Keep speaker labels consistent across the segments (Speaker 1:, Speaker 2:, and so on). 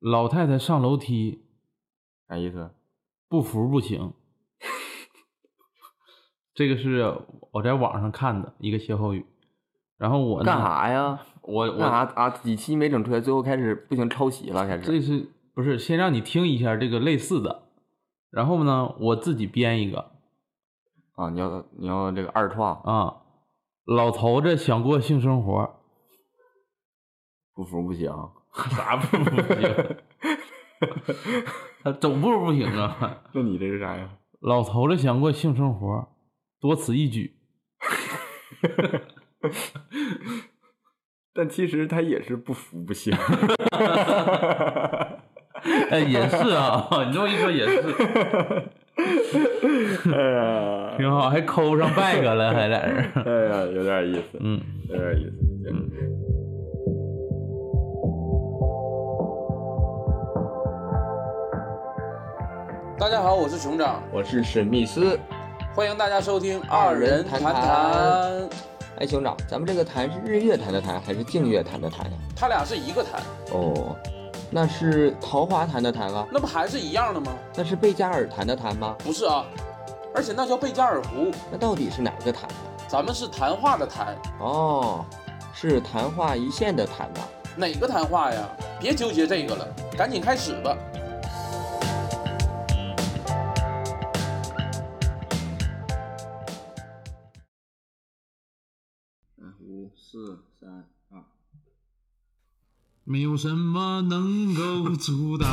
Speaker 1: 老太太上楼梯
Speaker 2: 啥意思？
Speaker 1: 不服不行。这个是我在网上看的一个歇后语，然后我呢
Speaker 2: 干？啥呀？
Speaker 1: 我我
Speaker 2: 干啥啊？几期没整出来，最后开始不行抄袭了，开始。
Speaker 1: 这是不是先让你听一下这个类似的，然后呢，我自己编一个
Speaker 2: 啊，你要你要这个二创，
Speaker 1: 啊。老头子想过性生活，
Speaker 2: 不服 不行。
Speaker 1: 啥不服不行？总部不行啊。
Speaker 2: 那你这是啥呀？
Speaker 1: 老头子想过性生活，多此一举。
Speaker 2: 但其实他也是不服不行。
Speaker 1: 哎，也是啊， 你这么一说也是，
Speaker 2: 哎呀，
Speaker 1: 挺好，还抠上 bag 了，还在这儿。
Speaker 2: 哎呀，有点意思，
Speaker 1: 嗯。
Speaker 2: 有点意思。行
Speaker 3: 大家好，我是熊掌，
Speaker 2: 我是史密斯，
Speaker 3: 欢迎大家收听
Speaker 2: 二人谈谈
Speaker 3: 谈。
Speaker 2: 哎，兄长，咱们这个谈是日月谈的谈，还是净月谈的谈呀？
Speaker 3: 他俩是一个谈，
Speaker 2: 哦，那是桃花谈的谈啊？
Speaker 3: 那不还是一样的吗？
Speaker 2: 那是贝加尔谈的谈吗？
Speaker 3: 不是啊，而且那叫贝加尔湖，
Speaker 2: 那到底是哪个谈？
Speaker 3: 咱们是谈话的谈，
Speaker 2: 哦，是昙花一现的昙吧？
Speaker 3: 哪个谈话呀？别纠结这个了，赶紧开始吧。
Speaker 2: 五四三二，
Speaker 4: 没有什么能够阻挡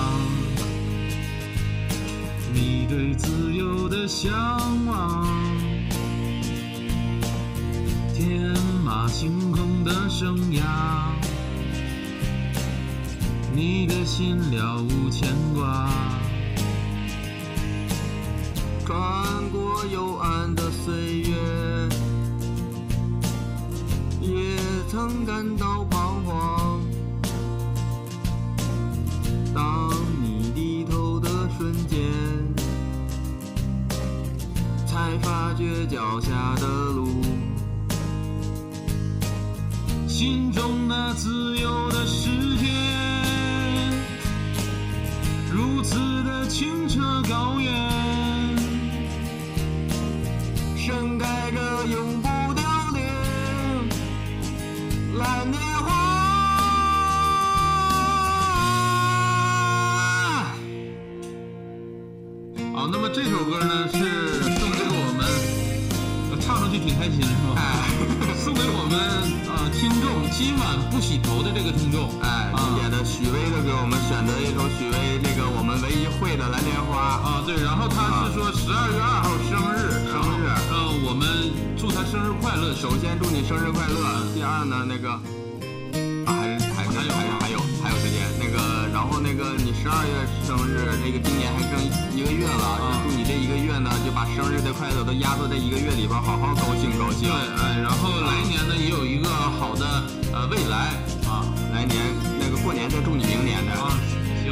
Speaker 4: 你对自由的向往。天马行空的生涯，你的心了无牵挂。穿过幽暗的岁月，也曾感到彷徨。当你低头的瞬间，才发觉脚下的路，心中那自由的世界，如此的清澈高远，盛开着永不凋零蓝莲花。啊，那么这首歌呢是送给我们，呃唱上去挺开心是吧？哎，送给我们啊、呃听众，今晚不洗头的这个听众，
Speaker 5: 哎，
Speaker 4: 啊
Speaker 5: 这点的许巍的给我们选择一首许巍这个我们唯一会的《蓝莲花》
Speaker 4: 啊，对，然后他是说十二月二号生日，
Speaker 5: 生
Speaker 4: 然后
Speaker 5: 日
Speaker 4: 呃，我们祝他生日快乐，首
Speaker 5: 首先祝你生日快乐，第二呢，那个啊，还是还是还是还有还有时间，那个然后那个你十二月生日，那个今年还剩一个月了，
Speaker 4: 啊
Speaker 5: 祝你这一个月呢就把生日的快乐都压缩在一个月里边，好好高兴高兴
Speaker 4: 对，。哎，然后来年呢也有一个好的呃未来啊
Speaker 5: 来年那个过年再祝你明年的。
Speaker 4: 啊，行，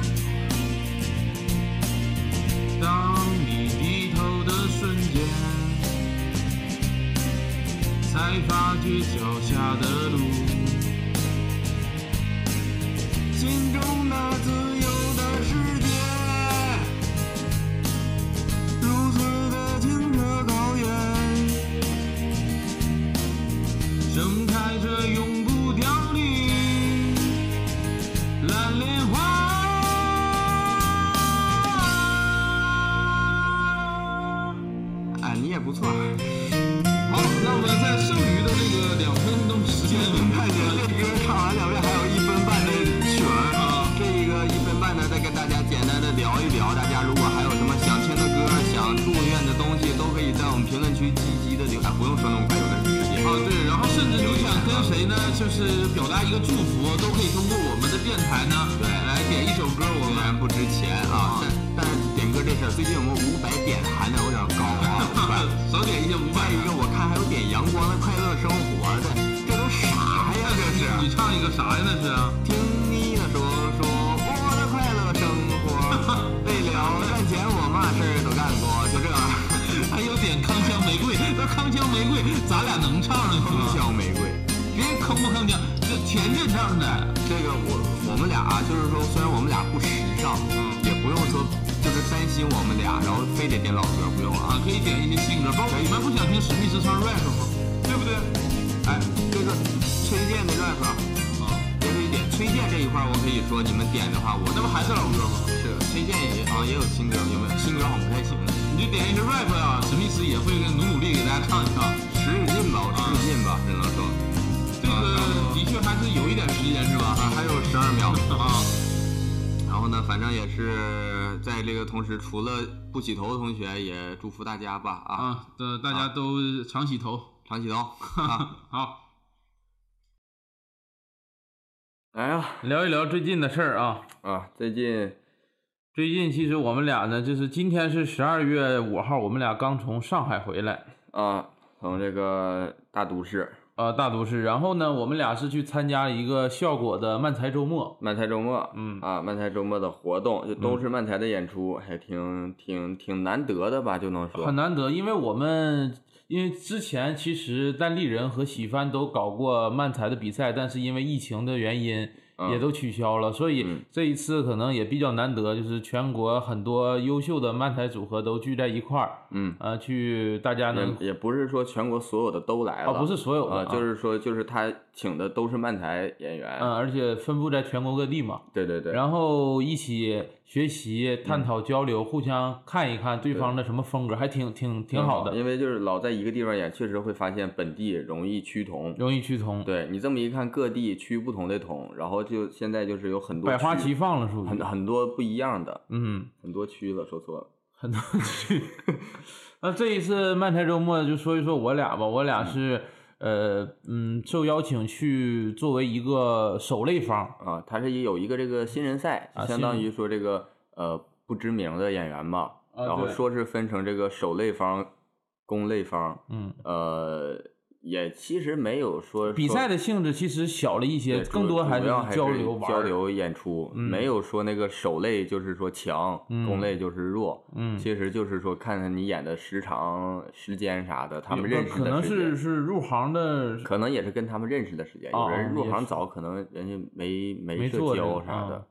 Speaker 4: 当你低头的瞬间，才发觉脚下的路。
Speaker 5: 心中那自由的世界，如此的清澈高远。
Speaker 4: 盛开着永不凋零蓝莲花。
Speaker 5: 哎，你也不错。
Speaker 4: 好，那我们在剩余的这个两分钟时间里面，
Speaker 5: 看见这歌唱完两遍，还有一分半的曲儿
Speaker 4: 啊
Speaker 5: 这一个一分半呢，再跟大家简单的聊一聊。大家如果还有什么想听的歌、想祝愿的东西，都可以在我们评论区积极的留。哎，不用说那么快，有的是时间
Speaker 4: 啊。对，然后甚至你想跟谁呢，就是表达一个祝福，都可以通过我们的电台
Speaker 6: 歌我
Speaker 4: 虽然
Speaker 6: 们
Speaker 4: 不值钱啊，
Speaker 6: 哦
Speaker 4: 但但是点歌这事儿，最近我们五百点含量有点高啊。五百
Speaker 6: 少点一些五
Speaker 4: 再
Speaker 6: 百
Speaker 4: 一个，我看还有点阳光的快乐生活的，这都啥呀？这是
Speaker 6: 你唱一个啥呀？那是啊，
Speaker 4: 听妮娜说说我的快乐生 活，为了赚钱我嘛事儿都干过，就这。哎
Speaker 6: 还有点铿锵玫瑰，那铿锵玫瑰咱俩能唱上去吗？
Speaker 4: 香玫瑰，
Speaker 6: 别铿不铿锵，这田震唱的，
Speaker 4: 这个我我们俩啊就是说，虽然我们俩不时尚，也不用说就是担心我们俩，然后非得点老歌，不用啊。
Speaker 6: 啊，可以点一些新歌，包括你们不想听史密斯唱 rap 吗？对不对？
Speaker 4: 哎，这个崔健的 rap 啊
Speaker 6: 啊，
Speaker 4: 也可以点。崔健这一块儿我可以说，你们点的话，我
Speaker 6: 那不还是老歌吗？
Speaker 4: 是崔健也好像也有新歌，有没有新歌好像不太行了。
Speaker 6: 你就点一些 rap 啊，史密斯也会努努力给大家唱一唱。
Speaker 4: 使使劲吧，我使使劲吧，只能说。
Speaker 6: 这个的确还是有一点时间是吧？
Speaker 4: 啊，还有十二秒。
Speaker 6: 啊，
Speaker 4: 然后呢，反正也
Speaker 5: 呃
Speaker 4: 是在这个同时，除了不洗头的同学，也祝福大家吧啊，
Speaker 6: 啊，呃，大家都常洗头。
Speaker 4: 常洗头啊。
Speaker 6: 好，
Speaker 5: 哎呀，
Speaker 1: 聊一聊最近的事儿啊。
Speaker 5: 啊，最近
Speaker 1: 最近其实我们俩呢，就是今天是十二月五号，我们俩刚从上海回来，
Speaker 5: 啊，从这个大都市
Speaker 1: 呃，大都市。然后呢，我们俩是去参加一个效果的漫才周末，
Speaker 5: 漫才周末，
Speaker 1: 嗯
Speaker 5: 啊，漫才周末的活动就都是漫才的演出，还挺挺挺难得的吧，就能说
Speaker 1: 很难得，因为我们因为之前其实单立人和喜帆都搞过漫才的比赛，但是因为疫情的原因
Speaker 5: 嗯
Speaker 1: 也都取消了，所以
Speaker 5: 嗯
Speaker 1: 这一次可能也比较难得，就是全国很多优秀的漫才组合都聚在一块儿，
Speaker 5: 嗯，
Speaker 1: 呃，去大家能
Speaker 5: 也也不是说全国所有的都来
Speaker 1: 啊
Speaker 5: 了，
Speaker 1: 不是所有的
Speaker 5: 啊，
Speaker 1: 啊
Speaker 5: 就是说就是他请的都是漫才演员，
Speaker 1: 嗯，而且分布在全国各地嘛，
Speaker 5: 对对对，嗯
Speaker 1: 然后一起学习、探讨、交流，互相看一看对方的什么风格，还挺挺挺好的，
Speaker 5: 因为就是老在一个地方演，确实会发现本地容易趋同。
Speaker 1: 容易趋同，
Speaker 5: 对你这么一看，各地趋不同的同，然后就现在就是有很多
Speaker 1: 百花
Speaker 5: 区
Speaker 1: 齐，放了，属于
Speaker 5: 很很多不一样的，
Speaker 1: 嗯。
Speaker 5: 很多区了，说错了。
Speaker 1: 很多去。那这一次漫才周末就说一说我俩吧，我俩是、呃嗯受邀请去作为一个守擂方，
Speaker 5: 啊，他是有一个这个新人赛，
Speaker 1: 啊
Speaker 5: 相当
Speaker 1: 新
Speaker 5: 于说这个呃不知名的演员嘛，
Speaker 1: 啊
Speaker 5: 然后
Speaker 1: 对
Speaker 5: 说是分成这个守擂方、攻擂方，
Speaker 1: 嗯，
Speaker 5: 呃，也其实没有说
Speaker 1: 比
Speaker 5: 说
Speaker 1: 赛的性质其实小了一些，
Speaker 5: 对
Speaker 1: 更
Speaker 5: 主
Speaker 1: 多
Speaker 5: 主
Speaker 1: 还是
Speaker 5: 要还
Speaker 1: 交
Speaker 5: 是
Speaker 1: 流玩
Speaker 5: 交
Speaker 1: 儿，
Speaker 5: 流演出，
Speaker 1: 嗯
Speaker 5: 没有说那个守擂就是说强，
Speaker 1: 嗯
Speaker 5: 攻擂就是弱，
Speaker 1: 嗯，
Speaker 5: 其实就是说看看你演的时长、时间啥的，他们
Speaker 1: 有
Speaker 5: 认识
Speaker 1: 可
Speaker 5: 的
Speaker 1: 能
Speaker 5: 时
Speaker 1: 是
Speaker 5: 间
Speaker 1: 是入行的
Speaker 5: 可能也是跟他们认识的时间，
Speaker 1: 哦
Speaker 5: 有人入
Speaker 1: 也
Speaker 5: 行
Speaker 1: 是
Speaker 5: 早，可能人家没
Speaker 1: 没
Speaker 5: 没社
Speaker 1: 做这
Speaker 5: 交
Speaker 1: 个
Speaker 5: 啥的，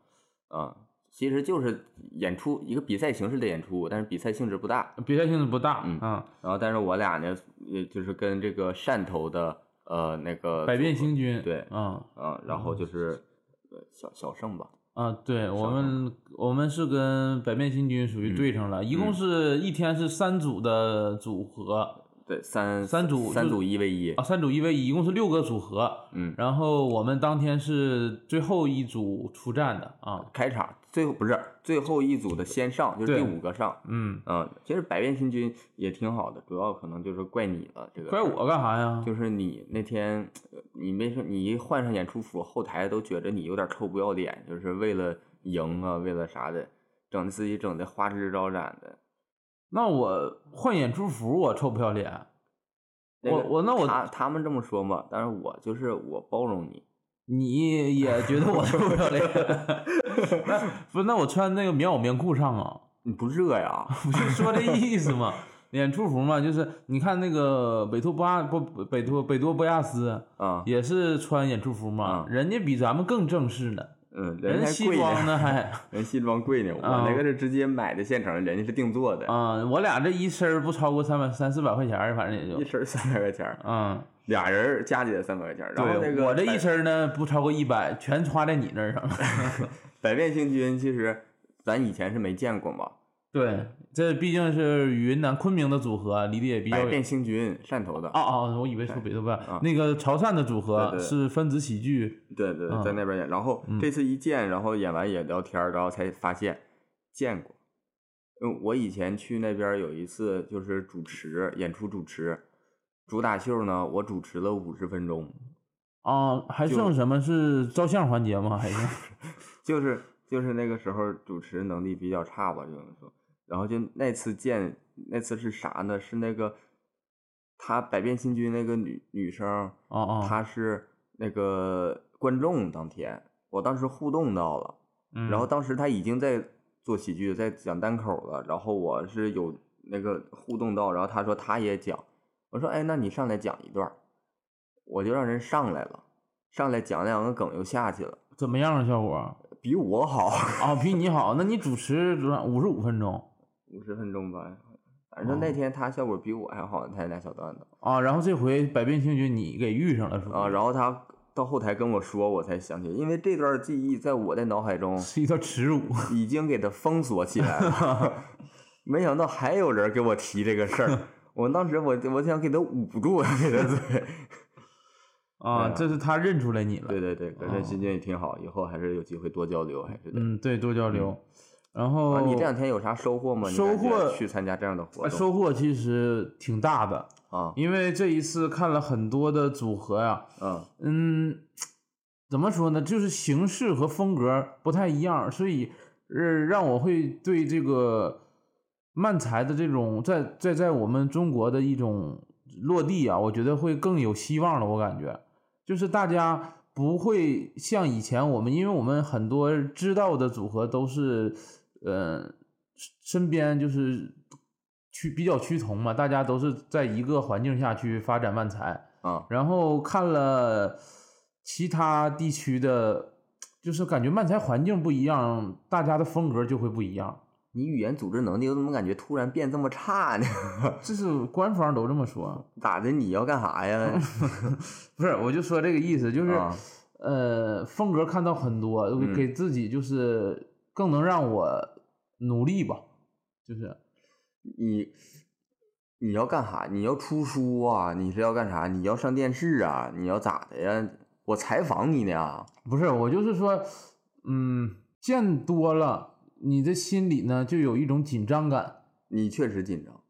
Speaker 5: 啊，其实就是演出一个比赛形式的演出，但是比赛性质不大。
Speaker 1: 比赛性质不大，
Speaker 5: 嗯
Speaker 1: 啊，
Speaker 5: 然后，但是我俩呢，呃，就是跟这个汕头的呃那个
Speaker 1: 百变
Speaker 5: 组合
Speaker 1: 星君，
Speaker 5: 对
Speaker 1: 啊
Speaker 5: 啊，然后就是呃小小胜吧，
Speaker 1: 啊，对我
Speaker 5: 上
Speaker 1: 们我们是跟百变星君属于
Speaker 5: 嗯
Speaker 1: 对上了，一共
Speaker 5: 嗯
Speaker 1: 是一天是三组的组合，
Speaker 5: 对三
Speaker 1: 三组
Speaker 5: 三
Speaker 1: 就
Speaker 5: 组一 v 一
Speaker 1: 啊，，三组一 v 一，一共是六个组合。
Speaker 5: 嗯，
Speaker 1: 然后我们当天是最后一组出战的啊，
Speaker 5: 开场最后不是最后一组的先上，就是第
Speaker 1: 对
Speaker 5: 五个上，
Speaker 1: 嗯，
Speaker 5: 嗯，其实百变星君也挺好的，主要可能就是怪你了，这个
Speaker 1: 怪
Speaker 5: 事儿
Speaker 1: 我干啥呀？
Speaker 5: 就是你那天，呃你没事，你一换上演出服，后台都觉得你有点臭不要脸，就是为了赢啊，为了啥的，整得自己整的花枝招展的。
Speaker 1: 那我换演出服，我臭不要脸。
Speaker 5: 那个
Speaker 1: 我我那我
Speaker 5: 他他们这么说嘛，但是我就是我包容你，
Speaker 1: 你也觉得我臭不要脸？ 那不是，那我穿那个棉袄棉裤上啊，
Speaker 5: 你不热呀？
Speaker 1: 不是说这意思吗？ 演出服嘛，就是你看那个北托巴不北托北多波亚斯
Speaker 5: 啊、
Speaker 1: 也是穿演出服嘛，
Speaker 5: 嗯
Speaker 1: 人家比咱们更正式呢，
Speaker 5: 嗯，
Speaker 1: 人
Speaker 5: 家
Speaker 1: 家
Speaker 5: 还
Speaker 1: 西
Speaker 5: 贵
Speaker 1: 装呢
Speaker 5: 呢，
Speaker 1: 还。
Speaker 5: 人西装贵呢，我
Speaker 1: 啊
Speaker 5: 那个是直接买的现成，人家是定做的，
Speaker 1: 啊、我俩这一身儿不超过三百三四百块钱儿，反正也就，
Speaker 5: 一身三百块钱儿，
Speaker 1: 嗯，
Speaker 5: 俩人儿加起来三百块钱儿，然后那
Speaker 1: 对，
Speaker 5: 个
Speaker 1: 我这
Speaker 5: 百
Speaker 1: 一身儿呢不超过一百，全花在你那儿上了。
Speaker 5: 百变星君其实咱以前是没见过嘛，
Speaker 1: 对，这毕竟是云南昆明的组合，离得也比较
Speaker 5: 百
Speaker 1: 远。
Speaker 5: 变星君汕头的
Speaker 1: 哦哦，我以为说别的吧
Speaker 5: 啊，
Speaker 1: 那个潮汕的组合
Speaker 5: 对对
Speaker 1: 是分子喜剧，
Speaker 5: 对对，
Speaker 1: 嗯
Speaker 5: 对，在那边演。然后这次一见，然后演完也聊天儿，然后才发现见过。嗯，我以前去那边有一次就是主持演出主持，主打秀呢，我主持了五十分钟，
Speaker 1: 哦啊、还剩什么是照相环节吗？还是
Speaker 5: 就是就是那个时候主持能力比较差吧，就能说。然后就那次见，那次是啥呢？是那个他百变星君那个女女生，
Speaker 1: 哦哦，
Speaker 5: 她是那个观众当天，我当时互动到了，
Speaker 1: 嗯
Speaker 5: 然后当时她已经在做喜剧，在讲单口了，然后我是有那个互动到，然后她说她也讲，我说哎，那你上来讲一段儿，我就让人上来了，上来讲两个梗又下去了，
Speaker 1: 怎么样啊？效果？
Speaker 5: 比我好。
Speaker 1: 啊，比你好，那你主持多少五十五分钟
Speaker 5: 五十分钟吧，反正那
Speaker 1: 哦
Speaker 5: 天他效果比我还好，他俩小段子
Speaker 1: 啊，然后这回百变星君你给遇上了是吧？
Speaker 5: 啊。然后他到后台跟我说，我才想起，因为这段记忆在我的脑海中
Speaker 1: 是一段耻辱，
Speaker 5: 已经给他封锁起来了。没想到还有人给我提这个事儿，我当时我我想给他捂住给他嘴。
Speaker 1: 啊，
Speaker 5: 对啊
Speaker 1: 这是他认出来你了。
Speaker 5: 对对对，可
Speaker 1: 哦
Speaker 5: 是心情也挺好，以后还是有机会多交流，还是得。
Speaker 1: 嗯，对，多交流。然后、
Speaker 5: 啊，你这两天有啥收获吗？你
Speaker 1: 收
Speaker 5: 感觉
Speaker 1: 获
Speaker 5: 去参加这样的活
Speaker 1: 呃
Speaker 5: 动
Speaker 1: 收获其实挺大的，
Speaker 5: 啊，
Speaker 1: 因为这一次看了很多的组合呀、
Speaker 5: 嗯
Speaker 1: 嗯，怎么说呢？就是形式和风格不太一样，所以呃，让我会对这个漫才的这种在在在我们中国的一种落地啊，我觉得会更有希望了。我感觉就是大家不会像以前我们，因为我们很多知道的组合都是呃身身边就是趋比较趋同嘛，大家都是在一个环境下去发展漫才。
Speaker 5: 啊
Speaker 1: 然后看了其他地区的，就是感觉漫才环境不一样，大家的风格就会不一样。
Speaker 5: 你语言组织能力，我怎么感觉突然变这么差呢？
Speaker 1: 这是官方都这么 说，
Speaker 5: 咋的？你要干啥呀？
Speaker 1: 不是？我就说这个意思，就是、
Speaker 5: 啊
Speaker 1: 呃，风格看到很多，我
Speaker 5: 嗯
Speaker 1: 给自己就是更能让我努力吧，就是
Speaker 5: 你你要干啥？你要出书啊？你是要干啥？你要上电视啊？你要咋的呀？我采访你呢，
Speaker 1: 不是我就是说，嗯，见多了，你的心里呢就有一种紧张感。
Speaker 5: 你确实紧张，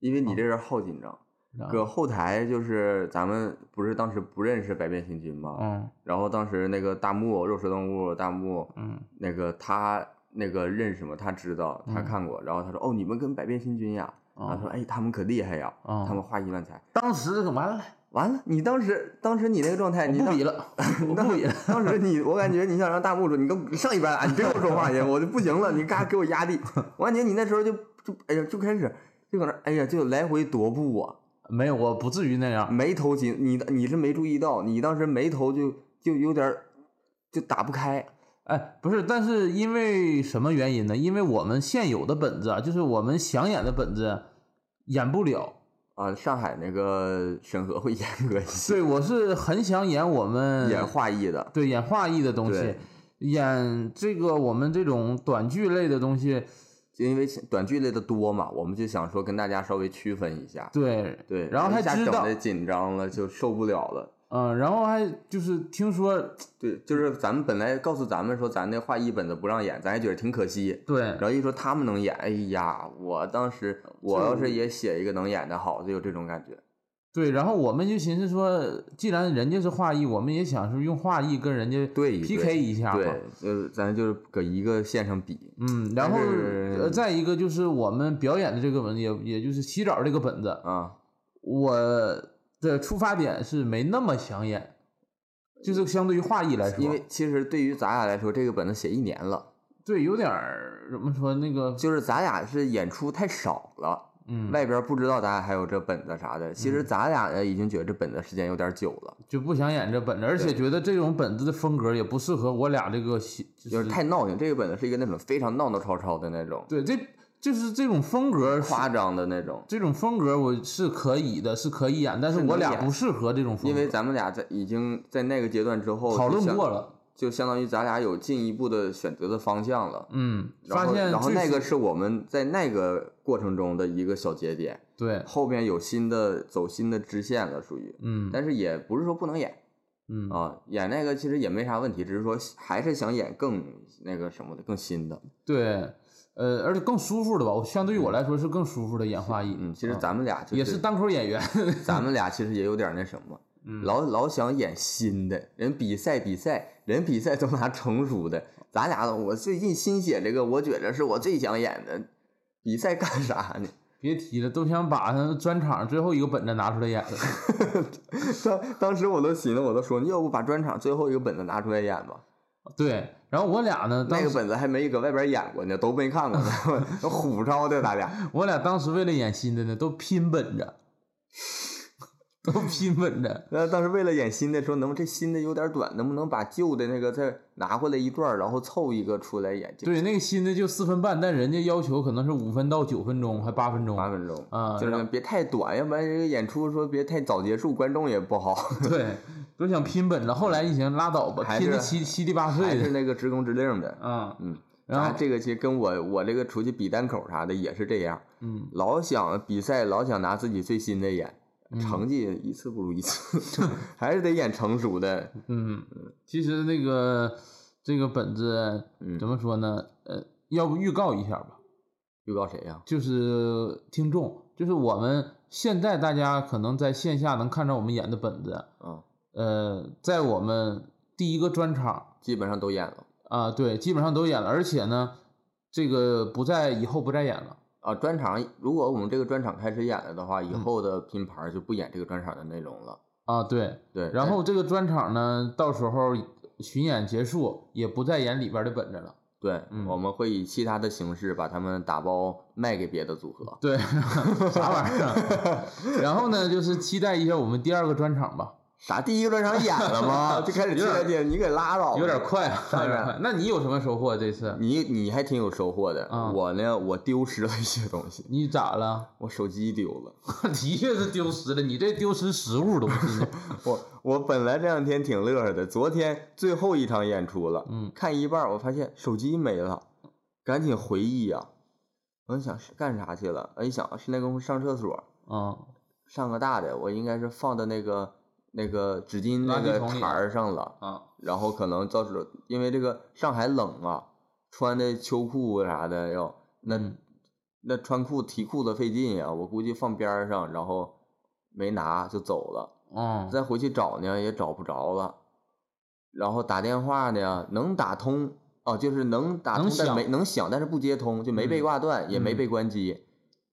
Speaker 5: 因为
Speaker 1: 哦
Speaker 5: 你这人好紧张。
Speaker 1: 然
Speaker 5: 搁
Speaker 1: 后
Speaker 5: 后台就是咱们不是当时不认识百变星君吗？
Speaker 1: 嗯
Speaker 5: 然后当时那个大木肉食动物大木，
Speaker 1: 嗯
Speaker 5: 那个他那个认识吗？他知道，他
Speaker 1: 嗯
Speaker 5: 看过，然后他说哦，你们跟百变星君呀？然后
Speaker 1: 嗯
Speaker 5: 说哎，他们可厉害呀，
Speaker 1: 嗯
Speaker 5: 他们画一万彩。
Speaker 1: 当时完了，
Speaker 5: 完了，你当时当时你那个状态，
Speaker 1: 我
Speaker 5: 你
Speaker 1: 不
Speaker 5: 当
Speaker 1: 比了，我
Speaker 5: 当
Speaker 1: 不比了。
Speaker 5: 当时你，我感觉你想让大木说，你给我上一班，啊你别跟我说话去，我就不行了，你嘎给我压力。我感觉你那时候就就哎呀就开始就搁那儿哎呀就来回踱步啊，
Speaker 1: 没有，我不至于那样。
Speaker 5: 眉头紧，你你是没注意到，你当时眉头就就有点儿就打不开，
Speaker 1: 哎，不是，但是因为什么原因呢？因为我们现有的本子啊，就是我们想演的本子演不了。
Speaker 5: 啊，上海那个审核会严格一些，
Speaker 1: 对，我是很想演我们
Speaker 5: 演画艺的，
Speaker 1: 对演画艺的东西
Speaker 5: 对，
Speaker 1: 演这个我们这种短剧类的东西。
Speaker 5: 就因为短剧类的多嘛，我们就想说跟大家稍微区分一下。
Speaker 1: 对，
Speaker 5: 对，
Speaker 1: 然后还
Speaker 5: 一下
Speaker 1: 知
Speaker 5: 整
Speaker 1: 道
Speaker 5: 的紧张了，就受不了了。
Speaker 1: 嗯、然后还就是听说，
Speaker 5: 对，就是咱们本来告诉咱们说咱那画一本子不让演，咱还觉得挺可惜。
Speaker 1: 对
Speaker 5: 然，后一说他们能演，哎呀，我当时我要是也写一个能演的好，就有这种感觉。
Speaker 1: 对，然后我们就寻思说，既然人家是画艺，我们也想是用画艺跟人家
Speaker 5: 对对
Speaker 1: PK 一下嘛。
Speaker 5: 对，就是咱就是搁一个线上比，
Speaker 1: 嗯，然
Speaker 5: 但
Speaker 1: 后
Speaker 5: 是
Speaker 1: 呃，再一个就是我们表演的这个本，也也就是洗澡这个本子，
Speaker 5: 啊，
Speaker 1: 我的出发点是没那么想演，就是相对于画艺来说，
Speaker 5: 因为其实对于咱俩来说，这个本子写一年了，
Speaker 1: 对有点儿怎么说那个，
Speaker 5: 就是咱俩是演出太少了，
Speaker 1: 嗯，
Speaker 5: 外边不知道咱俩还有这本子啥的。其实咱俩呢已经觉得这本子时间有点久了，
Speaker 1: 就不想演这本子，而且
Speaker 5: 对
Speaker 1: 觉得这种本子的风格也不适合我俩这个戏，
Speaker 5: 就
Speaker 1: 就是
Speaker 5: 太闹腾。这个本子是一个那种非常闹闹吵吵的那种，
Speaker 1: 对，这就是这种风格是
Speaker 5: 夸张的那种。
Speaker 1: 这种风格我是可以的，是可以演，但是
Speaker 5: 是
Speaker 1: 我
Speaker 5: 能
Speaker 1: 俩
Speaker 5: 演
Speaker 1: 不适合这种风
Speaker 5: 因
Speaker 1: 格，
Speaker 5: 为咱们俩在已经在那个阶段之后
Speaker 1: 讨
Speaker 5: 就
Speaker 1: 论
Speaker 5: 相
Speaker 1: 过，了，
Speaker 5: 就相当于咱俩有进一步的选择的方向了。
Speaker 1: 嗯，
Speaker 5: 然
Speaker 1: 发
Speaker 5: 后
Speaker 1: 现
Speaker 5: 然后
Speaker 1: 最
Speaker 5: 那
Speaker 1: 适
Speaker 5: 个是我们在那个过程中的一个小节点，
Speaker 1: 对，
Speaker 5: 后面有新的走新的支线了，属于。
Speaker 1: 嗯
Speaker 5: 但是也不是说不能演
Speaker 1: 嗯
Speaker 5: 啊，演那个其实也没啥问题，只是说还是想演更那个什么的，更新的。
Speaker 1: 对，呃，而且更舒服的吧，我相对于我来说是更舒服的演化艺。
Speaker 5: 嗯嗯，其实
Speaker 1: 啊
Speaker 5: 咱们俩就
Speaker 1: 也是单口演员，
Speaker 5: 咱们俩其实也有点那什么，
Speaker 1: 嗯
Speaker 5: 老老想演新的，人比赛比赛，人比赛都拿成熟的，咱俩我最近新写这个，我觉着是我最想演的，比赛干啥呢？
Speaker 1: 别提了，都想把他专场最后一个本子拿出来演了。
Speaker 5: 当当时我都寻思，我都说，要不把专场最后一个本子拿出来演吧？
Speaker 1: 对，然后我俩呢，当
Speaker 5: 那个
Speaker 1: 时
Speaker 5: 本子还没搁外边演过呢，都没看过呢， 虎超的咱俩。
Speaker 1: 我俩当时为了演新的呢，都拼本着， 都拼本着。
Speaker 5: 那当时为了演新的，说能不这新的有点短，能不能把旧的那个再拿过来一段儿，然后凑一个出来演？就
Speaker 1: 对，那个新的就四分半，但人家要求可能是五分到九分钟，还八分钟。
Speaker 5: 八分钟
Speaker 1: 啊
Speaker 5: 就是别太短，要不然这个演出说别太早结束，观众也不 好。
Speaker 1: 对，都想拼本了，后来一想拉倒吧，
Speaker 5: 还
Speaker 1: 拼的
Speaker 5: 是
Speaker 1: 七七里八
Speaker 5: 还
Speaker 1: 碎
Speaker 5: 是
Speaker 1: 的。
Speaker 5: 那个职工之令的，
Speaker 1: 嗯
Speaker 5: 嗯，
Speaker 1: 然后
Speaker 5: 啊这个其实跟我我这个出去比单口啥的也是这样，
Speaker 1: 嗯，
Speaker 5: 老想比赛，老想拿自己最新的演，
Speaker 1: 嗯
Speaker 5: 成绩一次不如一次， 还是得演成熟的。
Speaker 1: 嗯，其实那个这个本子
Speaker 5: 嗯
Speaker 1: 怎么说呢？呃，要不预告一下吧，
Speaker 5: 预告谁呀、
Speaker 1: 就是听众，就是我们现在大家可能在线下能看到我们演的本子，
Speaker 5: 啊？
Speaker 1: 呃，在我们第一个专场
Speaker 5: 基本上都演了
Speaker 1: 啊、对，基本上都演了，而且呢，这个不再以后不再演了。
Speaker 5: 啊。专场如果我们这个专场开始演了的话，
Speaker 1: 嗯
Speaker 5: 以后的拼盘就不演这个专场的内容了。
Speaker 1: 啊，对，
Speaker 5: 对，
Speaker 1: 然后这个专场呢，到时候巡演结束也不再演里边的本子了。
Speaker 5: 对，
Speaker 1: 嗯
Speaker 5: 我们会以其他的形式把它们打包卖给别的组合。
Speaker 1: 对，啥玩意儿？啊 然后呢，就是期待一下我们第二个专场吧，
Speaker 5: 啥？第一个专场演了 吗？就开始期
Speaker 1: 有点
Speaker 5: 待点，你给拉倒吧。
Speaker 1: 有点快啊，有
Speaker 5: 当
Speaker 1: 点
Speaker 5: 然
Speaker 1: 快。那你有什么收获这次？
Speaker 5: 你你还挺有收获的，
Speaker 1: 啊
Speaker 5: 我呢，我丢失了一些东西，
Speaker 1: 你咋了？
Speaker 5: 我手机丢了。
Speaker 1: 的确是丢失了，你这丢失实物东西。
Speaker 5: 我我本来这两天挺乐呵的，昨天最后一场演出了，
Speaker 1: 嗯
Speaker 5: 看一半儿我发现手机没了，赶紧回忆呀、我想是干啥去了？我一想是那功夫上厕所，
Speaker 1: 啊，
Speaker 5: 上个大的，我应该是放到那个那个纸巾那
Speaker 1: 垃圾
Speaker 5: 个
Speaker 1: 桶里
Speaker 5: 台儿上了，
Speaker 1: 啊，
Speaker 5: 然后可能到时候因为这个上海冷啊，穿的秋裤啥的要那、
Speaker 1: 嗯
Speaker 5: 那穿裤提裤子费劲呀、我估计放边儿上，然后没拿就走了。
Speaker 1: 嗯，
Speaker 5: 再回去找呢也找不着了，然后打电话呢能打通哦，就是能打通
Speaker 1: 能，
Speaker 5: 但
Speaker 1: 响
Speaker 5: 没能响，但是不接通，就没
Speaker 1: 嗯
Speaker 5: 被挂断，也没被关机。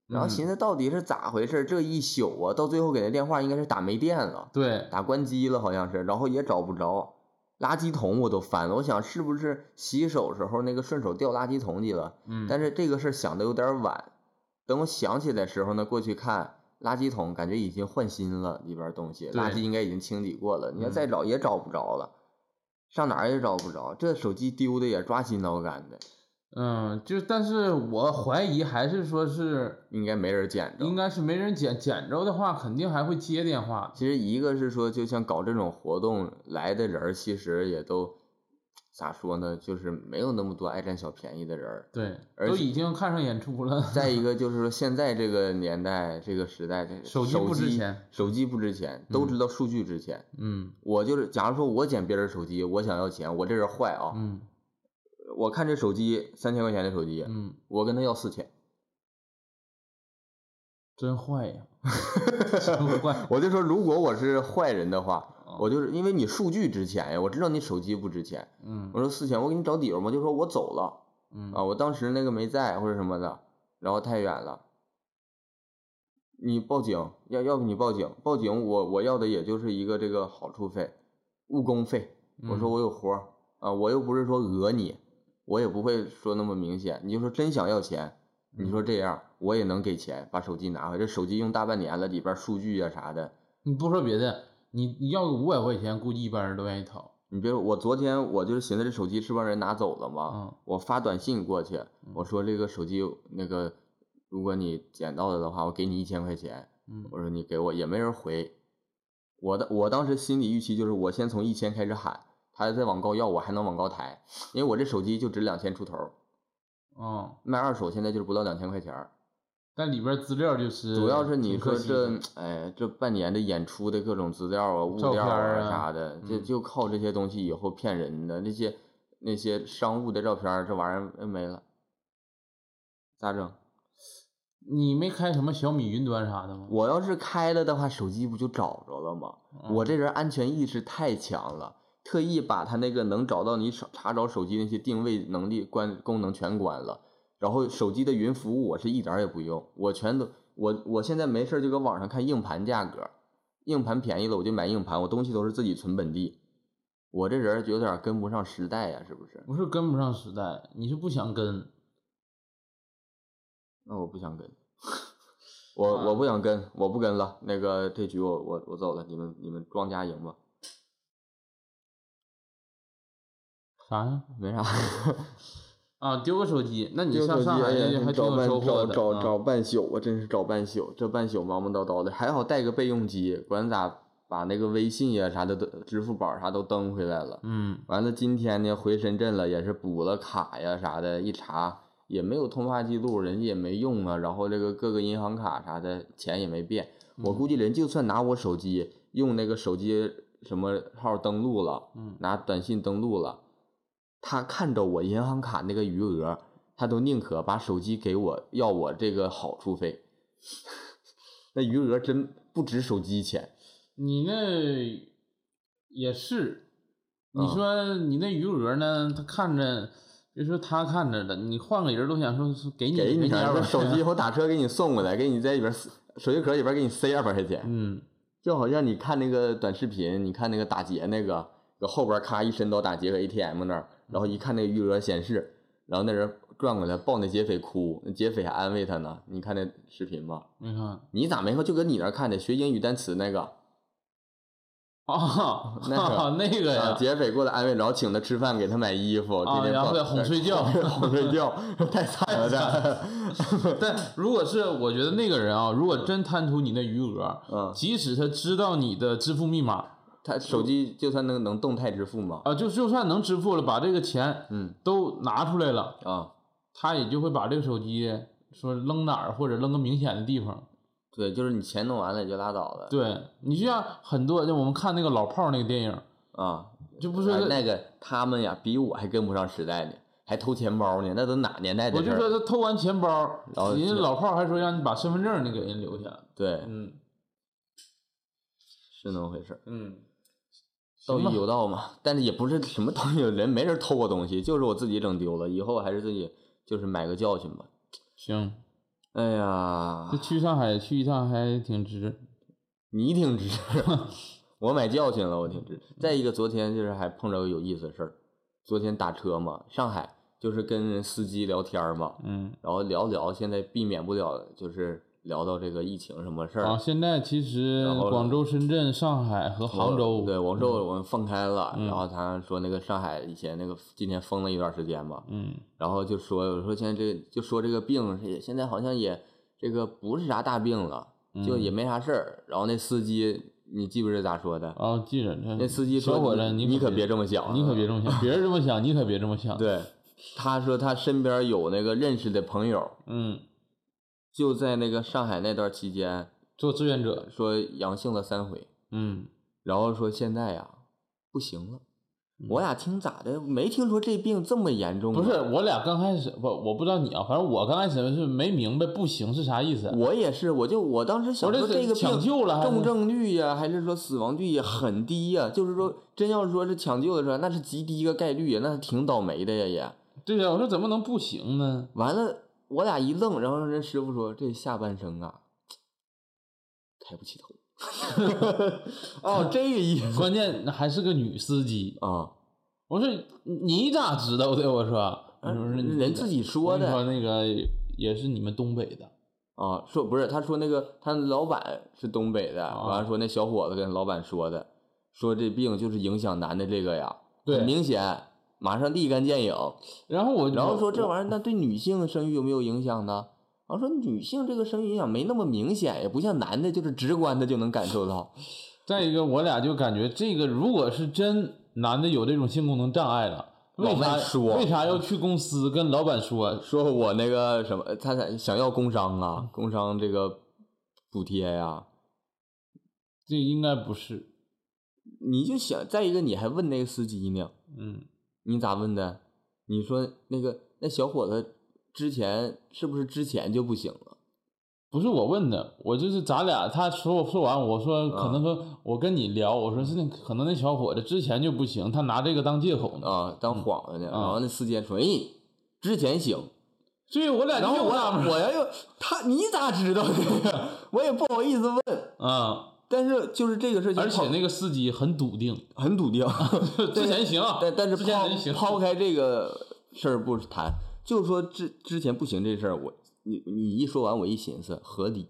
Speaker 5: 然后
Speaker 1: 嗯
Speaker 5: 寻思到底是咋回事？这一宿啊，到最后给那电话应该是打没电了，
Speaker 1: 对，
Speaker 5: 打关机了好像是，然后也找不着，垃圾桶我都翻了，我想是不是洗手时候那个顺手掉垃圾桶里了？
Speaker 1: 嗯，
Speaker 5: 但是这个事儿想的有点晚，等我想起来时候呢，过去看垃圾桶，感觉已经换新了，里边儿东西垃圾
Speaker 1: 对
Speaker 5: 应该已经清理过了。你要
Speaker 1: 嗯
Speaker 5: 再找也找不着了，上哪儿也找不着。这手机丢的也抓心挠肝的，
Speaker 1: 嗯，就但是我怀疑还是说是，
Speaker 5: 应该没人捡着。
Speaker 1: 应该是没人捡捡着的话，肯定还会接电话。
Speaker 5: 其实一个是说，就像搞这种活动来的人儿，其实也都咋说呢，就是没有那么多爱占小便宜的人儿。
Speaker 1: 对，
Speaker 5: 而
Speaker 1: 都
Speaker 5: 且
Speaker 1: 已经看上演出了。
Speaker 5: 再一个就是说，现在这个年代、这个时代，这个
Speaker 1: 手机不值钱，
Speaker 5: 手机不值钱，都
Speaker 1: 嗯
Speaker 5: 知道数据值钱。
Speaker 1: 嗯
Speaker 5: 我就是，假如说我捡别人手机，我想要钱，我这人坏啊！
Speaker 1: 嗯
Speaker 5: 我看这手机三千块钱的手机，
Speaker 1: 嗯，
Speaker 5: 我跟他要四 千，
Speaker 1: 真坏呀，真坏。
Speaker 5: 我就说如果我是坏人的话，
Speaker 1: 哦
Speaker 5: 我就是因为你数据值钱呀，我知道你手机不值钱，
Speaker 1: 嗯
Speaker 5: 我说四千，我给你找理由嘛，就说我走了
Speaker 1: 嗯
Speaker 5: 啊，我当时那个没在或者什么的，然后太远了。你报警，要要不你报警，报警我我要的也就是一个这个好处费，误工费，我说
Speaker 1: 嗯
Speaker 5: 我有活儿啊，我又不是说讹你，我也不会说那么明显。你就说真想要钱，你说这样我也能给钱，把手机拿回来。这手机用大半年了，里边数据啊啥的，
Speaker 1: 你不说别的，你你要五百块钱，估计一般人都愿意掏。
Speaker 5: 你别说，我昨天我就是寻思这手机是不让人拿走了嘛，
Speaker 1: 嗯
Speaker 5: 我发短信过去，我说这个手机那个，如果你捡到了的话，我给你一千块钱。
Speaker 1: 嗯
Speaker 5: 我说你给我，也没人回。我的我当时心理预期就是，我先从一千开始喊，他再往高要，我还能往高抬，因为我这手机就值两千出头儿，
Speaker 1: 哦，
Speaker 5: 卖二手现在就是不到两千块钱儿。
Speaker 1: 但里边资料就是
Speaker 5: 主要是你
Speaker 1: 挺
Speaker 5: 说
Speaker 1: 可惜的
Speaker 5: 这，哎，这半年的演出的各种资料啊、物
Speaker 1: 照
Speaker 5: 料
Speaker 1: 片儿啊
Speaker 5: 啥的，这
Speaker 1: 嗯
Speaker 5: 就靠这些东西以后骗人的那些那些商务的照片儿，这玩意儿没了，咋整？
Speaker 1: 你没开什么小米云端啥的吗？
Speaker 5: 我要是开了的话，手机不就找着了吗？我这人安全意识太强了，特意把他那个能找到你手查找手机那些定位能力关功能全关了，然后手机的云服务我是一点儿也不用，我全都我我现在没事儿就搁网上看硬盘价格，硬盘便宜了我就买硬盘，我东西都是自己存本地，我这人就有点跟不上时代呀、是不是？
Speaker 1: 不是跟不上时代，你是不想跟。
Speaker 5: 那我不想跟，我我不想跟，我不跟了。那个这局我我我走了，你们你们庄家赢吧，
Speaker 1: 啥呀？
Speaker 5: 没啥。
Speaker 1: 啊，丢个手机，嗯那你
Speaker 5: 丢手
Speaker 1: 上
Speaker 5: 机，
Speaker 1: 上海
Speaker 5: 哎
Speaker 1: 也
Speaker 5: 呀，
Speaker 1: 还挺
Speaker 5: 找
Speaker 1: 有
Speaker 5: 半
Speaker 1: 收获
Speaker 5: 找
Speaker 1: 的。
Speaker 5: 找找
Speaker 1: 啊
Speaker 5: 半宿，我真是找半宿，这半宿忙忙叨叨的，还好带个备用机，管咋把那个微信呀啥的都，支付宝啥都登回来了。
Speaker 1: 嗯，
Speaker 5: 完了，今天呢回深圳了，也是补了卡呀啥的，一查也没有通话记录，人家也没用啊。然后这个各个银行卡啥的钱也没变，
Speaker 1: 嗯
Speaker 5: 我估计人就算拿我手机用那个手机什么号登录了，
Speaker 1: 嗯
Speaker 5: 拿短信登录了，他看着我银行卡那个余额，他都宁可把手机给我要我这个好处费， 那余额真不值手机钱。
Speaker 1: 你那也是，你
Speaker 5: 啊
Speaker 1: 说你那余额呢？他看着，别说他看着了，你换个人都想说是给你
Speaker 5: 给你
Speaker 1: 你
Speaker 5: 点
Speaker 1: 二
Speaker 5: 儿，
Speaker 1: 百
Speaker 5: 这手机以。后打车给你送过来，给你在里边塞手机壳里边给你塞二百块钱，
Speaker 1: 嗯，
Speaker 5: 就好像你看那个短视频，你看那个打劫那个，搁后边咔一伸刀打劫个 ATM 那儿，然后一看那个余额显示，然后那人转过来抱那劫匪哭，那劫匪还安慰他呢。你看那视频吗？
Speaker 1: 你看
Speaker 5: 你咋没看？就搁你那儿看的，学英语单词那个，
Speaker 1: 啊，
Speaker 5: 那个
Speaker 1: 啊那个
Speaker 5: 啊
Speaker 1: 呀，
Speaker 5: 劫匪过来安慰，然后请他吃饭，给他买衣服，
Speaker 1: 啊
Speaker 5: 天天
Speaker 1: 然后
Speaker 5: 抱
Speaker 1: 再哄睡 觉
Speaker 5: 哄 睡觉，太惨了，这
Speaker 1: 但如果是我觉得那个人啊，如果真贪图你的余额，
Speaker 5: 嗯，
Speaker 1: 即使他知道你的支付密码
Speaker 5: 他手机就算能能动态支付吗？
Speaker 1: 啊，就就算能支付了，把这个钱
Speaker 5: 嗯
Speaker 1: 都拿出来了，
Speaker 5: 啊，
Speaker 1: 他也就会把这个手机说扔哪儿或者扔个明显的地方。
Speaker 5: 对，就是你钱弄完了也就拉倒了。
Speaker 1: 对你就像很多，就我们看那个老炮儿那个电影，
Speaker 5: 啊，
Speaker 1: 就不
Speaker 5: 不
Speaker 1: 是、
Speaker 5: 那个他们呀，比我还跟不上时代呢，还偷钱包呢，那都哪年代
Speaker 1: 我
Speaker 5: 的事
Speaker 1: 就
Speaker 5: 儿
Speaker 1: 说他偷完钱包，
Speaker 5: 然后
Speaker 1: 人家
Speaker 5: 就
Speaker 1: 老炮儿还说让你把身份证儿你给人留下。
Speaker 5: 对，
Speaker 1: 嗯
Speaker 5: 是那么回事儿。
Speaker 1: 嗯，
Speaker 5: 道
Speaker 1: 行吧
Speaker 5: 义有道嘛，但是也不是什么东西，人没人偷过东西，就是我自己整丢了，以后还是自己就是买个教训吧。
Speaker 1: 行，
Speaker 5: 哎呀
Speaker 1: 这，去上海去一趟还挺值。
Speaker 5: 你挺直， 我买教训了，我挺直。再一个，昨天就是还碰着个有意思的事儿，昨天打车嘛，上海就是跟人司机聊天儿嘛，
Speaker 1: 嗯，
Speaker 5: 然后聊聊，现在避免不了就是聊到这个疫情什么事儿。
Speaker 1: 啊，现在其实
Speaker 5: 嗯然后
Speaker 1: 广州、深圳、上海和杭州，
Speaker 5: 对，广州我们放开了，
Speaker 1: 嗯
Speaker 5: 然后他说那个上海以前那个今天封了一段时间嘛，
Speaker 1: 嗯，
Speaker 5: 然后就说我说现在这就说这个病也现在好像也这个不是啥大病了，
Speaker 1: 嗯
Speaker 5: 就也没啥事儿。然后那司机你记不记得咋说的？
Speaker 1: 啊，记着这
Speaker 5: 那司机说
Speaker 1: 小伙子，
Speaker 5: 你
Speaker 1: 你
Speaker 5: 可别这么想，啊
Speaker 1: 你可别这么想，别人这么想，你可别这么想。，
Speaker 5: 对，他说他身边有那个认识的朋友，
Speaker 1: 嗯，
Speaker 5: 就在那个上海那段期间
Speaker 1: 做志愿者，
Speaker 5: 说阳性了三回，
Speaker 1: 嗯，
Speaker 5: 然后说现在呀不行了。
Speaker 1: 嗯
Speaker 5: 我俩听咋的？没听说这病这么严重
Speaker 1: 不
Speaker 5: 啊。
Speaker 1: 是，我俩刚开始不，我不知道你啊，反正我刚开始是没明白不行是啥意思。
Speaker 5: 我也是，我就我当时想
Speaker 1: 我这
Speaker 5: 说
Speaker 1: 是
Speaker 5: 这个病
Speaker 1: 抢救了还是
Speaker 5: 重症率呀、还是说死亡率呀、很低呀、就是说真要说是抢救的时候，那是极低一个概率呀、那是挺倒霉的呀也。
Speaker 1: 对呀、我说怎么能不行呢？
Speaker 5: 完了，我俩一愣，然后人师傅说这下半生啊，抬不起头。 哦，这个意思
Speaker 1: 关键还是个女司机。
Speaker 5: 啊，
Speaker 1: 我说你咋知道的？我说，我说你
Speaker 5: 啊人自己说的
Speaker 1: 我说那个也是你们东北的，
Speaker 5: 啊，说不是，他说那个他老板是东北的，
Speaker 1: 啊
Speaker 5: 完了说那小伙子跟老板说的，说这病就是影响男的这个呀，
Speaker 1: 对
Speaker 5: 很明显，马上立竿见影。
Speaker 1: 然后我
Speaker 5: 然后说这玩意儿那对女性的生育有没有影响呢？然后说女性这个生育影响没那么明显，也不像男的，就是直观的就能感受到。
Speaker 1: 再一个，我俩就感觉这个如果是真男的有这种性功能障碍了，为
Speaker 5: 往外
Speaker 1: 啥
Speaker 5: 说
Speaker 1: 为啥要去公司跟老板说？
Speaker 5: 说我那个什么，他想想要工伤啊，工伤这个补贴呀、
Speaker 1: 这应该不是，
Speaker 5: 你就想再一个你还问那个司机呢，
Speaker 1: 嗯，
Speaker 5: 你咋问的？你说那个那小伙子之前是不是之前就不行了？
Speaker 1: 不是我问的，我就是咱俩他说我说完，我
Speaker 5: 嗯
Speaker 1: 说可能说我跟你聊，我说是那可能那小伙子之前就不行，他拿这个当借口呢。
Speaker 5: 啊，当幌子呢。
Speaker 1: 啊
Speaker 5: 然后那司机还说：“哎，之前行。
Speaker 1: 所以我”俩
Speaker 5: 然
Speaker 1: 就
Speaker 5: 后我
Speaker 1: 纳
Speaker 5: 俩
Speaker 1: 闷儿
Speaker 5: 我要又他，你咋知道的？ 我也不好意思问。
Speaker 1: 嗯，
Speaker 5: 但是就是这个事情，
Speaker 1: 而且那个司机很笃定，
Speaker 5: 很笃定。
Speaker 1: 之前行，
Speaker 5: 但但是
Speaker 1: 之前人行，
Speaker 5: 抛抛开这个事儿不谈，就说之之前不行这事儿，我你你一说完，我一寻思合理，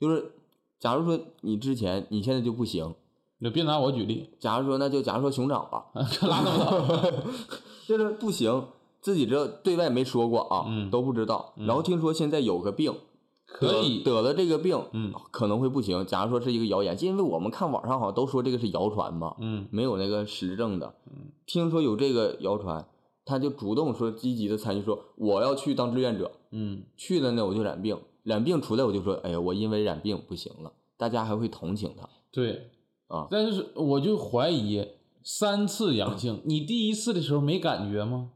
Speaker 5: 就是假如说你之前你现在就不行，
Speaker 1: 你别拿我举例，
Speaker 5: 假如说那就假如说熊掌吧，
Speaker 1: 啊拉倒吧。
Speaker 5: 就是不行，自己知道对外没说过啊，
Speaker 1: 嗯
Speaker 5: 都不知道。然后听说现在有个病，
Speaker 1: 可以
Speaker 5: 得得了这个病，
Speaker 1: 嗯
Speaker 5: 可能会不行。假如说是一个谣言，因为我们看网上好像都说这个是谣传嘛，
Speaker 1: 嗯
Speaker 5: 没有那个实证的。听说有这个谣传，他就主动说积极的参与说，我要去当志愿者。
Speaker 1: 嗯
Speaker 5: 去了呢，我就染病，染病出来我就说，哎呀，我因为染病不行了，大家还会同情他。
Speaker 1: 对
Speaker 5: 啊
Speaker 1: 但是我就怀疑三次阳性，你第一次的时候没感觉吗？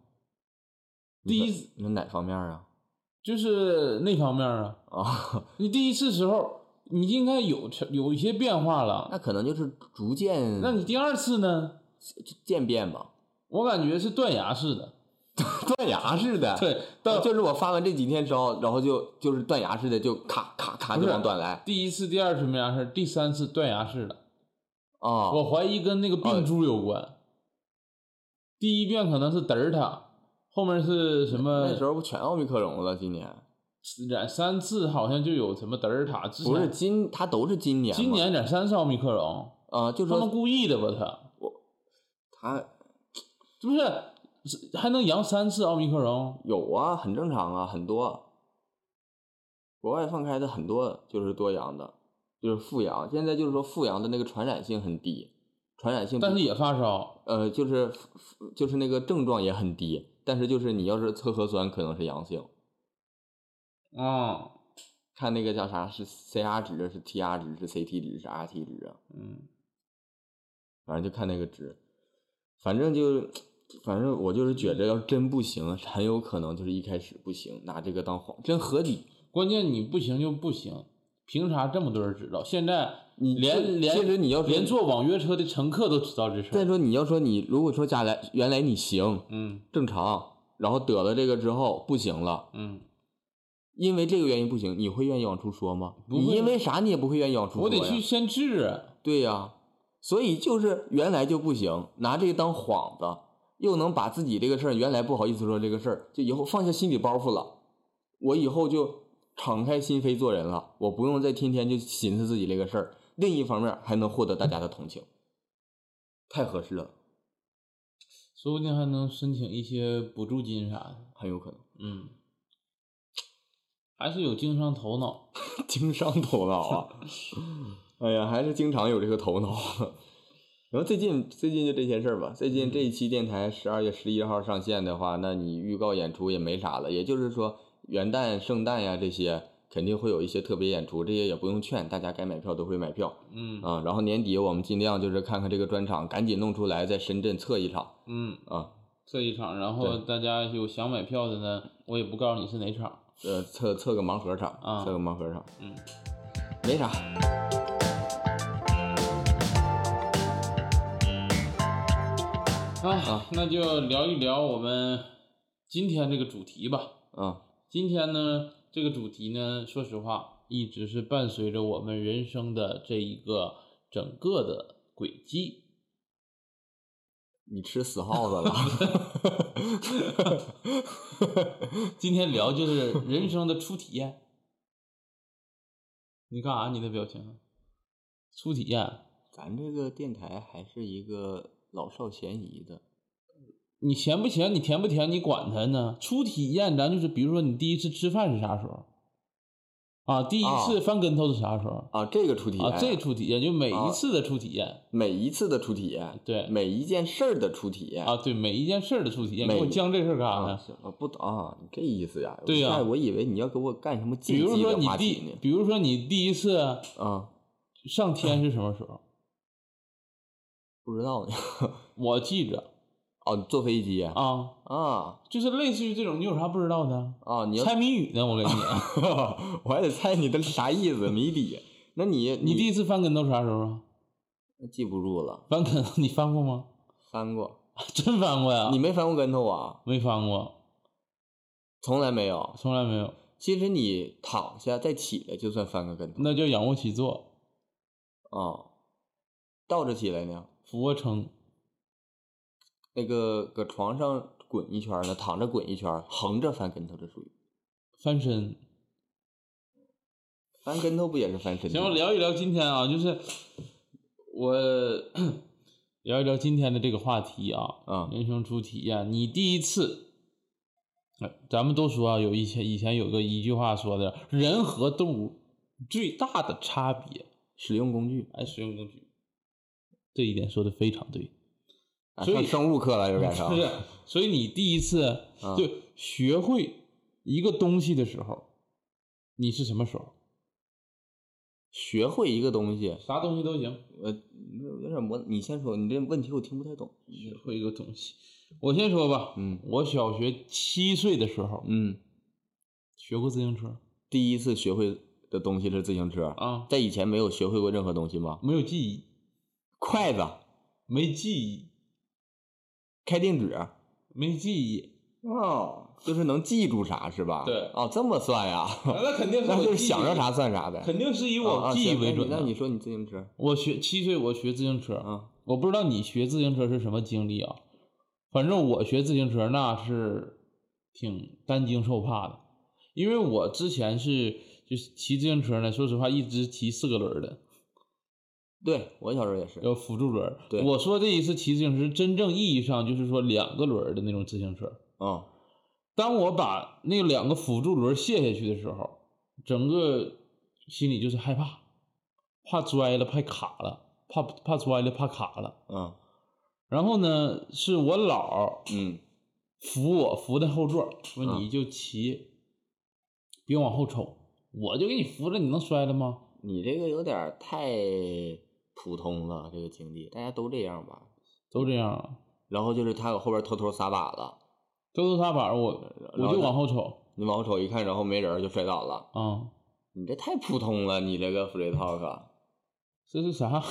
Speaker 1: 第一次
Speaker 5: 那哪方面啊？
Speaker 1: 就是那方面啊，
Speaker 5: 啊，
Speaker 1: 你第一次时候你应该有有一些变化了，
Speaker 5: 那可能就是逐渐
Speaker 1: 那你第二次呢？
Speaker 5: 渐变吧，
Speaker 1: 我感觉是断崖式的，
Speaker 5: 断崖似的。
Speaker 1: 对，到
Speaker 5: 就是我发完这几天烧，然后就就是断崖似的，就咔咔咔
Speaker 1: 不
Speaker 5: 就是往断来
Speaker 1: 第一次、第二次没啥事儿，第三次断崖式的，
Speaker 5: 啊。
Speaker 1: 我怀疑跟那个病株有关。第一遍可能是嘚儿他，后面是什么？
Speaker 5: 那时候不全奥密克戎了？今年
Speaker 1: 染三次好像就有什么德尔塔，之前
Speaker 5: 不是今，它都是今年嘛。
Speaker 1: 今年染三次奥密克戎，
Speaker 5: 啊，就
Speaker 1: 他们
Speaker 5: 说
Speaker 1: 故意的吧？他
Speaker 5: 它
Speaker 1: 是不是是还能阳三次奥密克戎？
Speaker 5: 有啊，很正常啊，很多国外放开的很多就是多阳的，就是复阳。现在就是说复阳的那个传染性很低，传染性不
Speaker 1: 但是也发烧，
Speaker 5: 呃就是就是那个症状也很低，但是就是你要是测核酸可能是阳性。
Speaker 1: 嗯
Speaker 5: 看那个叫啥是 CR 值是 TR 值是 CT 值是 RT 值啊，
Speaker 1: 嗯，
Speaker 5: 反正就看那个值，反正就反正我就是觉着要真不行，很有可能就是一开始不行，拿这个当幌，真合理。
Speaker 1: 关键你不行就不行，凭啥这么多人知道？现在
Speaker 5: 你
Speaker 1: 连
Speaker 5: 这
Speaker 1: 连
Speaker 5: 其实你要说
Speaker 1: 连坐网约车的乘客都知道这事
Speaker 5: 再
Speaker 1: 儿，
Speaker 5: 说你要说你如果说假来原来你行
Speaker 1: 嗯
Speaker 5: 正常，然后得了这个之后不行了，
Speaker 1: 嗯，
Speaker 5: 因为这个原因不行，你会愿意往出说吗？
Speaker 1: 不
Speaker 5: 你
Speaker 1: 会
Speaker 5: 因为啥你也不会愿意往出说
Speaker 1: 我得
Speaker 5: 呀
Speaker 1: 去先治啊，
Speaker 5: 对呀、所以就是原来就不行，拿这个当幌子，又能把自己这个事儿原来不好意思说这个事儿，就以后放下心理包袱了。我以后就敞开心扉做人了，我不用再天天就寻思自己这个事儿。另一方面还能获得大家的同情，太合适了，
Speaker 1: 说不定还能申请一些补助金啥的，
Speaker 5: 很有可能。
Speaker 1: 嗯，还是有经商头脑。
Speaker 5: 经商头脑 啊！哎呀，还是经常有这个头脑。 然后最近最近就这些事儿吧。最
Speaker 1: 嗯
Speaker 5: 近这一期电台十二月十一号上线的话，那你预告演出也没啥了。也就是说，元旦、圣诞呀这些肯定会有一些特别演出，这些也不用劝，大家该买票都会买票
Speaker 1: 嗯
Speaker 5: 啊。然后年底我们尽量就是看看这个专场，赶紧弄出来，在深圳测一场
Speaker 1: 嗯，
Speaker 5: 啊，
Speaker 1: 这一场，然后
Speaker 5: 对
Speaker 1: 大家有想买票的呢，我也不告诉你是哪场。
Speaker 5: 呃，测测个盲盒场，
Speaker 1: 啊
Speaker 5: 测个盲盒场，
Speaker 1: 嗯，
Speaker 5: 没啥。
Speaker 1: 哎，那就聊一聊我们今天这个主题吧。
Speaker 5: 啊，
Speaker 1: 今天呢，这个主题呢，说实话，一直是伴随着我们人生的这一个整个的轨迹。
Speaker 5: 你吃死耗 子了。
Speaker 1: 今天聊就是人生的初体验。你干啥？你的表情？初体验？
Speaker 5: 咱这个电台还是一个老少咸宜的，
Speaker 1: 你咸不咸，你甜不甜，你管它呢？初体验，咱就是比如说你第一次吃饭是啥时候？啊，第一次翻跟头是啥时候？
Speaker 5: 啊，这个初体验，
Speaker 1: 啊，这初体验就每一次的初体验，
Speaker 5: 每一次的初体验，
Speaker 1: 对
Speaker 5: 啊每一件事儿的初体验
Speaker 1: 啊，对，每一件事儿的初体验。
Speaker 5: 每
Speaker 1: 给我将这事儿干啥
Speaker 5: 啊，
Speaker 1: 呢？
Speaker 5: 行啊，不啊，你这意思呀？
Speaker 1: 对呀
Speaker 5: 我我以为你要给我干什么
Speaker 1: 比
Speaker 5: 禁
Speaker 1: 如
Speaker 5: 忌
Speaker 1: 说
Speaker 5: 的
Speaker 1: 你
Speaker 5: 话题
Speaker 1: 第，
Speaker 5: 呢？
Speaker 1: 比如说你第一次
Speaker 5: 啊，
Speaker 1: 上天是什么时候？
Speaker 5: 不知道呢，
Speaker 1: 我记着，
Speaker 5: 哦，你坐飞机啊？
Speaker 1: 啊，
Speaker 5: 啊
Speaker 1: 就是类似于这种，你有啥不知道的？
Speaker 5: 啊！你要
Speaker 1: 猜谜语呢，我跟你讲，
Speaker 5: 我还得猜你的啥意思谜底。那你
Speaker 1: 你第一次翻跟头啥时候啊？
Speaker 5: 记不住了，
Speaker 1: 翻跟 头你翻过吗？
Speaker 5: 翻过，
Speaker 1: 真翻过呀？
Speaker 5: 你没翻过跟头啊？
Speaker 1: 没翻过，
Speaker 5: 从来没有。
Speaker 1: 从来没有，
Speaker 5: 其实你躺下再起来就算翻个跟头
Speaker 1: 那叫仰卧起坐、
Speaker 5: 啊。倒着起来呢，
Speaker 1: 俯卧撑。
Speaker 5: 那个搁床上滚一圈儿呢，躺着滚一圈儿，横着翻跟头，这属于
Speaker 1: 翻身，
Speaker 5: 翻跟头不也是翻身？
Speaker 1: 行，我聊一聊今天啊，就是我 聊一聊今天的这个话题啊，
Speaker 5: 啊
Speaker 1: 人生出题呀、你第一次，哎咱们都说啊，有以前以前有个一句话说的，人和动物最大的差别，
Speaker 5: 使用工具。
Speaker 1: 哎，使用工具，这一点说的非常对，
Speaker 5: 啊
Speaker 1: 所以
Speaker 5: 上生物课了又改成
Speaker 1: 不是，啊所以你第一次
Speaker 5: 啊
Speaker 1: 就学会一个东西的时候，你是什么时候？
Speaker 5: 学会一个东西，
Speaker 1: 啥东西都行，
Speaker 5: 我有点模，你先说，你这问题我听不太懂。
Speaker 1: 学会一个东西。我先说吧，
Speaker 5: 嗯
Speaker 1: 我小学七岁的时候
Speaker 5: 嗯，
Speaker 1: 学过自行车
Speaker 5: 第一次学会的东西是自行车，
Speaker 1: 啊，
Speaker 5: 在以前没有学会过任何东西吗？
Speaker 1: 没有记忆，
Speaker 5: 筷子、
Speaker 1: 没记忆，
Speaker 5: 开定指，
Speaker 1: 没记忆，
Speaker 5: 哦，就是能记住啥是吧？
Speaker 1: 对
Speaker 5: 哦，这么算呀？
Speaker 1: 那肯定是
Speaker 5: 那
Speaker 1: 我
Speaker 5: 就是
Speaker 1: 记忆
Speaker 5: 想着啥算啥呗。
Speaker 1: 肯定是以
Speaker 5: 啊
Speaker 1: 我
Speaker 5: 啊
Speaker 1: 记忆
Speaker 5: 行
Speaker 1: 为
Speaker 5: 那你
Speaker 1: 准的。
Speaker 5: 那你说你自行车
Speaker 1: 我学七岁，我学自行车，
Speaker 5: 啊？
Speaker 1: 我不知道你学自行车是什么经历啊，反正我学自行车那是挺担惊受怕的，因为我之前是就是骑自行车呢，说实话一直骑四个轮儿的，
Speaker 5: 对我小时候也是。
Speaker 1: 有辅助轮儿。
Speaker 5: 对
Speaker 1: 我说这一次骑自行车，真正意义上就是说两个轮儿的那种自行车。
Speaker 5: 哦，
Speaker 1: 当我把那两个辅助轮卸下去的时候，整个心里就是害怕，怕摔了，怕卡了，怕怕摔了，怕卡了。
Speaker 5: 嗯
Speaker 1: 然后呢，是我姥儿
Speaker 5: 嗯
Speaker 1: 扶我扶在后座，说
Speaker 5: 嗯
Speaker 1: 你就骑，别往后瞅，我就给你扶着，你能摔了吗？
Speaker 5: 你这个有点儿太普通了，这个经历大家都这样吧。
Speaker 1: 都这样啊，
Speaker 5: 然后就是他搁后边偷偷撒把子，
Speaker 1: 都是踏板，我我
Speaker 5: 然后
Speaker 1: 就
Speaker 5: 呢
Speaker 1: 往后瞅
Speaker 5: 你往后瞅一看，然后没人儿就摔倒了。
Speaker 1: 啊、
Speaker 5: 你这太普通了，你这个 free talk，
Speaker 1: 这是啥？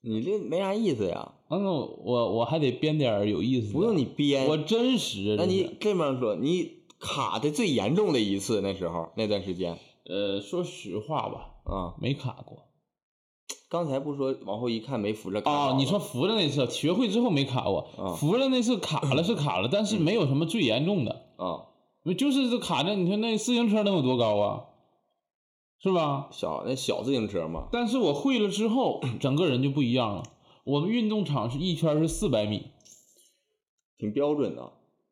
Speaker 5: 你这没啥意思呀。
Speaker 1: 嗯，我我还得编点儿有意思的，
Speaker 5: 不用你编，
Speaker 1: 我真实。
Speaker 5: 那
Speaker 1: 真
Speaker 5: 你
Speaker 1: 是
Speaker 5: 这么说，你卡的最严重的一次，那时候那段时间
Speaker 1: 呃，说实话吧，
Speaker 5: 啊、
Speaker 1: 没卡过
Speaker 5: 刚才不说往后一看没扶着卡
Speaker 1: 啊、
Speaker 5: 倒
Speaker 1: 你
Speaker 5: 了
Speaker 1: 说扶着那次，学会之后没卡过，
Speaker 5: 啊
Speaker 1: 扶着那次卡了是卡了，但是没有什么最严重的，
Speaker 5: 啊、
Speaker 1: 就是这卡着。你说那自行车能有多高啊？是吧？
Speaker 5: 小那小自行车嘛，
Speaker 1: 但是我会了之后，整个人就不一样了。我们运动场是一圈是四百米，
Speaker 5: 挺标准的。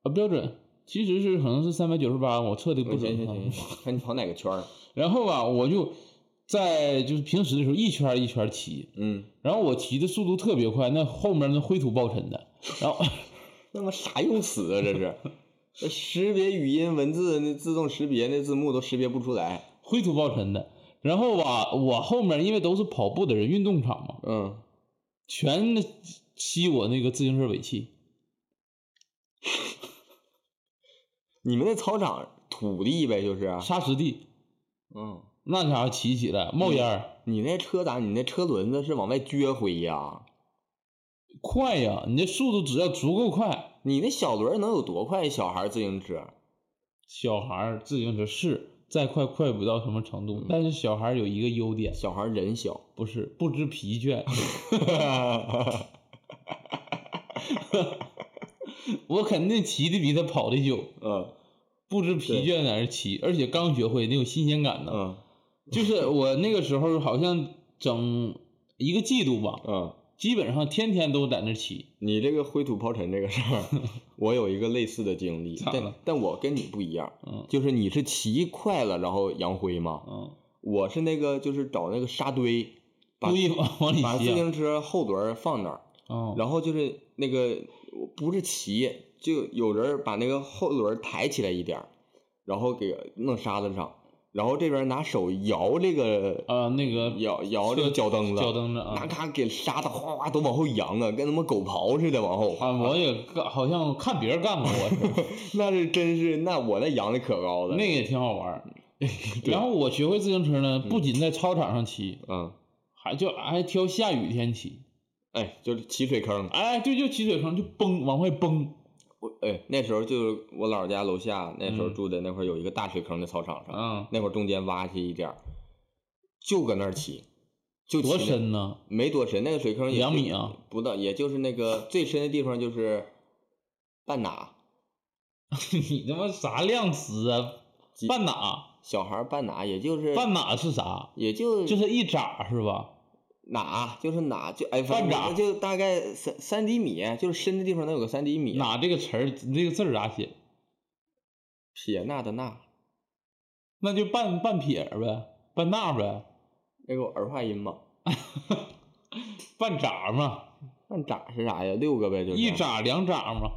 Speaker 1: 啊，标准其实是可能是三百九十八，我测的不准
Speaker 5: 行行
Speaker 1: 啊。
Speaker 5: 行行，看你跑哪个圈儿。
Speaker 1: 然后吧，我就在就是平时的时候一圈一圈骑，
Speaker 5: 嗯，
Speaker 1: 然后我骑的速度特别快，那后面那灰土暴尘的，然后
Speaker 5: 那么啥用词啊？这是，这识别语音文字那自动识别那字幕都识别不出来。
Speaker 1: 灰土暴尘的，然后吧，我后面因为都是跑步的人，运动场嘛，
Speaker 5: 嗯，
Speaker 1: 全吸我那个自行车尾气，
Speaker 5: 你们那操场土地呗，就是。啊
Speaker 1: 沙石地，
Speaker 5: 嗯，
Speaker 1: 那家伙骑起来冒烟儿、
Speaker 5: 你那车咋？你那车轮子是往外撅灰呀、
Speaker 1: 快呀，你这速度只要足够快，
Speaker 5: 你那小轮儿能有多快？小孩儿自行车，
Speaker 1: 小孩儿自行车是再快快不到什么程度，但是小孩儿有一个优点，
Speaker 5: 小孩儿人小。
Speaker 1: 不是不知疲倦。 我肯定骑的比他跑的久，
Speaker 5: 嗯
Speaker 1: 不知疲倦在那儿骑，而且刚学会，那有新鲜感呢。
Speaker 5: 嗯
Speaker 1: 就是我那个时候好像整一个季度吧，
Speaker 5: 嗯，
Speaker 1: 基本上天天都在那儿骑。
Speaker 5: 你这个灰土抛尘这个事儿，我有一个类似的经历，
Speaker 1: 咋
Speaker 5: 但
Speaker 1: 了
Speaker 5: 但我跟你不一样，
Speaker 1: 嗯
Speaker 5: 就是你是骑快了然后扬灰吗？
Speaker 1: 嗯，
Speaker 5: 我是那个就是找那个沙堆，把
Speaker 1: 故意往往里
Speaker 5: 把自
Speaker 1: 骑啊。
Speaker 5: 行车后轮儿放那儿，
Speaker 1: 嗯
Speaker 5: 然后就是那个我不是骑，就有人把那个后轮抬起来一点儿，然后给弄沙子上，然后这边拿手摇这个
Speaker 1: 啊，那个
Speaker 5: 摇摇这个脚蹬子，
Speaker 1: 脚蹬子
Speaker 5: 拿
Speaker 1: 啊
Speaker 5: 咔给沙子哗哗都往后扬啊，跟他妈狗刨似的往后。
Speaker 1: 啊，我也干，好像看别人干过，我
Speaker 5: 那是真是，那我那扬的可高了。
Speaker 1: 那个也挺好玩 儿。嗯然后我学会自行车呢，不仅在操场上骑，
Speaker 5: 嗯，
Speaker 1: 还就还挑下雨天骑。
Speaker 5: 哎，就是起水坑。
Speaker 1: 哎，对，就起水坑就崩，往外崩。
Speaker 5: 我哎，那时候就是我姥姥家楼下，那时候
Speaker 1: 嗯
Speaker 5: 住的那块儿有一个大水坑的操场上，
Speaker 1: 啊，
Speaker 5: 那会儿中间挖起一点儿，就搁那儿骑，就骑
Speaker 1: 多
Speaker 5: 那？
Speaker 1: 深呢？
Speaker 5: 没多深，那个水坑也
Speaker 1: 两
Speaker 5: 就
Speaker 1: 米啊，
Speaker 5: 不到，也就是那个最深的地方就是半哪，
Speaker 1: 你他妈啥量词啊？
Speaker 5: 几
Speaker 1: 半哪？
Speaker 5: 小孩儿半哪，也就是
Speaker 1: 半哪是啥？
Speaker 5: 也就
Speaker 1: 就是一拃是吧？
Speaker 5: 哪就是哪就哎，
Speaker 1: 半
Speaker 5: 反
Speaker 1: 拃
Speaker 5: 正就大概三三厘米，就是深的地方能有个三厘米。
Speaker 1: 哪这个词儿，这个字儿咋写？
Speaker 5: 撇捺的捺，
Speaker 1: 那就半半撇儿呗，半捺呗，
Speaker 5: 那个儿化音嘛。
Speaker 1: 半拃嘛，
Speaker 5: 半拃是啥呀？六个呗，就是
Speaker 1: 一。拃两拃嘛，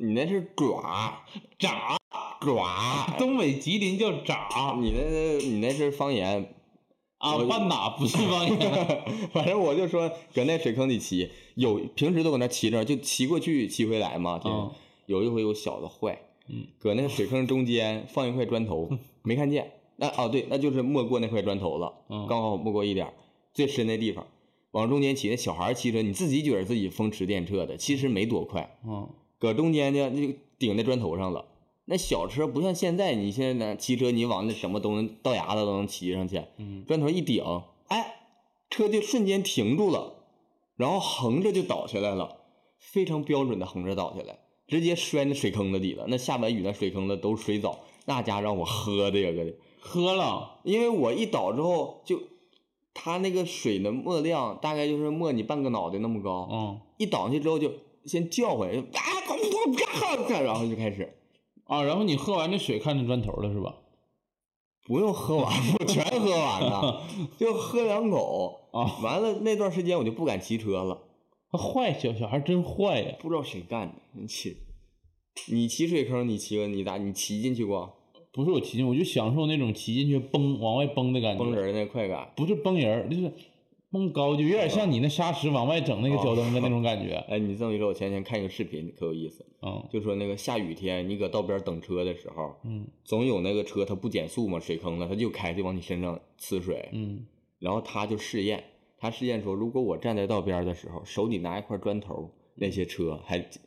Speaker 5: 你那是爪
Speaker 1: 拃。
Speaker 5: 爪，
Speaker 1: 东北吉林叫拃
Speaker 5: 你那你那是方言。
Speaker 1: 啊，
Speaker 5: 我
Speaker 1: 半哪不是方言
Speaker 5: 反正我就说搁那水坑里骑，有平时都搁那骑着，就骑过去骑回来嘛。天
Speaker 1: 啊？
Speaker 5: 有一回我小子坏，
Speaker 1: 嗯，
Speaker 5: 搁那水坑中间放一块砖头，没看见。那哦对，那就是没过那块砖头了，
Speaker 1: 嗯
Speaker 5: 刚好没过一点儿最深的地方，往中间骑。那小孩骑车，你自己觉得自己风驰电掣的，其实没多快，
Speaker 1: 嗯，
Speaker 5: 搁中间呢就顶在砖头上了。那小车不像现在，你现在呢骑车，你往那什么都能到牙子都能骑上去，
Speaker 1: 嗯
Speaker 5: 砖头一顶，哎，车就瞬间停住了，然后横着就倒下来了，非常标准的横着倒下来，直接摔那水坑子里了。那下完雨那水坑子都是水藻，那家让我喝这个的，
Speaker 1: 喝了
Speaker 5: 因为我一倒之后就，它那个水的沫量大概就是没你半个脑袋那么高，
Speaker 1: 嗯
Speaker 5: 一倒下去之后就先叫回来，就啊，然后就开始。
Speaker 1: 啊，然后你喝完这水看着砖头了是吧？
Speaker 5: 不用喝完，我全喝完了，就喝两口。
Speaker 1: 啊
Speaker 5: 完了那段时间我就不敢骑车了，
Speaker 1: 他坏小小孩真坏呀！
Speaker 5: 不知道谁干的。你骑，你骑水坑，你骑过，你咋你骑进去过？
Speaker 1: 不是我骑进，我就享受那种骑进去崩往外崩的感觉，
Speaker 5: 崩人那快感。
Speaker 1: 不是崩人儿，就是崩高，就有点像你那沙石往外整那个
Speaker 5: 哦
Speaker 1: 脚蹬子那种感 觉。
Speaker 5: 哎，你这么一说，我前几天看一个视频，可有意思，
Speaker 1: 嗯
Speaker 5: 就说那个下雨天，你搁道边等车的时候，
Speaker 1: 嗯
Speaker 5: 总有那个车它不减速嘛，水坑了，它就开就往你身上呲水。
Speaker 1: 嗯
Speaker 5: 然后他就试验，他试验说，如果我站在道边儿的时候，手里拿一块砖头，那些车还减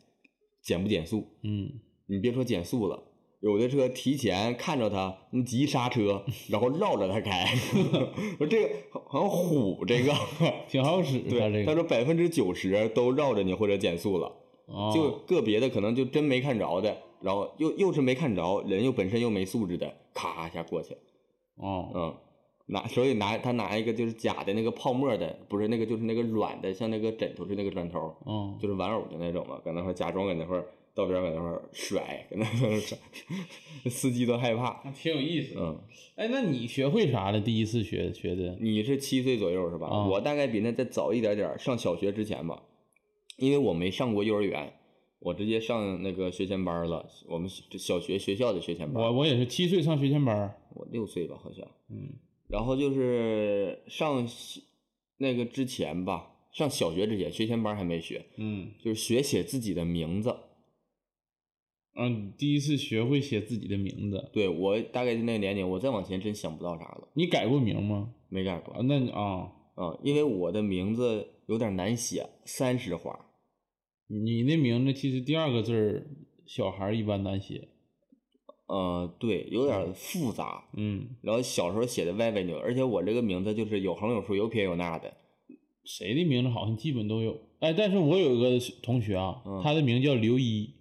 Speaker 5: 减不减速？
Speaker 1: 嗯，
Speaker 5: 你别说减速了，有的车提前看着他，嗯急刹车，然后绕着他开。 说这个好像虎这个，
Speaker 1: 挺好使的
Speaker 5: 对，
Speaker 1: 这
Speaker 5: 他
Speaker 1: 个。
Speaker 5: 说百分之九十都绕着你或者减速了，
Speaker 1: 啊
Speaker 5: 就个别的可能就真没看着的，然后又又是没看着，人又本身又没素质的，咔一下过去。
Speaker 1: 哦
Speaker 5: 嗯，拿所以拿他拿一个就是假的那个泡沫的，不是那个就是那个软的，像那个枕头似的那个砖头，
Speaker 1: 哦
Speaker 5: 就是玩偶的那种嘛，搁那块儿假装搁那块儿道边儿搁那块儿甩，搁那块儿甩， 司机都害怕。
Speaker 1: 那挺有意思。
Speaker 5: 嗯，
Speaker 1: 哎，那你学会啥了？第一次学学的？
Speaker 5: 你是七岁左右是吧？
Speaker 1: 啊
Speaker 5: 我大概比那再早一点点儿，上小学之前吧，因为我没上过幼儿园，我直接上那个学前班儿了。我们小小学学校的学前班儿，
Speaker 1: 我我也是七岁上学前班儿。
Speaker 5: 我六岁吧，好像。
Speaker 1: 嗯
Speaker 5: 然后就是上小那个之前吧，上小学之前，学前班还没学，
Speaker 1: 嗯
Speaker 5: 就是学写自己的名字。
Speaker 1: 嗯，第一次学会写自己的名字。
Speaker 5: 对我大概就那个年龄，我再往前真想不到啥了，
Speaker 1: 你改过名吗？
Speaker 5: 没改过
Speaker 1: 啊，那你啊，
Speaker 5: 啊、因为我的名字有点难写，三十花。
Speaker 1: 你那名字其实第二个字儿，小孩儿一般难写。
Speaker 5: 呃，对，有点复杂。
Speaker 1: 嗯，
Speaker 5: 然后小时候写的歪歪扭，而且我这个名字就是有横有竖，有撇有捺的。
Speaker 1: 谁的名字好像基本都有。哎，但是我有一个同学啊，
Speaker 5: 嗯
Speaker 1: 他的名叫刘一，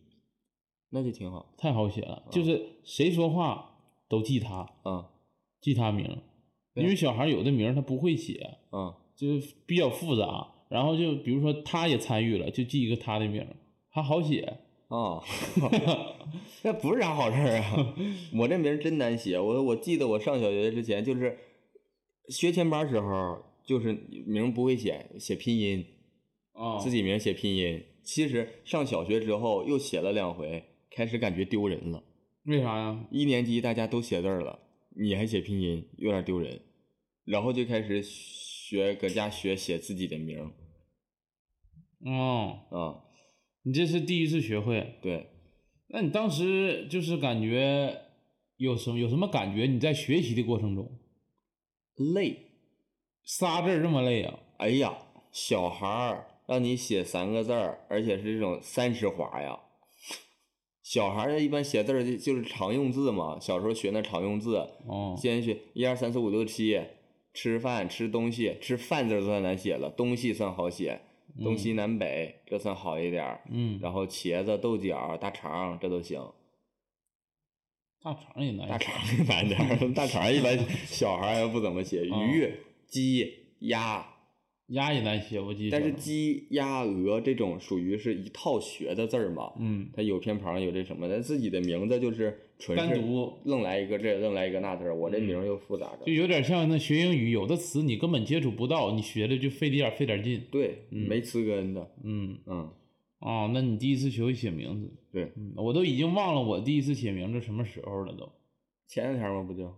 Speaker 5: 那就挺好
Speaker 1: 太好写
Speaker 5: 嗯
Speaker 1: 了，就是谁说话都记他，
Speaker 5: 啊
Speaker 1: 记他名，
Speaker 5: 对
Speaker 1: 因为小孩儿有的名儿他不会写，
Speaker 5: 啊
Speaker 1: 就是比较复杂。然后就比如说他也参与了，就记一个他的名儿，还好写。
Speaker 5: 啊！ 那不是啥好事儿啊！我这名儿真难写，我我记得我上小学之前就是学前班儿时候，就是名儿不会写，写拼音，
Speaker 1: 啊
Speaker 5: 自己名儿写拼音。其实上小学之后又写了两回，开始感觉丢人了。
Speaker 1: 为啥呀？
Speaker 5: 一年级大家都写字儿了，你还写拼音，有点丢人。然后就开始学搁家学写自己的名儿
Speaker 1: 嗯，
Speaker 5: 啊，
Speaker 1: 你这是第一次学会，
Speaker 5: 对，
Speaker 1: 那你当时就是感觉有什么有什么感觉？你在学习的过程中，
Speaker 5: 累。
Speaker 1: 仨字儿这么累啊？
Speaker 5: 哎呀，小孩儿让你写三个字儿，而且是这种三十划呀。 小孩儿一般写字儿就就是常用字嘛，小时候学那常用字，
Speaker 1: 哦，
Speaker 5: 先学一二三四五六七，吃饭吃东西，吃饭字儿算难写了，东西算好写，东西南北、这算好一点儿。
Speaker 1: 嗯，
Speaker 5: 然后茄子、豆角、大肠这都行，
Speaker 1: 大肠也难
Speaker 5: 大肠儿难点儿， 大肠儿一般小孩儿也不怎么写，
Speaker 1: 嗯
Speaker 5: 鱼、鸡、鸭
Speaker 1: 鸭也难写，我记得。
Speaker 5: 但是鸡、鸭、鹅这种属于是一套学的字儿嘛，
Speaker 1: 嗯，
Speaker 5: 它有偏旁，有这什么的，自己的名字就是纯是
Speaker 1: 单独嗯
Speaker 5: 愣来一个这，愣来一个那字儿，我这名儿又复杂着。
Speaker 1: 就有点像那学英语，有的词你根本接触不到，你学的就费点儿费点儿劲。
Speaker 5: 对，
Speaker 1: 嗯
Speaker 5: 没词根的，
Speaker 1: 嗯，
Speaker 5: 嗯，
Speaker 1: 哦，那你第一次学会写名字，
Speaker 5: 对，
Speaker 1: 嗯，我都已经忘了我第一次写名字什么时候了都。
Speaker 5: 前两天嘛不就，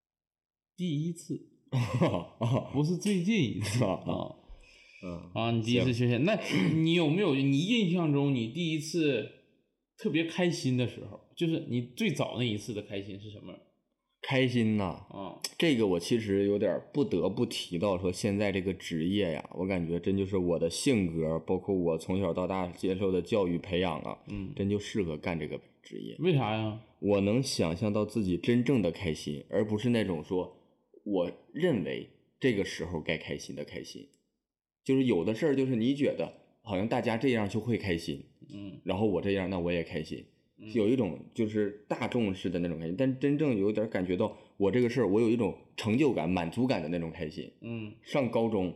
Speaker 1: 第一次，
Speaker 5: 啊
Speaker 1: 不是最近一次
Speaker 5: 啊
Speaker 1: 啊
Speaker 5: 嗯，
Speaker 1: 啊！你第一次学写，那你有没有你印象中你第一次特别开心的时候？就是你最早那一次的开心是什么
Speaker 5: 开心呐、
Speaker 1: 啊？
Speaker 5: 这个我其实有点不得不提到说，现在这个职业呀，我感觉真就是我的性格，包括我从小到大接受的教育培养啊，
Speaker 1: 嗯，
Speaker 5: 真就适合干这个职业。
Speaker 1: 为啥呀？
Speaker 5: 我能想象到自己真正的开心，而不是那种说我认为这个时候该开心的开心。就是有的事儿，就是你觉得好像大家这样就会开心，
Speaker 1: 嗯，
Speaker 5: 然后我这样那我也开心，有一种就是大众式的那种开心，但真正有点感觉到我这个事儿，我有一种成就感、满足感的那种开心。
Speaker 1: 嗯，
Speaker 5: 上高中，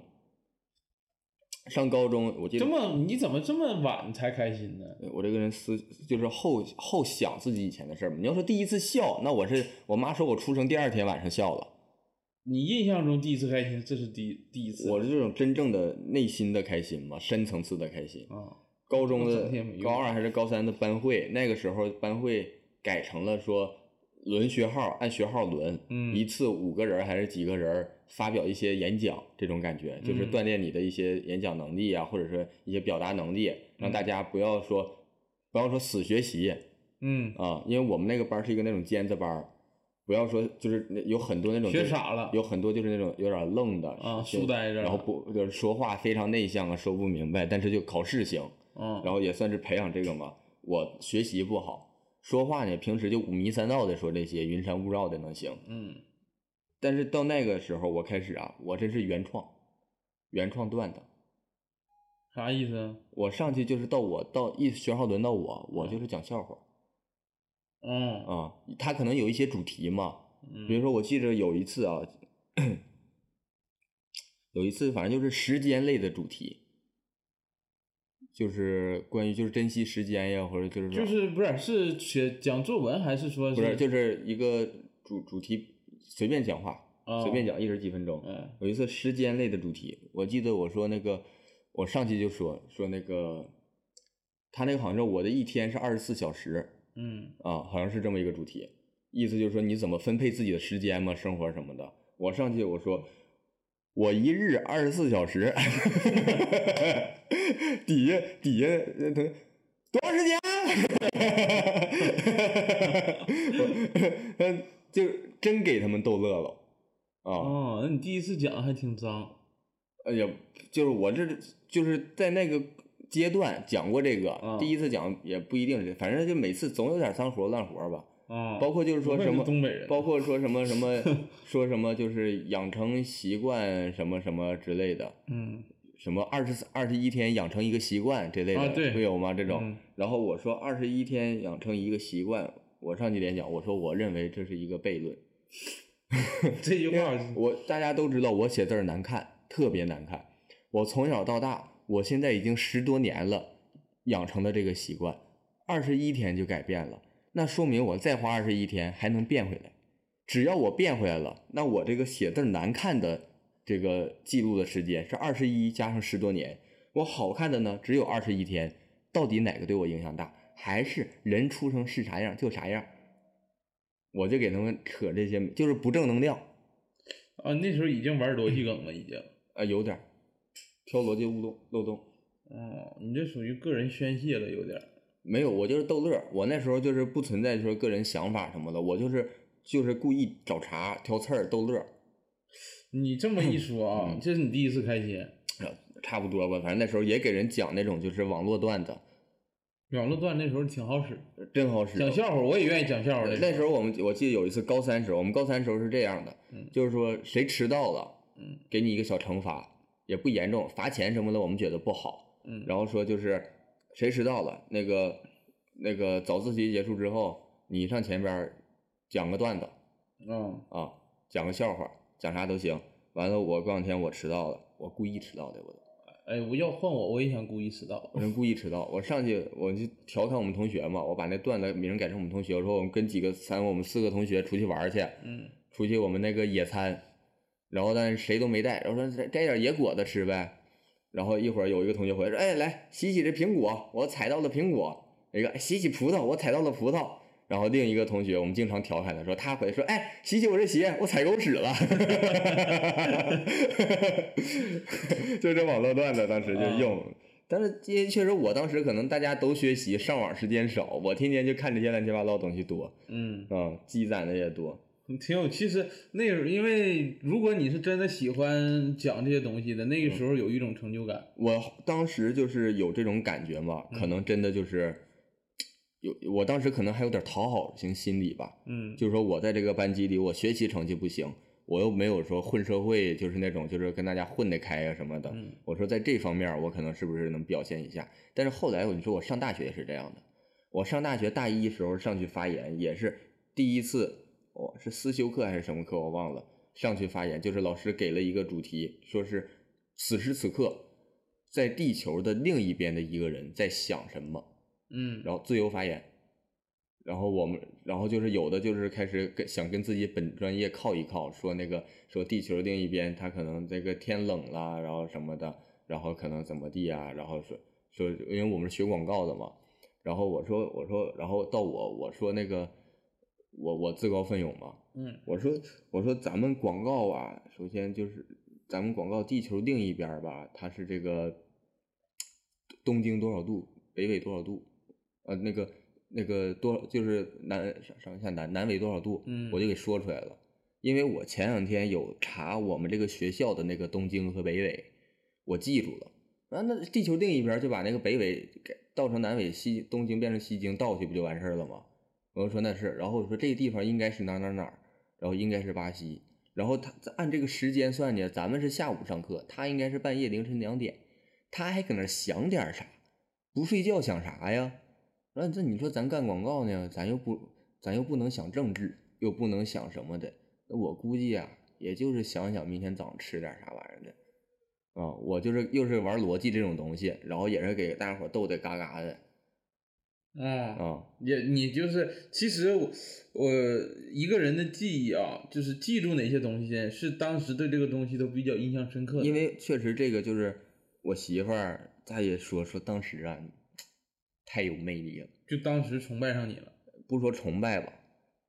Speaker 5: 上高中我记
Speaker 1: 这
Speaker 5: 得呃
Speaker 1: 么你怎么这么晚才开心呢？
Speaker 5: 我这个人思就是后后想自己以前的事儿嘛。你要说第一次笑，那我是我妈说我出生第二天晚上笑了，
Speaker 1: 你印象中第一次开心，这是第一第一次。
Speaker 5: 我是这种真正的内心的开心嘛，深层次的开心。
Speaker 1: 啊，
Speaker 5: 高中
Speaker 1: 我
Speaker 5: 的
Speaker 1: 整天没用
Speaker 5: 高二还是高三的班会，那个时候班会改成了说轮学号，按学号轮，
Speaker 1: 嗯
Speaker 5: 一次五个人还是几个人发表一些演讲，这种感觉就是
Speaker 1: 嗯
Speaker 5: 锻炼你的一些演讲能力啊，或者说一些表达能力，让大家不要说不要说死学习，
Speaker 1: 嗯，
Speaker 5: 啊，因为我们那个班儿是一个那种尖子班儿，不要说就是那有很多那种
Speaker 1: 学
Speaker 5: 就是
Speaker 1: 傻了
Speaker 5: 有很多就是那种有点愣的
Speaker 1: 啊
Speaker 5: 学
Speaker 1: 书呆子
Speaker 5: 然后不就是说话非常内向啊，说不明白，但是就考试行，
Speaker 1: 嗯，
Speaker 5: 然后也算是培养这个嘛。我学习不好，说话呢平时就五迷三道的说这些云山雾绕的能行，
Speaker 1: 嗯，
Speaker 5: 但是到那个时候我开始啊，我真是原创，原创段子。
Speaker 1: 啥意思啊？
Speaker 5: 我上去就是到我到一学号轮到我，我就是讲笑话
Speaker 1: 嗯
Speaker 5: 啊、他可能有一些主题嘛，
Speaker 1: 嗯，
Speaker 5: 比如说，我记着有一次啊， 有一次反正就是时间类的主题，就是关于就是珍惜时间呀，或者就是说
Speaker 1: 就是不是是学讲作文还是说
Speaker 5: 不是就是一个主主题随便讲话，
Speaker 1: 哦
Speaker 5: 随便讲一人几分钟。
Speaker 1: 嗯
Speaker 5: 有一次时间类的主题，我记得我说那个我上去就说说那个他那个好像是我的一天是二十四小时，
Speaker 1: 嗯
Speaker 5: 啊，好像是这么一个主题，意思就是说你怎么分配自己的时间嘛，生活什么的。我上去我说，我一日二十四小时，底下底下呃他多长时间？啊 我呃就真给他们逗乐了啊！
Speaker 1: 哦，那你第一次讲还挺脏，
Speaker 5: 哎呀，就是我这就是在那个阶段讲过这个
Speaker 1: 嗯，
Speaker 5: 第一次讲也不一定是，反正就每次总有点脏活烂活吧。
Speaker 1: 啊，
Speaker 5: 包括就是
Speaker 1: 不
Speaker 5: 说
Speaker 1: 愧
Speaker 5: 什
Speaker 1: 是
Speaker 5: 么
Speaker 1: 东北人
Speaker 5: 包括说什么什么说什么就是养成习惯什么什么之类的，
Speaker 1: 嗯
Speaker 5: 什么二十二十一天养成一个习惯这类的，
Speaker 1: 啊对
Speaker 5: 会有吗？这种。
Speaker 1: 嗯
Speaker 5: 然后我说二十一天养成一个习惯，我上去演讲，我说我认为这是一个悖论。
Speaker 1: 这句话是
Speaker 5: 我大家都知道我写字儿难看，特别难看。我从小到大，我现在已经十多年了，养成的这个习惯，二十一天就改变了。那说明我再花二十一天还能变回来。只要我变回来了，那我这个写字儿难看的这个记录的时间是二十一加上十多年，我好看的呢只有二十一天。到底哪个对我影响大？还是人出生是啥样就啥样？我就给他们扯这些，就是不正能量
Speaker 1: 啊，那时候已经玩逻辑梗了，已经。
Speaker 5: 啊、有点儿挑逻辑漏洞漏洞。嗯
Speaker 1: 哦，你这属于个人宣泄了，有点儿。
Speaker 5: 没有，我就是逗乐儿。我那时候就是不存在说个人想法什么的，我就是就是故意找茬、挑刺儿、逗乐儿，
Speaker 1: 你这么
Speaker 5: 嗯
Speaker 1: 一说啊，这是你第一次开心。
Speaker 5: 呃差不多吧。反正那时候也给人讲那种就是网络段子，
Speaker 1: 网络段那时候挺好使，
Speaker 5: 真好使。
Speaker 1: 讲笑话我也愿意讲笑话
Speaker 5: 呃
Speaker 1: 的。
Speaker 5: 那时候我们我记得有一次高三时候，我们高三时候是这样的，
Speaker 1: 嗯
Speaker 5: 就是说谁迟到了，
Speaker 1: 嗯
Speaker 5: 给你一个小惩罚，也不严重，罚钱什么的我们觉得不好。
Speaker 1: 嗯，
Speaker 5: 然后说就是谁迟到了，那个那个早自习结束之后，你上前边儿讲个段子
Speaker 1: 嗯
Speaker 5: 啊，讲个笑话，讲啥都行。完了，我过两天我迟到了，我故意迟到的，我都
Speaker 1: 哎，我要换我，我也想故意迟到。
Speaker 5: 我是故意迟到，我上去我就调侃我们同学嘛，我把那段子名改成我们同学，我说我们跟几个三我们四个同学出去玩儿去，
Speaker 1: 嗯
Speaker 5: 出去我们那个野餐，然后但是谁都没带，然后说摘摘点野果子吃呗。然后一会儿有一个同学回来说：“哎，来洗洗这苹果，我采到了苹果。”一个哎洗洗葡萄，我采到了葡萄。然后另一个同学，我们经常调侃他说：“他回来说，哎，洗洗我这鞋，我踩狗屎了。” 就这网络段子，当时就用。但是也确实，我当时可能大家都学习，上网时间少，我天天就看这些乱七八糟的东西多，
Speaker 1: 嗯，
Speaker 5: 嗯，积攒的也多。
Speaker 1: 挺有。其实那时候，因为如果你是真的喜欢讲这些东西的，那
Speaker 5: 嗯
Speaker 1: 个时候有一种成就感。
Speaker 5: 我当时就是有这种感觉嘛，可能真的就是有，我当时可能还有点讨好型心理吧，
Speaker 1: 嗯，
Speaker 5: 就是说我在这个班级里，我学习成绩不行，我又没有说混社会，就是那种就是跟大家混得开呀、什么的。
Speaker 1: 嗯
Speaker 5: 我说在这方面，我可能是不是能表现一下？但是后来我你说我上大学也是这样的，我上大学大一时候上去发言也是第一次，我、是思修课还是什么课我忘了，上去发言就是老师给了一个主题，说是此时此刻在地球的另一边的一个人在想什么。
Speaker 1: 嗯，
Speaker 5: 然后自由发言，然后我们，然后就是有的就是开始跟想跟自己本专业靠一靠，说那个说地球另一边它可能这个天冷啦，然后什么的，然后可能怎么地啊，然后说说，因为我们是学广告的嘛，然后我说我说，然后到我我说那个我我自告奋勇嘛，
Speaker 1: 嗯，
Speaker 5: 我说我说咱们广告啊，首先就是咱们广告地球另一边儿吧，它是这个东经多少度，北纬多少度，呃，那个那个多就是南上上下南南纬多少度，
Speaker 1: 嗯
Speaker 5: 我就给说出来了。因为我前两天有查我们这个学校的那个东经和北纬，我记住了。啊，那地球另一边儿就把那个北纬给倒成南纬西，东经变成西经倒去不就完事儿了吗？我就说那是，然后我说这个地方应该是哪儿哪儿哪儿，然后应该是巴西，然后他按这个时间算呢，咱们是下午上课，他应该是半夜凌晨两点，他还搁那儿想点儿啥？不睡觉想啥呀？那这你说咱干广告呢，咱又不咱又不能想政治，又不能想什么的，那我估计啊，也就是想想明天早上吃点啥玩意儿的。啊、我就是又是玩逻辑这种东西，然后也是给大家伙逗得嘎嘎的
Speaker 1: 啊
Speaker 5: 啊、，
Speaker 1: 也你就是，其实我我一个人的记忆啊，就是记住哪些东西，是当时对这个东西都比较印象深刻的。
Speaker 5: 因为确实这个就是我媳妇儿，她也说说当时啊，你太有魅力了，
Speaker 1: 就当时崇拜上你了。
Speaker 5: 不说崇拜吧，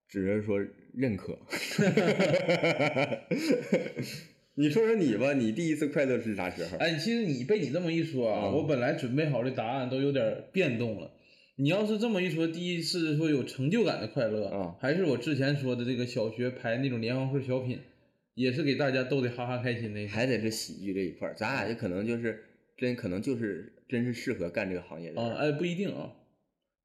Speaker 5: 只是说 认可。你说说你吧，你第一次快乐是啥时候？
Speaker 1: 哎，其实你被你这么一说啊，
Speaker 5: 嗯
Speaker 1: 我本来准备好的答案都有点儿变动了。你要是这么一说，第一是说有成就感的快乐，
Speaker 5: 嗯
Speaker 1: 还是我之前说的这个小学排那种联欢会小品，也是给大家逗得哈哈开心那种。
Speaker 5: 还得是喜剧这一块儿，咱俩就可能就是真可能就是真是适合干这个行业的
Speaker 1: 啊、
Speaker 5: 人。
Speaker 1: 哎，不一定啊。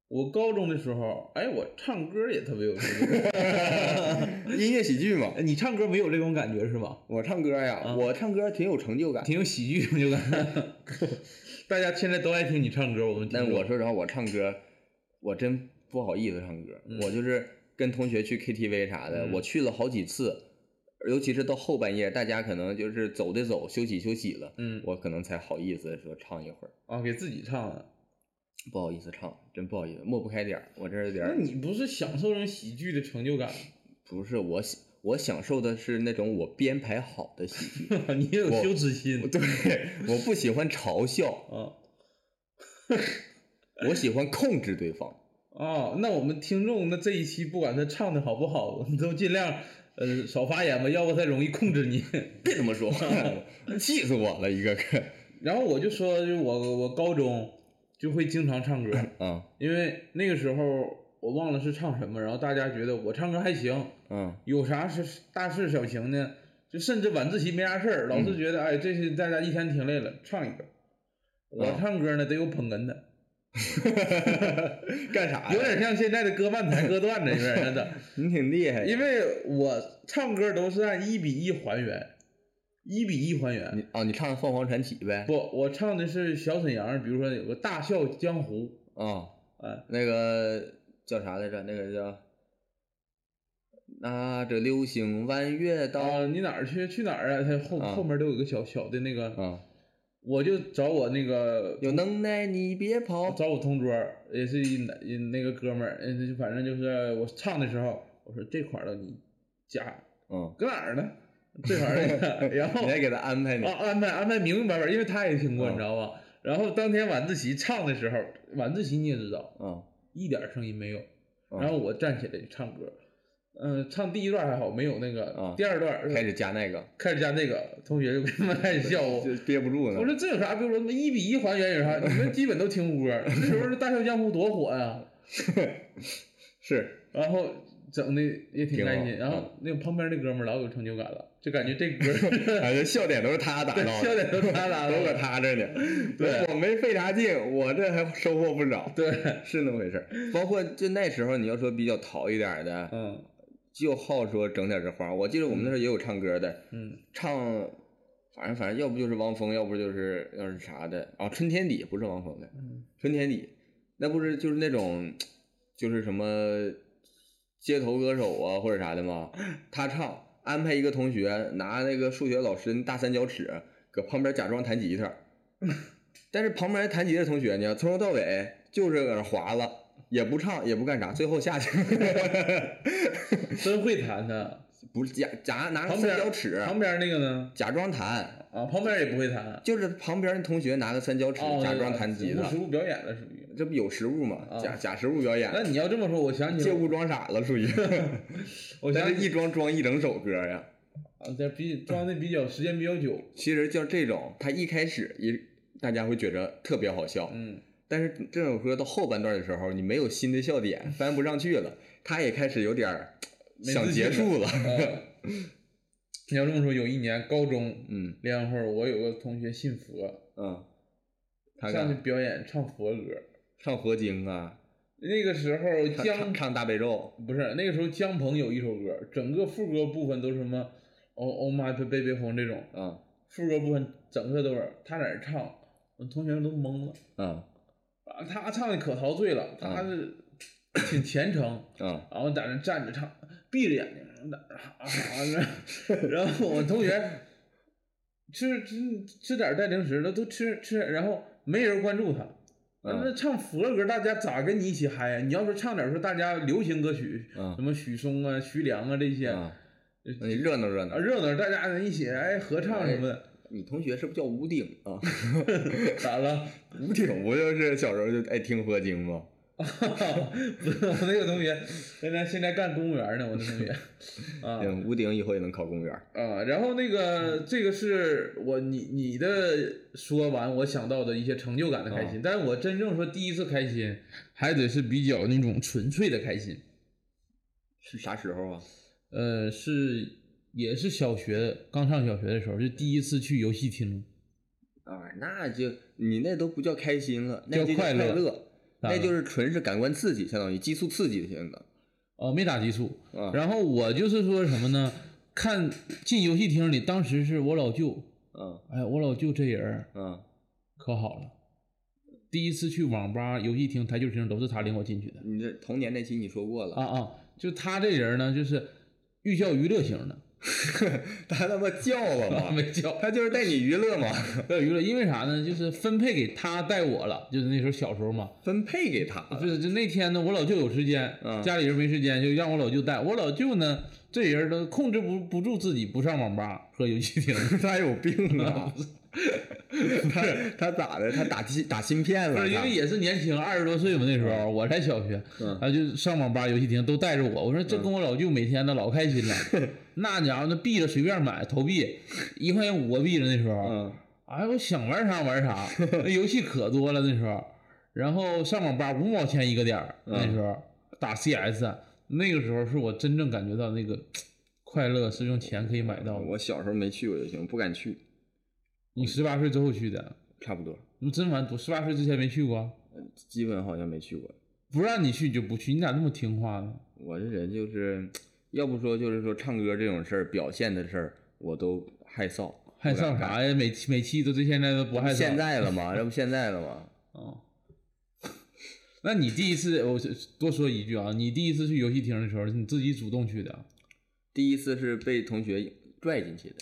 Speaker 1: 我高中的时候，哎，我唱歌也特别有成就感。
Speaker 5: 音乐喜剧嘛
Speaker 1: 哎，你唱歌没有这种感觉是吧？
Speaker 5: 我唱歌呀，
Speaker 1: 啊
Speaker 5: 我唱歌挺有成就感。
Speaker 1: 挺有喜剧成就感。 大家现在都爱听你唱歌，我们听
Speaker 5: 但
Speaker 1: 众
Speaker 5: 我说实话，我唱歌，我真不好意思唱歌。
Speaker 1: 嗯
Speaker 5: 我就是跟同学去 KTV 啥的，
Speaker 1: 嗯
Speaker 5: 我去了好几次，尤其是到后半夜，大家可能就是走的走，休息休息了，
Speaker 1: 嗯，
Speaker 5: 我可能才好意思说唱一会儿。
Speaker 1: 啊给自己唱的。
Speaker 5: 不好意思唱，真不好意思，抹不开点儿。我这有点
Speaker 1: 那
Speaker 5: 儿
Speaker 1: 你不是享受这种喜剧的成就感？
Speaker 5: 不是我喜，我享受的是那种我编排好的喜 剧。
Speaker 1: 你也有
Speaker 5: 我
Speaker 1: 羞耻心
Speaker 5: 我对，我不喜欢嘲笑，
Speaker 1: 啊？
Speaker 5: 我喜欢控制对方。
Speaker 1: 哦，那我们听众那这一期不管他唱的好不好，我们都尽量呃少发言吧，要不他容易控制你。
Speaker 5: 别这么说，气死我了，一个个。
Speaker 1: 然后我就说，就我我高中就会经常唱歌，
Speaker 5: 嗯
Speaker 1: 因为那个时候我忘了是唱什么，然后大家觉得我唱歌还行，
Speaker 5: 嗯
Speaker 1: 有啥是大事小情呢？就甚至晚自习没啥事儿，老
Speaker 5: 嗯
Speaker 1: 师觉得、哎，这是大家一天挺累了，唱一个。我
Speaker 5: 啊
Speaker 1: 唱歌呢得有捧哏的，
Speaker 5: 干啥呀？
Speaker 1: 有点像现在的歌漫才、歌段子，有点 像的。
Speaker 5: 你挺厉害
Speaker 1: 因为我唱歌都是按一比一还原，一比一还原。
Speaker 5: 你啊，你唱《凤凰传奇》呗？
Speaker 1: 不，我唱的是小沈阳，比如说有个《大笑江湖
Speaker 5: 啊，
Speaker 1: 哎
Speaker 5: 那个叫啥来着？那个叫拿着流星弯月》刀
Speaker 1: 啊，你哪儿去去哪儿啊？它后、
Speaker 5: 啊
Speaker 1: 后面都有个小小的那个，
Speaker 5: 啊，
Speaker 1: 我就找我那个
Speaker 5: 有能耐你别跑。
Speaker 1: 找我同桌，也是一男一那个哥们儿，嗯，就反正就是我唱的时候，我说这块儿的你加
Speaker 5: 嗯，
Speaker 1: 搁哪儿呢？这块儿的， 然后
Speaker 5: 你还给他安排呢
Speaker 1: 啊，。安排安排明明白白，因为他也听过，
Speaker 5: 嗯
Speaker 1: 你知道吧？然后当天晚自习唱的时候，晚自习你也知道，
Speaker 5: 嗯
Speaker 1: 一点声音没有。
Speaker 5: 嗯
Speaker 1: 然后我站起来就唱歌，嗯、唱第一段还好，没有那个。
Speaker 5: 嗯
Speaker 1: 第二段
Speaker 5: 开始加那个，
Speaker 1: 开始加那个，同学就他们开始笑我。
Speaker 5: 就憋不住呢。
Speaker 1: 我说这有啥？比如说他妈一比一还原有啥？你们基本都听歌，那时候《大笑江湖》多火呀、
Speaker 5: 是，
Speaker 1: 然后整的也挺开心。
Speaker 5: 挺好
Speaker 1: 然后那旁边那哥们儿老有成就感了，就感觉这歌
Speaker 5: 反正啊笑点都是他打到的，
Speaker 1: 笑点都是他打到的
Speaker 5: 都搁他这呢。
Speaker 1: 对
Speaker 5: 我没费啥劲，我这还收获不少。
Speaker 1: 对，
Speaker 5: 是那么回事儿。包括就那时候，你要说比较淘一点儿的，
Speaker 1: 嗯
Speaker 5: 就好说整点儿这花儿。我记得我们那时候也有唱歌的，
Speaker 1: 嗯
Speaker 5: 唱，反正反正要不就是汪峰，要不就是要是啥的啊，春天里不是汪峰的，
Speaker 1: 嗯
Speaker 5: 春天里那不是就是那种就是什么街头歌手啊或者啥的吗？他唱安排一个同学拿那个数学老师那大三角尺搁旁边假装弹吉他， 但是旁边弹吉他同学呢从头到尾就是搁那划拉。也不唱，也不干啥，最后下去，
Speaker 1: 真会弹呢。
Speaker 5: 不是假啊假拿个
Speaker 1: 旁
Speaker 5: 三角
Speaker 1: 边
Speaker 5: 尺，
Speaker 1: 旁边那个呢？
Speaker 5: 假装弹，
Speaker 1: 啊，旁边也不会弹。
Speaker 5: 就是旁边的同学拿个三角尺
Speaker 1: 哦，
Speaker 5: 假装弹吉
Speaker 1: 无
Speaker 5: 他
Speaker 1: 实，物表演了属于。
Speaker 5: 这不有实物吗
Speaker 1: 啊？
Speaker 5: 假假实物表演，
Speaker 1: 那你要这么说，我想起
Speaker 5: 借
Speaker 1: 了，
Speaker 5: 物装傻了属于。
Speaker 1: 我
Speaker 5: 但
Speaker 1: 想
Speaker 5: 是
Speaker 1: 起
Speaker 5: 一装装一整首歌呀。
Speaker 1: 啊，这比装的比较时间比较久，
Speaker 5: 其实像这种，他一开始一大家会觉着特别好笑，
Speaker 1: 嗯，
Speaker 5: 但是这首歌到后半段的时候，你没有新的笑点，翻不上去了，他也开始有点儿
Speaker 1: 没
Speaker 5: 想
Speaker 1: 自
Speaker 5: 结
Speaker 1: 信
Speaker 5: 束 了。
Speaker 1: 啊你要这么说，有一年高中
Speaker 5: 嗯
Speaker 1: 联欢会，我有个同学信佛，
Speaker 5: 嗯，他
Speaker 1: 上去
Speaker 5: 看
Speaker 1: 表演唱佛歌。
Speaker 5: 唱佛经啊，
Speaker 1: 那个时候
Speaker 5: 唱
Speaker 1: 江
Speaker 5: 唱唱大悲咒，
Speaker 1: 不是那个时候江鹏有一首歌，整个副歌部分都是什么哦哦妈贝贝贝红这种，
Speaker 5: 嗯
Speaker 1: 副歌部分整个都是他在那儿唱，我同学们都懵了。
Speaker 5: 嗯
Speaker 1: 啊，他唱的可陶醉了，他是挺虔诚，
Speaker 5: 嗯
Speaker 1: 然后在那站着唱，闭着眼睛在那啊啊，然后我同学吃吃吃点带零食的都吃吃，然后没人关注他。那
Speaker 5: 嗯
Speaker 1: 唱佛歌，大家咋跟你一起嗨呀、你要是唱点说大家流行歌曲，什
Speaker 5: 嗯
Speaker 1: 么许嵩啊、徐良啊这些，
Speaker 5: 嗯，那你热闹热闹
Speaker 1: 啊。热闹，大家一起哎合唱什么的，
Speaker 5: 你同学是不是叫吴鼎啊？
Speaker 1: 咋了？
Speaker 5: 吴 鼎不就是小时候就爱听佛经吗？
Speaker 1: 不 是我那个同学，现在现在干公务员呢，我那同学，啊
Speaker 5: 嗯，吴鼎以后也能考公务员。
Speaker 1: 啊，然后那个这个是我你你的说完，我想到的一些成就感的开心，
Speaker 5: 啊
Speaker 1: 但是我真正说第一次开心，还得是比较那种纯粹的开心，
Speaker 5: 是啥时候啊？
Speaker 1: 呃，是也是小学刚上小学的时候，就第一次去游戏厅，
Speaker 5: 啊，那就你那都不叫开心了，那
Speaker 1: 叫
Speaker 5: 就
Speaker 1: 快
Speaker 5: 乐，
Speaker 1: 乐
Speaker 5: 那就是纯是感官刺激，相当于激素刺激的性质。
Speaker 1: 哦，没打激素，
Speaker 5: 啊
Speaker 1: 然后我就是说什么呢？看进游戏厅里，当时是我老舅，
Speaker 5: 嗯
Speaker 1: 哎，我老舅这人儿
Speaker 5: 嗯，
Speaker 1: 可好了。第一次去网吧、游戏厅、台球厅都是他领我进去的。
Speaker 5: 你这童年那期你说过了，
Speaker 1: 啊啊，就他这人呢，就是寓教于乐型的，
Speaker 5: 他他妈叫了嘛，
Speaker 1: 没教
Speaker 5: 他就是带你娱乐嘛，
Speaker 1: 教娱乐。因为啥呢？就是分配给他带我了，就是那时候小时候嘛，
Speaker 5: 分配给他了。
Speaker 1: 就是就那天呢，我老舅有时间，
Speaker 5: 嗯
Speaker 1: 家里人没时间，就让我老舅带。我老舅呢， 这人都控制不不住自己，不上网吧和游戏厅。
Speaker 5: 他有病啊！ 他他咋的？他打芯打芯片
Speaker 1: 不
Speaker 5: 了？
Speaker 1: 是因
Speaker 5: 他
Speaker 1: 为也是年轻，二十多岁嘛那时候，我才小学，
Speaker 5: 嗯
Speaker 1: 然后就上网吧、游戏厅都带着我。我说这跟我老舅每天的老开心了，那家伙那币了随便买，投币一块钱五个币了那时候。
Speaker 5: 嗯
Speaker 1: 哎，我想玩啥玩啥，那游戏可多了那时候。然后上网吧五毛钱一个点儿，那时候打 CS，那个时候是我真正感觉到那个快乐是用钱可以买到的。
Speaker 5: 我小时候没去过就行，不敢去，
Speaker 1: 你十八岁之后去的，
Speaker 5: 差不多，
Speaker 1: 你真完犊，十八岁之前没去过。
Speaker 5: 基本好像没去过。
Speaker 1: 不让你去你就不去，你咋那么听话呢？
Speaker 5: 我这人就是，要不说就是说唱歌这种事儿、表现的事儿，我都害臊。
Speaker 1: 还上啥呀？每期每期都对现在都不害臊。
Speaker 5: 现在了吗？这不现在了吗？
Speaker 1: 哦， 那你第一次，我是多说一句啊，你第一次去游戏厅的时候，是你自己主动去的，
Speaker 5: 第一次是被同学拽进去的，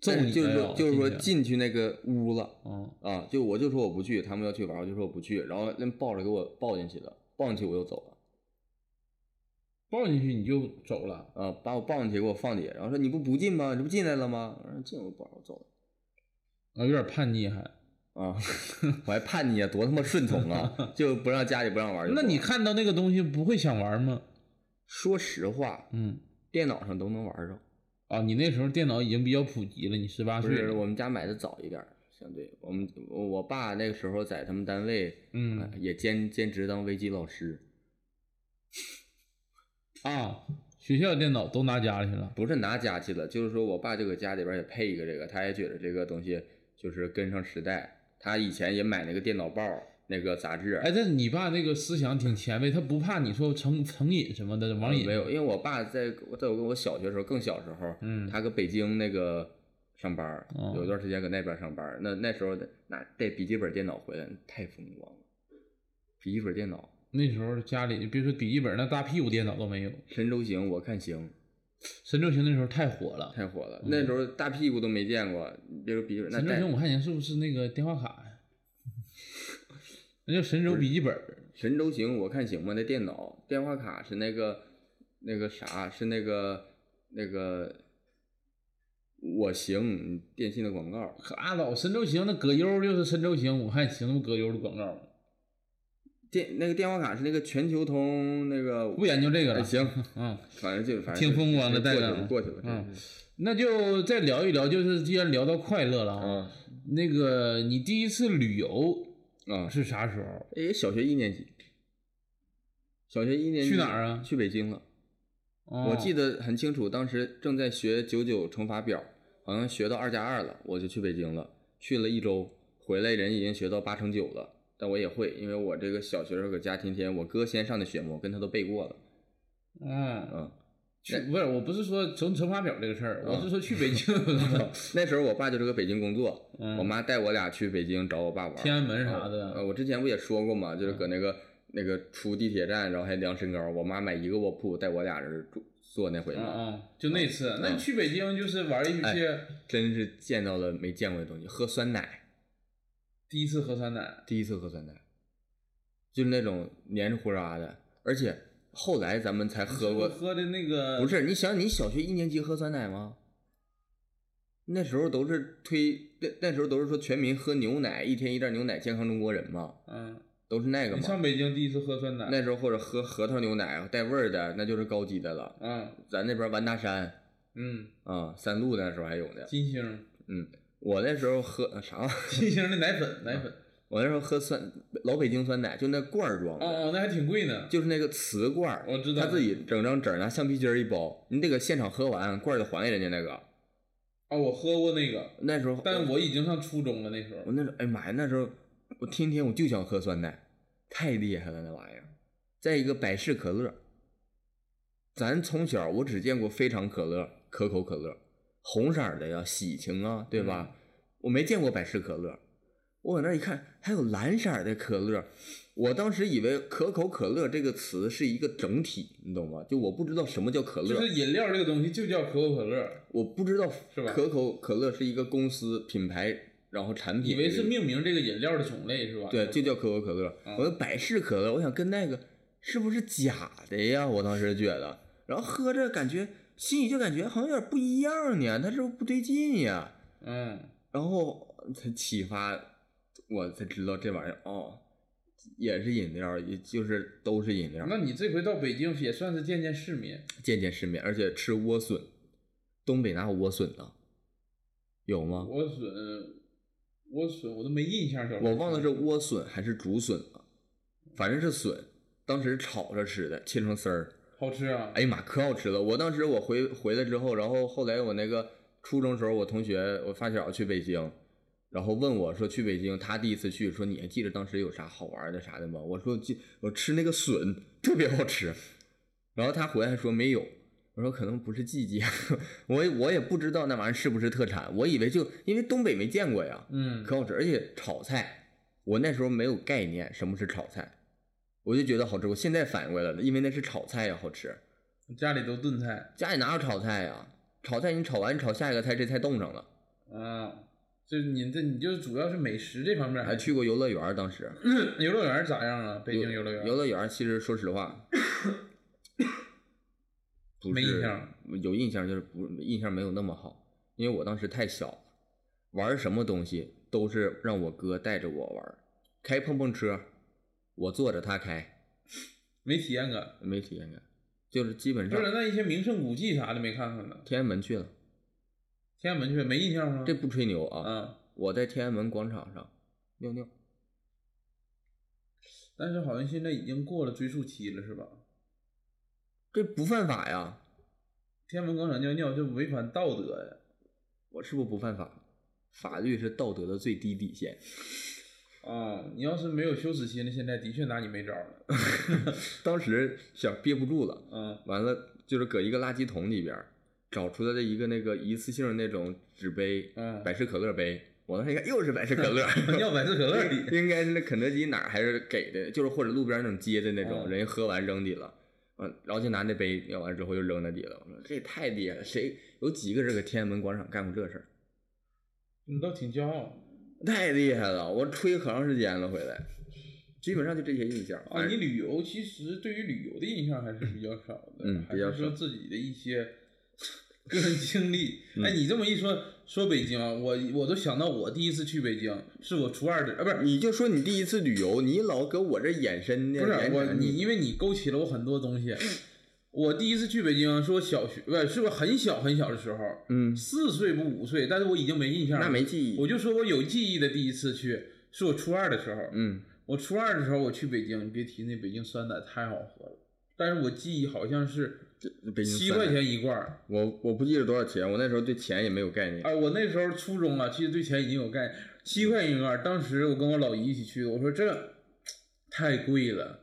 Speaker 1: 揍
Speaker 5: 但
Speaker 1: 你哎
Speaker 5: 是就是说就是说
Speaker 1: 进，
Speaker 5: 进去那个屋了
Speaker 1: 嗯，
Speaker 5: 啊，就我就说我不去，他们要去玩，我就说我不去，然后那抱着给我抱进去了，抱进去我就走了。
Speaker 1: 抱进去你就走了，
Speaker 5: 啊，把我抱进去，给我放底下，然后说你不不进吗？你这不进来了吗？我说进我不好，我走了。
Speaker 1: 啊，有点叛逆还。
Speaker 5: 啊， 我还叛逆啊，多他妈顺从啊， 就不让家里不让玩就走
Speaker 1: 那
Speaker 5: 了。
Speaker 1: 你看到那个东西不会想玩吗？
Speaker 5: 说实话，
Speaker 1: 嗯，
Speaker 5: 电脑上都能玩着。
Speaker 1: 啊，你那时候电脑已经比较普及了，你十八
Speaker 5: 不
Speaker 1: 岁
Speaker 5: 是，
Speaker 1: 了，
Speaker 5: 我们家买的早一点儿，相对我们我我爸那个时候在他们单位，呃
Speaker 1: 嗯
Speaker 5: 也兼兼职当微机老师，哎
Speaker 1: 啊，学校电脑都拿家去了，
Speaker 5: 不是拿家去了，就是说我爸就搁家里边儿也配一个这个，他也觉得这个东西就是跟上时代。他以前也买那个电脑报儿那个杂志，
Speaker 1: 哎，这你爸那个思想挺前卫，他不怕你说成成瘾什么的，网瘾
Speaker 5: 嗯没有，因为我爸在我在我跟我小学时候更小时候，
Speaker 1: 嗯
Speaker 5: 他搁北京那个上班儿，
Speaker 1: 哦
Speaker 5: 有一段时间搁那边儿上班儿，那那时候的那带笔记本电脑回来太风光了，笔记本电脑
Speaker 1: 那时候家里别说笔记本，那大屁股电脑都没有。
Speaker 5: 《神州行》我看行
Speaker 1: 神州行那时候太火了，
Speaker 5: 太火了，那时候大屁股都没见过，别说笔记本，
Speaker 1: 嗯
Speaker 5: 那
Speaker 1: 神州
Speaker 5: 带
Speaker 1: 行我看人是不是那个电话卡呀？ 那叫神州笔记本儿，
Speaker 5: 神州行我看行吗？那电脑电话卡是那个那个啥是那个那个我行电信的广告，
Speaker 1: 可拉倒！神州行那葛优就是神州行，我看行，那不葛优的广告吗？
Speaker 5: 电那个电话卡是那个全球通那个
Speaker 1: 不研究这个了。
Speaker 5: 哎行，
Speaker 1: 嗯，
Speaker 5: 反正就反正
Speaker 1: 挺风光的
Speaker 5: 过
Speaker 1: 带
Speaker 5: 去
Speaker 1: 着
Speaker 5: 了，过去了，
Speaker 1: 嗯
Speaker 5: 真是
Speaker 1: 那就再聊一聊，就是既然聊到快乐了啊，
Speaker 5: 啊
Speaker 1: 那个你第一次旅游
Speaker 5: 啊！
Speaker 1: 是啥时候？
Speaker 5: 哎，小学一年级，小学一年级
Speaker 1: 去哪儿啊
Speaker 5: 去北京了。我记
Speaker 1: 得
Speaker 5: 得很清楚，当时正在学九九乘法表，好像学到二加二了，我就去北京了，去了一周，回来人已经学到八乘九了，但我也会，因为我这个小学时候搁家天天，我哥先上的学嘛，我跟他都背过了，
Speaker 1: 嗯，
Speaker 5: 嗯。
Speaker 1: 去不是，我不是说乘乘法表这个事儿，我是说去北京，
Speaker 5: 那时候我爸就是搁北京工作，
Speaker 1: 嗯
Speaker 5: 我妈带我俩去北京找我爸玩儿。
Speaker 1: 天安门啥的嗯
Speaker 5: 呃，我之前不也说过嘛，就是搁那个那个出地铁站，然后还量身高，我妈买一个卧铺带我俩人住坐那回
Speaker 1: 嗯
Speaker 5: 嘛，
Speaker 1: 嗯，就那次，那你去北京就是玩一
Speaker 5: 哎
Speaker 1: 些
Speaker 5: 真是见到了没见过的东西，喝酸奶，
Speaker 1: 第一次喝酸奶，
Speaker 5: 第一次喝酸奶，就是那种黏糊渣的，而且后来咱们才喝过，
Speaker 1: 喝的那个
Speaker 5: 不是你想你小学一年级喝酸奶吗？那时候都是推那那时候都是说全民喝牛奶，一天一袋牛奶，健康中国人嘛，
Speaker 1: 嗯，
Speaker 5: 都是那个
Speaker 1: 你
Speaker 5: 嘛。
Speaker 1: 上北京第一次喝酸奶，
Speaker 5: 那时候或者喝核桃牛奶带味儿的，那就是高级的了。
Speaker 1: 嗯
Speaker 5: 咱那边万达山
Speaker 1: 嗯，
Speaker 5: 啊、三鹿那时候还有呢。
Speaker 1: 金星，
Speaker 5: 我那时候喝呃啥玩 意儿？
Speaker 1: 金星的奶粉，奶粉，
Speaker 5: 我那时候喝酸老北京酸奶，就那罐儿装的，
Speaker 1: 哦哦，那还挺贵呢，
Speaker 5: 嗯就是那个瓷罐儿。
Speaker 1: 我知道
Speaker 5: 他自己整张整儿拿橡皮筋儿一包，你得搁现场喝完，罐儿得还给人家那个。
Speaker 1: 啊，我喝过那个，
Speaker 5: 那时候，
Speaker 1: 但我已经上初中了那时候
Speaker 5: 我，那时候，哎妈呀，那时候我天天我就想喝酸奶，太厉害了那玩意儿。再一个百事可乐，咱从小我只见过非常可乐、可口可乐，红色儿的呀，喜庆啊，对吧？
Speaker 1: 嗯
Speaker 5: 我没见过百事可乐。我搁那儿一看，还有蓝色儿的可乐，我当时以为“可口可乐”这个词是一个整体，你懂吗？就我不知道什么叫可乐，
Speaker 1: 就是饮料这个东西就叫可口可乐，
Speaker 5: 我不知道
Speaker 1: 是吧
Speaker 5: 可口可乐是一个公司品牌，然后产品
Speaker 1: 以为
Speaker 5: 这
Speaker 1: 是
Speaker 5: 个
Speaker 1: 命名这个饮料的种类是吧？
Speaker 5: 对，就叫可口可乐。我说百事可乐，我想跟那个是不是假的呀？我当时觉得，然后喝着感觉心里就感觉好像有点不一样呢，它是不是不对劲呀？
Speaker 1: 嗯，
Speaker 5: 然后才启发我才知道这玩意儿哦，也是饮料，也就是都是饮料。
Speaker 1: 那你这回到北京也算是见见世面，
Speaker 5: 见见世面，而且吃莴笋，东北哪有莴笋呢？有吗？
Speaker 1: 莴笋，莴笋我都没印象，小时候
Speaker 5: 我忘了是莴笋还是竹笋了，反正是笋，当时炒着吃的，切成丝儿。
Speaker 1: 好吃啊，
Speaker 5: 哎呀妈，可好吃了！我当时我回回来之后，然后后来我那个初中时候，我同学我发小去北京，然后问我说去北京，他第一次去，说你还记得当时有啥好玩的啥的吗？我说记，我吃那个笋特别好吃，然后他回来还说没有，我说可能不是季节， 我也我也不知道那玩意儿是不是特产，我以为就因为东北没见过呀，
Speaker 1: 嗯，
Speaker 5: 可好吃，而且炒菜，我那时候没有概念什么是炒菜。我就觉得好吃，我现在反应过来了，因为那是炒菜呀，好吃。
Speaker 1: 家里都炖菜，
Speaker 5: 家里哪有炒菜呀？炒菜你炒完炒下一个菜，这菜冻上了。
Speaker 1: 啊，就是你这你就主要是美食这方面
Speaker 5: 还去过游乐园儿，当时
Speaker 1: 游乐园咋样啊？嗯北京游乐园
Speaker 5: 游乐园儿其实说 实话，不
Speaker 1: 没
Speaker 5: 是
Speaker 1: 印象，
Speaker 5: 有印象就是不印象没有那么好，因为我当时太小了，玩儿什么东西都是让我哥带着我玩儿，开碰碰车，我坐着他开，
Speaker 1: 没体验感，
Speaker 5: 没体验感，就是基本
Speaker 1: 不
Speaker 5: 上
Speaker 1: 是那一些名胜古迹啥的没看看呢？
Speaker 5: 天安门去了，
Speaker 1: 天安门去没印象吗？
Speaker 5: 这不吹牛啊，
Speaker 1: 啊，
Speaker 5: 我在天安门广场上尿尿。
Speaker 1: 但是好像现在已经过了追溯期了，是吧？
Speaker 5: 这不犯法呀？
Speaker 1: 天安门广场尿尿就违反道德呀！
Speaker 5: 我是不是不犯法？法律是道德的最低底线。
Speaker 1: 啊，你要是没有羞耻心了，现在的确拿你没招了。
Speaker 5: 当时想憋不住了，
Speaker 1: 嗯
Speaker 5: 完了就是搁一个垃圾桶里边儿找出来的一个那个一次性那种纸杯，呃
Speaker 1: 嗯，
Speaker 5: 百事可乐杯。我当时一看，又是百事可乐，
Speaker 1: 尿百事可乐里，
Speaker 5: 应该是那肯德基哪儿还是给的，就是或者路边那种街的那种，
Speaker 1: 嗯
Speaker 5: 人家喝完扔地了，嗯，然后就拿那杯尿完之后就扔那地了。我说这也太爹了，谁有几个人搁天安门广场干过这事儿？
Speaker 1: 你倒挺骄傲
Speaker 5: 太厉害了！我吹可长时间了，回来，基本上就这些印象。
Speaker 1: 啊！你旅游其实对于旅游的印象还是比较少的，
Speaker 5: 嗯
Speaker 1: 还
Speaker 5: 比较
Speaker 1: 是
Speaker 5: 少
Speaker 1: 说自己的一些 个人经 历。
Speaker 5: 嗯
Speaker 1: 哎，你这么一说说北京啊，我我都想到我第一次去北京是我初二的，啊，不是
Speaker 5: 你就说你第一次旅游，你老搁我这眼神呢？
Speaker 1: 不是
Speaker 5: 眼
Speaker 1: 我，
Speaker 5: 神
Speaker 1: 你因为你勾起了我很多东西。
Speaker 5: 嗯
Speaker 1: 我第一次去北京，说小学不是是不是很小很小的时候，
Speaker 5: 嗯，
Speaker 1: 四岁不五岁，但是我已经没印象了。
Speaker 5: 那没记忆。
Speaker 1: 我就说我有记忆的第一次去，是我初二的时候。
Speaker 5: 嗯，
Speaker 1: 我初二的时候我去北京，你别提那北京酸奶太好喝了，但是我记忆好像是
Speaker 5: 北京
Speaker 1: 七
Speaker 5: 酸
Speaker 1: 块
Speaker 5: 奶，
Speaker 1: 钱一罐儿。
Speaker 5: 我我不记得多少钱，我那时候对钱也没有概念。
Speaker 1: 哎，我那时候初中啊，其实对钱已经有概念，七块钱一罐儿。当时我跟我老姨一起去的，我说这太贵了，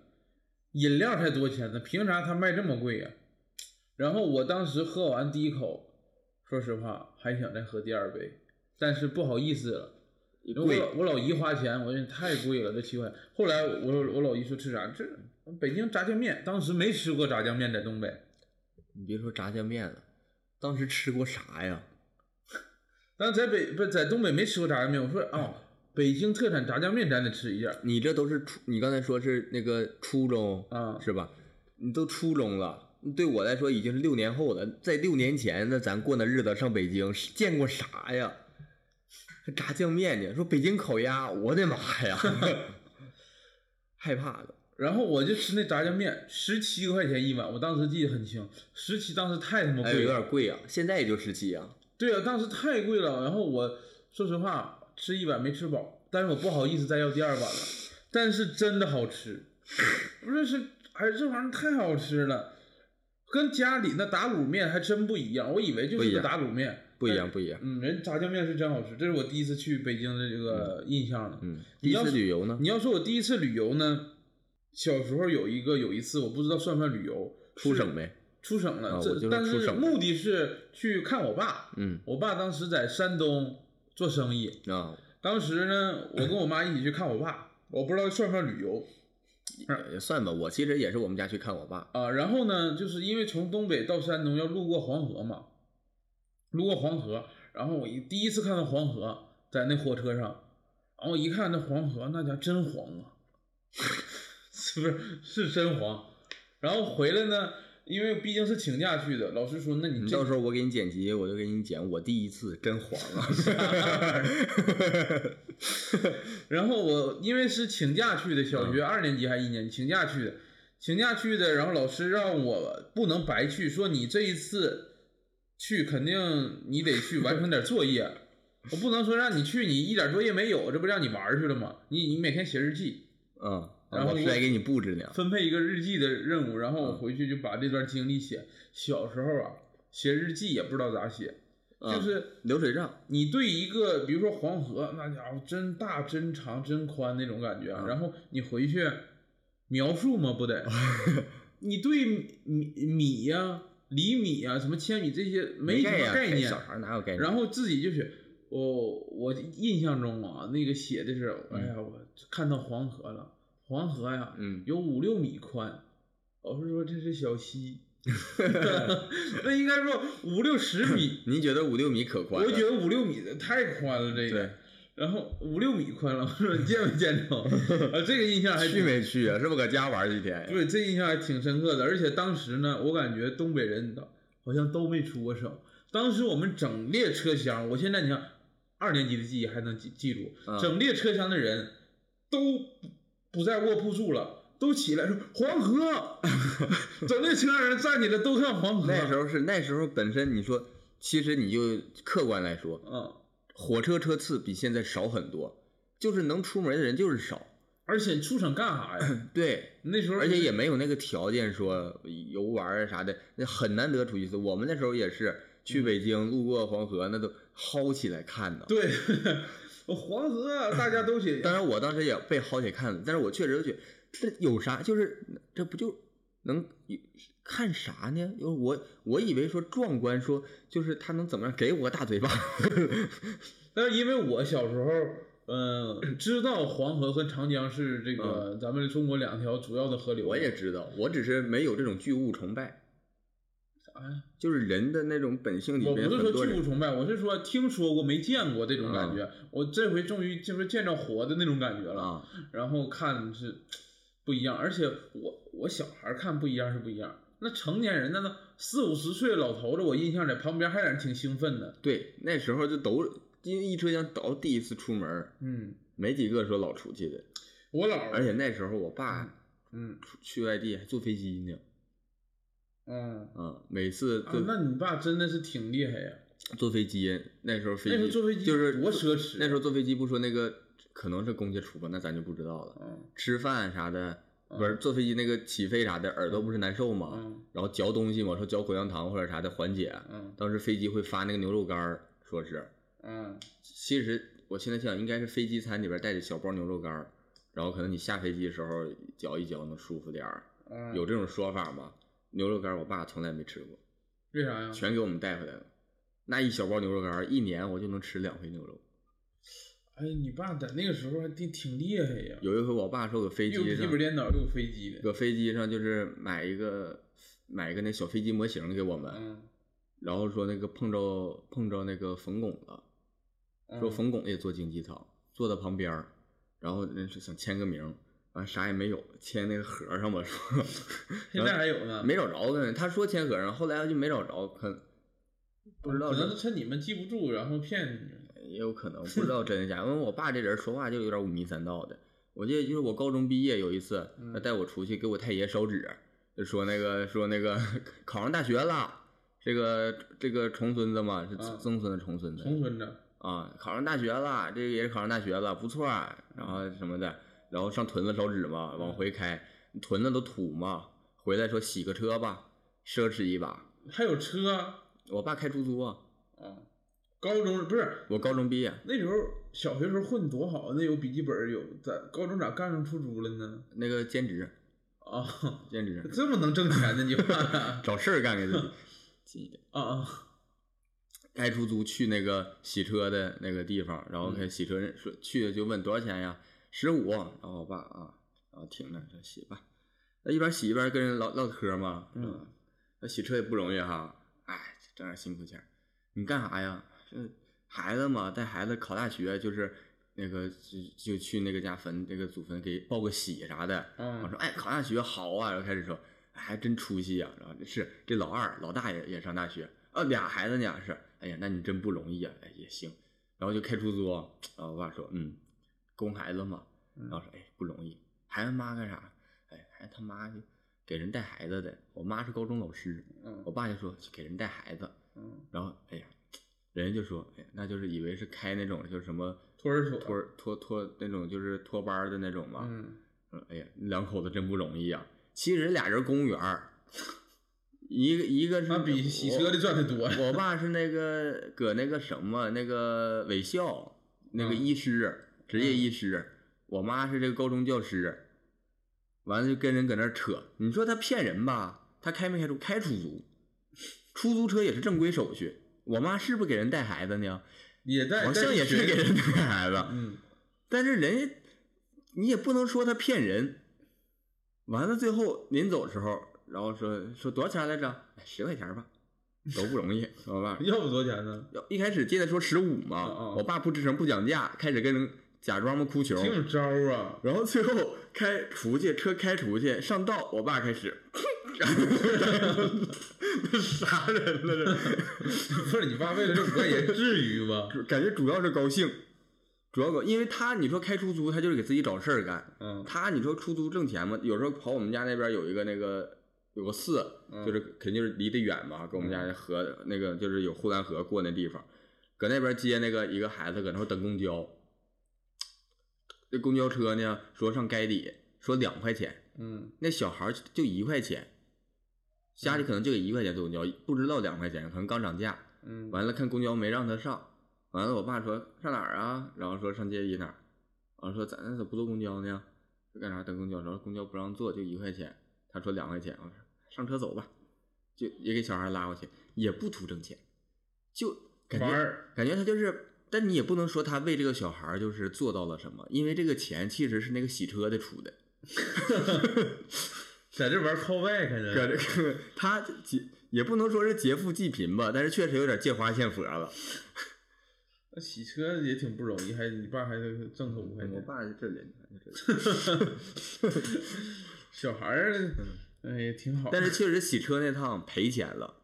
Speaker 1: 饮料才多钱呢，凭啥他卖这么贵呀、然后我当时喝完第一口，说实话还想再喝第二杯，但是不好意思了。因为我
Speaker 5: 贵
Speaker 1: 老我老姨花钱，我说太贵了，这七块钱。后来我我老姨说吃啥？这北京炸酱面，当时没吃过炸酱面，在东北。
Speaker 5: 你别说炸酱面了，当时吃过啥呀？
Speaker 1: 但在北不在东北没吃过炸酱面，我说哦，北京特产炸酱面咱得吃一下
Speaker 5: 你这都是初，你刚才说是那个初中
Speaker 1: 啊。
Speaker 5: 是吧？你都初中了，对我来说已经是六年后了。在六年前，那咱过那日子上北京是见过啥呀？还炸酱面呢，说北京烤鸭，我的妈 呀，害怕了。
Speaker 1: 然后我就吃那炸酱面，十七块钱一碗，我当时记得很清，十七当时太他妈
Speaker 5: 哎，
Speaker 1: 贵
Speaker 5: 有
Speaker 1: 了。
Speaker 5: 点贵啊，现在也就十七啊。
Speaker 1: 对啊，当时太贵了。然后我说实话，吃一碗没吃饱，但是我不好意思再要第二碗了。但是真的好吃，不是是，哎，这玩意儿太好吃了，跟家里那打卤面还真不一样。我以为就
Speaker 5: 不
Speaker 1: 是
Speaker 5: 一
Speaker 1: 个
Speaker 5: 样
Speaker 1: 打卤面，
Speaker 5: 不一样，不一样。
Speaker 1: 嗯，人炸酱面是真好吃，这是我第一次去北京的这个印象了。
Speaker 5: 嗯，
Speaker 1: 你
Speaker 5: 第一
Speaker 1: 要
Speaker 5: 次
Speaker 1: 是
Speaker 5: 旅游呢，
Speaker 1: 你要说我第一次旅游呢，小时候有一个有一次，我不知道算不算旅游，
Speaker 5: 出
Speaker 1: 是
Speaker 5: 省没？
Speaker 1: 出省了，
Speaker 5: 啊我
Speaker 1: 这
Speaker 5: 就说
Speaker 1: 但
Speaker 5: 出
Speaker 1: 是
Speaker 5: 省了
Speaker 1: 目的是去看我爸，
Speaker 5: 嗯
Speaker 1: 我爸当时在山东做生意，
Speaker 5: 啊，
Speaker 1: 当时呢，我跟我妈一起去看我爸，我不知道算不算旅游
Speaker 5: 也算吧。我其实也是我们家去看我爸，
Speaker 1: 啊。然后呢，就是因为从东北到山东要路过黄河嘛，路过黄河，然后我一第一次看到黄河，在那火车上，然后一看那黄河，那家真 黄啊，是不是是真黄？然后回来呢，因为毕竟是请假去的。老师说，那你
Speaker 5: 你
Speaker 1: 嗯这
Speaker 5: 到时候我给你剪辑，我就给你剪我第一次真黄啊！
Speaker 1: 然后我因为是请假去的，小学二年级还一年级请假去的，请假去的。然后老师让我不能白去，说你这一次去肯定你得去完成点作业，我不能说让你去你一点作业没有，这不让你玩儿去了吗？你你每天写日记，
Speaker 5: 嗯，
Speaker 1: 然后
Speaker 5: 我是来给你布置呢。
Speaker 1: 分配一个日记的任务，然后我回去就把这段经历写。小时候啊，写日记也不知道咋写，就
Speaker 5: 嗯
Speaker 1: 是。
Speaker 5: 流水账，
Speaker 1: 你对一个，比如说黄河，那家伙真大、真长、真宽那种感觉，啊
Speaker 5: 嗯
Speaker 1: 然后你回去描述嘛，不 得？你对米米呀、厘米呀、什么千米这些没什
Speaker 5: 概
Speaker 1: 么
Speaker 5: 呀
Speaker 1: 概念啊
Speaker 5: 小，孩哪有概念？
Speaker 1: 然后自己就是，我、我印象中啊，那个写的是，哎呀，我看到黄河了，黄河呀，
Speaker 5: 嗯，
Speaker 1: 有五六米宽，老师说这是小 溪，那应该说五六十米。
Speaker 5: 您觉得五六米可宽了？
Speaker 1: 我觉得五六米的太宽了，这
Speaker 5: 对
Speaker 1: 个。然后五六米宽了，我说你见没见 着？啊，这个印象还
Speaker 5: 去
Speaker 1: 挺
Speaker 5: 没去啊？是不是搁家玩儿一天？
Speaker 1: 对，这印象还挺深刻的。而且当时呢，我感觉东北人好像都没出过省。当时我们整列车厢，我现在你看二年级的记忆还能记记住，
Speaker 5: 嗯
Speaker 1: 整列车厢的人都不不在卧铺住了。都起来说黄河， 整列车厢人站起来都看黄河。
Speaker 5: 那时，候是那时候本身你说，其实你就客观来说，
Speaker 1: 嗯，
Speaker 5: 火车车次比现在少很多，就是能出门的人就是少。
Speaker 1: 而且出省干啥呀？
Speaker 5: 对，
Speaker 1: 那时候
Speaker 5: 而且也没有那个条件说游玩儿啊啥的，那很难得出去一次。我们那时候也是去北京，路过黄河，那都薅起来看的。
Speaker 1: 对， 黄河啊大家都写，
Speaker 5: 当然，我当时也被薅起来看了，但是我确实觉得这有啥，就是这不就能看啥呢？因为我我以为说壮观，说就是他能怎么样给我个大嘴巴，
Speaker 1: 但是因为我小时候，嗯、知道黄河和长江是这个、咱们中国两条主要的河流。
Speaker 5: 嗯我也知道，我只是没有这种巨物崇拜。就是人的那种本性里
Speaker 1: 我不
Speaker 5: 面，
Speaker 1: 是
Speaker 5: 很
Speaker 1: 说
Speaker 5: 多
Speaker 1: 巨物
Speaker 5: 人嗯
Speaker 1: 崇拜，我是说听说过没见过这种感觉。我这回终于就是见着活的那种感觉了，
Speaker 5: 啊，
Speaker 1: 然后看是不一样，而且我我小孩看不一样是不一样。那成年人那那四五十岁的老头子，我印象里旁边还在那挺兴奋的，
Speaker 5: 对，那时候就都因为一车厢都第一次出门儿，
Speaker 1: 嗯，
Speaker 5: 没几个说老出去的。
Speaker 1: 我姥
Speaker 5: 而
Speaker 1: 儿，
Speaker 5: 且那时候我爸
Speaker 1: 嗯
Speaker 5: 出去外地还坐飞机呢，
Speaker 1: 嗯，
Speaker 5: 啊，每次
Speaker 1: 啊
Speaker 5: 坐，
Speaker 1: 那你爸真的是挺厉害呀、
Speaker 5: 坐飞机，那时候飞
Speaker 1: 那时候
Speaker 5: 机
Speaker 1: 坐飞机
Speaker 5: 就是
Speaker 1: 多奢侈啊
Speaker 5: 那时候坐飞机不说那个可能是公家出吧，那咱就不知道了。
Speaker 1: 嗯
Speaker 5: 吃饭啥的，不是坐飞机那个起飞啥的，耳朵不是难受嘛，
Speaker 1: 嗯
Speaker 5: 然后嚼东西嘛，说嚼口香糖或者啥的缓解。
Speaker 1: 嗯
Speaker 5: 当时飞机会发那个牛肉干儿，说是，
Speaker 1: 嗯，
Speaker 5: 其实我现在想，应该是飞机餐里边带着小包牛肉干儿，然后可能你下飞机的时候嚼一嚼能舒服点儿，
Speaker 1: 嗯
Speaker 5: 有这种说法吗？牛肉干儿我爸从来没吃过，
Speaker 1: 为啥呀？
Speaker 5: 全给我们带回来了。那一小包牛肉干儿，一年我就能吃两回牛肉。
Speaker 1: 哎，你爸在那个时候还挺挺厉害呀，
Speaker 5: 有一回我爸说搁飞
Speaker 1: 又
Speaker 5: 机
Speaker 1: 屁
Speaker 5: 上
Speaker 1: 股，颠倒又飞机的，
Speaker 5: 搁飞机上就是买一个买一个那小飞机模型给我们，
Speaker 1: 嗯，
Speaker 5: 然后说那个碰着碰着那个冯巩了，
Speaker 1: 嗯
Speaker 5: 说冯巩也坐经济舱，坐在旁边儿，然后人是想签个名，完啥也没有，签那个盒儿上 吧，说
Speaker 1: 现在还有呢，
Speaker 5: 没找着呢。他说签盒儿上，后来就没找着，可不知道
Speaker 1: 可能是
Speaker 5: 真，
Speaker 1: 趁你们记不住，然后骗你们，
Speaker 5: 也有可能不知道真假，因为我爸这人说话就有点五迷三道的。我记得就是我高中毕业有一次，他带我出去给我太爷烧纸，就说那个说那个考上大学了，这个这个重孙子嘛是
Speaker 1: 啊
Speaker 5: 曾孙子重孙子，
Speaker 1: 重孙子，
Speaker 5: 啊，考上大学了，这个也是考上大学了，不错啊，然后什么的，然后上屯子烧纸嘛，往回开，屯子都土嘛，回来说洗个车吧，奢侈一把。
Speaker 1: 还有车，
Speaker 5: 我爸开出租啊，
Speaker 1: 啊，高中不是
Speaker 5: 我高中毕业，
Speaker 1: 那时候小学时候混多好，那有笔记本儿有，在高中咋干上出租了呢？
Speaker 5: 那个兼职，
Speaker 1: 啊，
Speaker 5: 兼职
Speaker 1: 这么能挣钱呢你爸 啊
Speaker 5: 找事儿干给自己近一点。
Speaker 1: 啊，
Speaker 5: 开出租去那个洗车的那个地方，然后开洗车人说去就问多少钱呀？十五。然后我爸啊，然后停那儿说洗吧。那一边洗一边跟人唠唠嗑嘛。啊
Speaker 1: 嗯。
Speaker 5: 那洗车也不容易哈，哎，挣点辛苦钱儿。你干啥呀？这孩子嘛，带孩子考大学就是那个就就去那个家坟那个祖坟给报个喜啥的。
Speaker 1: 嗯
Speaker 5: 我说哎，考大学好啊，然后开始说，还真出息呀、然后是这老二老大也也上大学啊，俩孩子呢是，哎呀，那你真不容易啊，哎也行，然后就开出租啊，我爸说嗯，供孩子嘛，
Speaker 7: 嗯
Speaker 5: 然后说哎不容易，孩子妈干啥？哎，孩子他妈就给人带孩子的，我妈是高中老师，
Speaker 7: 嗯
Speaker 5: 我爸就说给人带孩子，
Speaker 7: 嗯，
Speaker 5: 然后哎呀，人家就说，哎，那就是以为是开那种就是什么
Speaker 7: 托儿所
Speaker 5: 托儿托托那种就是托班儿的那种嘛。
Speaker 7: 嗯，
Speaker 5: 说哎呀，两口子真不容易啊。其实俩人公务员儿，一个一个是
Speaker 1: 那比洗车的赚的多呀。
Speaker 5: 我，我爸是那个搁那个什么那个伪校那个
Speaker 1: 嗯
Speaker 5: 医师，职业医师。我妈是这个高中教师，完了就跟人搁那儿扯。你说他骗人吧？他开没开出开出租，出租车也是正规手续。我妈是不是给人带孩子呢？
Speaker 1: 也在
Speaker 5: 好像也是给人带孩子。
Speaker 1: 嗯，
Speaker 5: 但是人家你也不能说他骗人。完了，最后临走的时候，然后说说多少钱来着？哎十块钱吧，都不容易，我爸
Speaker 1: 要不多少钱呢？
Speaker 5: 一开始进来说十五
Speaker 1: 嗯
Speaker 5: 嘛
Speaker 1: 嗯，
Speaker 5: 我爸不吱声不讲价，开始跟人假装嘛哭穷
Speaker 1: 挺，有招儿 啊！
Speaker 5: 然后最后开出去，车开出去上道，我爸开始，啥人了
Speaker 1: 不是你爸为了这五块钱，至于吗？
Speaker 5: 这？感觉主要是高兴，主要高，因为他你说开出租，他就是给自己找事儿干，
Speaker 1: 嗯
Speaker 5: 他你说出租挣钱吗？有时候跑我们家那边有一个那个有个寺，就是肯定就是离得远嘛，跟我们家河、那个就是有护栏河过那地方，搁那边接那个一个孩子搁那块等公交，那公交车呢说上该里说两块钱，
Speaker 1: 嗯，
Speaker 5: 那小孩儿就一块钱，家里可能就给一块钱坐公交，不知道两块钱，可能刚涨价。
Speaker 1: 嗯，
Speaker 5: 完了看公交没让他上，完了我爸说上哪儿啊？然后说上街一那儿，完了说咱那咋不坐公交呢？说干啥等公交？然后公交不让坐，就一块钱。他说两块钱，我说上车走吧，就也给小孩拉过去，也不图挣钱，就感
Speaker 1: 玩
Speaker 5: 觉
Speaker 1: 儿
Speaker 5: 感觉他就是，但你也不能说他为这个小孩就是做到了什么，因为这个钱其实是那个洗车的出的。
Speaker 1: 在这玩 callback
Speaker 5: 搁
Speaker 1: 呢。
Speaker 5: 这个 他劫也不能说是劫富济贫吧，但是确实有点借花献佛了。
Speaker 1: 那洗车也挺不容易，还你爸还挣他五块
Speaker 5: 我
Speaker 1: 钱。
Speaker 5: 爸这人，这人
Speaker 1: 小孩儿，哎呀，挺好。
Speaker 5: 嗯但是确实洗车那趟赔钱了，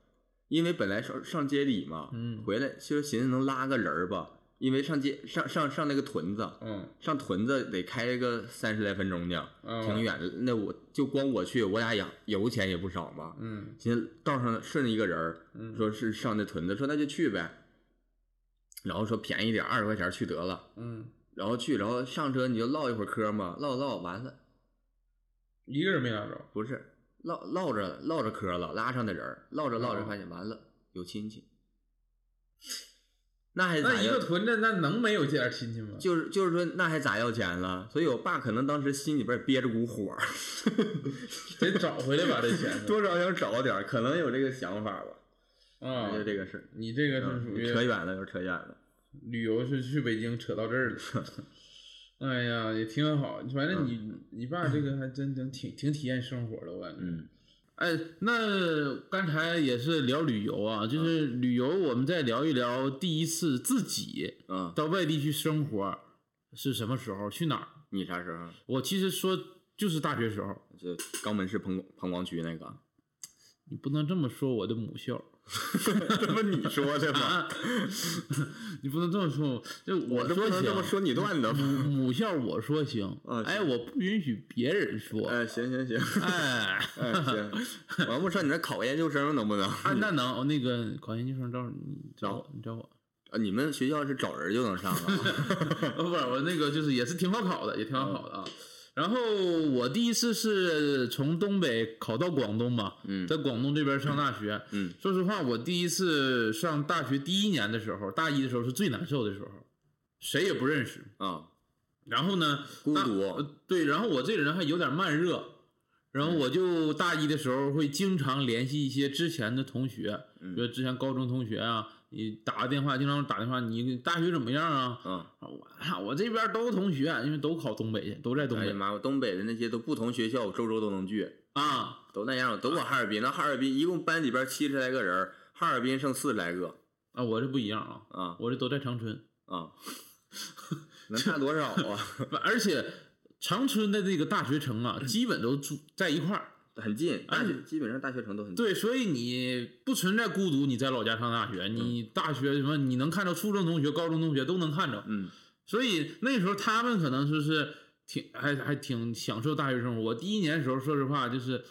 Speaker 5: 因为本来上上街里嘛，
Speaker 1: 嗯
Speaker 5: 回来其实寻思能拉个人儿吧，因为上街上上上那个屯子，
Speaker 1: 嗯，
Speaker 5: 上屯子得开个三十来分钟呢，
Speaker 1: 嗯
Speaker 5: 挺远的。那我就光我去，我俩养油钱也不少嘛。
Speaker 1: 嗯
Speaker 5: 寻思道上顺着一个人儿，
Speaker 1: 嗯
Speaker 5: 说是上那屯子，说那就去呗，然后说便宜点二十块钱去得了，
Speaker 1: 嗯，
Speaker 5: 然后去，然后上车你就唠一会儿嗑嘛，唠唠完了。
Speaker 1: 一个人没拉着。
Speaker 5: 不是唠唠着唠着嗑了，拉上的人儿唠着
Speaker 1: 哦
Speaker 5: 唠着发现完了有亲戚，那还咋
Speaker 1: 那一
Speaker 5: 要
Speaker 1: 个？屯子，那能没有这点亲戚吗？
Speaker 5: 就是就是说，那还咋要钱了？所以我爸可能当时心里边憋着股火儿，
Speaker 1: 得找 回来吧，这钱 呢
Speaker 5: 多少想找点儿，可能有这个想法吧。
Speaker 1: 啊
Speaker 5: 就。这个事儿，
Speaker 1: 你这个是属
Speaker 5: 嗯
Speaker 1: 于
Speaker 5: 扯远了，又扯远了。
Speaker 1: 旅游是去北京扯到这儿 了。哎呀，也挺好，反正你、你爸这个还真真挺挺体验生活的，我感觉。
Speaker 5: 嗯
Speaker 1: 哎，那刚才也是聊旅游啊，就是旅游，我们再聊一聊第一次自己
Speaker 5: 啊，
Speaker 1: 到外地去生活是什么时候，去哪儿？
Speaker 5: 你啥时候？
Speaker 1: 我其实说就是大学时候，
Speaker 5: 就肛门市彭彭广区 那个？
Speaker 1: 你不能这么说我的母校，
Speaker 5: 这不你说的吗？
Speaker 1: 你不能这么说，就
Speaker 5: 啊我
Speaker 1: 我
Speaker 5: 这不
Speaker 1: 说
Speaker 5: 能这么
Speaker 1: 行，
Speaker 5: 说你段 子吗？
Speaker 1: 母校我说行
Speaker 5: 啊，
Speaker 1: 哎，
Speaker 5: 行
Speaker 1: 我不允许别人说，
Speaker 5: 哎，行行行，
Speaker 1: 哎，
Speaker 5: 哎行，嗯王木上你这考研究生能不 能？
Speaker 1: 啊，那能，那个考研究生找你找
Speaker 5: 找
Speaker 1: 我，你找 我，
Speaker 5: 啊，你们学校是找人就能 上啊？
Speaker 1: 呃，不是我那个就是也是挺好考的，也挺好考的
Speaker 5: 嗯
Speaker 1: 啊。然后我第一次是从东北考到广东嘛，
Speaker 5: 嗯
Speaker 1: 在广东这边上大学。
Speaker 5: 嗯
Speaker 1: 说实话，我第一次上大学第一年的时候，大一的时候是最难受的时候，谁也不认识。
Speaker 5: 啊，
Speaker 1: 然后呢，
Speaker 5: 孤
Speaker 1: 大
Speaker 5: 独啊嗯
Speaker 1: 呃对，然后我这个人还有点慢热，然后我就大一的时候会经常联系一些之前的同学，
Speaker 5: 嗯
Speaker 1: 比如之前高中同学啊，你打个电话，经常打电话，你大学怎么样啊？
Speaker 5: 嗯，
Speaker 1: 啊我啊我这边都同学，因为都考东北去，都在东
Speaker 5: 哎
Speaker 1: 北、
Speaker 5: 呀妈，我东北的那些都不同学校，我周周都能聚，
Speaker 1: 啊。
Speaker 5: 都那样，都搁哈尔滨。那哈尔滨一共班里边七十来个人，哈尔滨剩四十来个
Speaker 1: 啊，我这不一样啊，
Speaker 5: 啊
Speaker 1: 我这都在长 春，
Speaker 5: 啊，能差多少啊？
Speaker 1: 不而且长春的这个大学城啊，基本都住在一块儿，
Speaker 5: 很近，大学基本上大学城都很近。
Speaker 1: 对，所以你不存在孤独。你在老家上大
Speaker 5: 嗯
Speaker 1: 学，你大学什么，你能看着初中同学、高中同学都能看着。
Speaker 5: 嗯，
Speaker 1: 所以那时候他们可能说是挺还还挺享受大学生活。我第一年的时候，说实话就是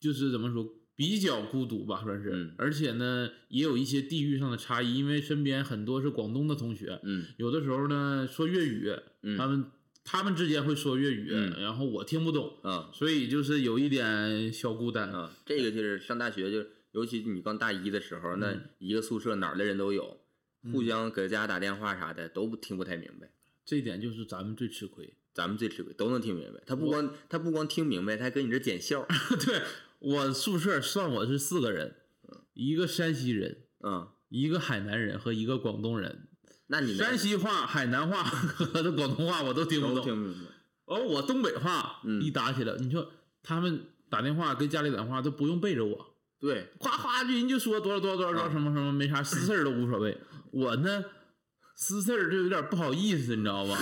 Speaker 1: 就是怎么说，比较孤独吧，算是。
Speaker 5: 嗯
Speaker 1: 而且呢，也有一些地域上的差异，因为身边很多是广东的同学，
Speaker 5: 嗯
Speaker 1: 有的时候呢说粤语，
Speaker 5: 嗯
Speaker 1: 他们他们之间会说粤语，
Speaker 5: 嗯
Speaker 1: 然后我听不懂。
Speaker 5: 啊
Speaker 1: 所以就是有一点小孤单，
Speaker 5: 啊，这个就是上大学就，尤其你刚大一的时候，那
Speaker 1: 嗯
Speaker 5: 一个宿舍哪儿的人都有，互相搁家打电话啥的都不听不太明白。
Speaker 1: 这一点就是咱们最吃亏。
Speaker 5: 咱们最吃亏，都能听明白。他不光他不光听明白，他还跟你这捡笑。
Speaker 1: 对我宿舍算我是四个人，一个山西人，
Speaker 5: 嗯，
Speaker 1: 一个海南人和一个广东人。
Speaker 5: 那你们
Speaker 1: 山西话、海南话和这广东话我都听不
Speaker 5: 都
Speaker 1: 懂，
Speaker 5: 听明白。
Speaker 1: 而我东北话
Speaker 5: 嗯
Speaker 1: 一打起来，你说他们打电话跟家里打电话都不用背着我，
Speaker 5: 对，
Speaker 1: 夸夸就人就说多少多少多少多
Speaker 5: 嗯
Speaker 1: 少什么什么没啥私事儿都无所谓。我呢私事儿就有点不好意思，你知道吧？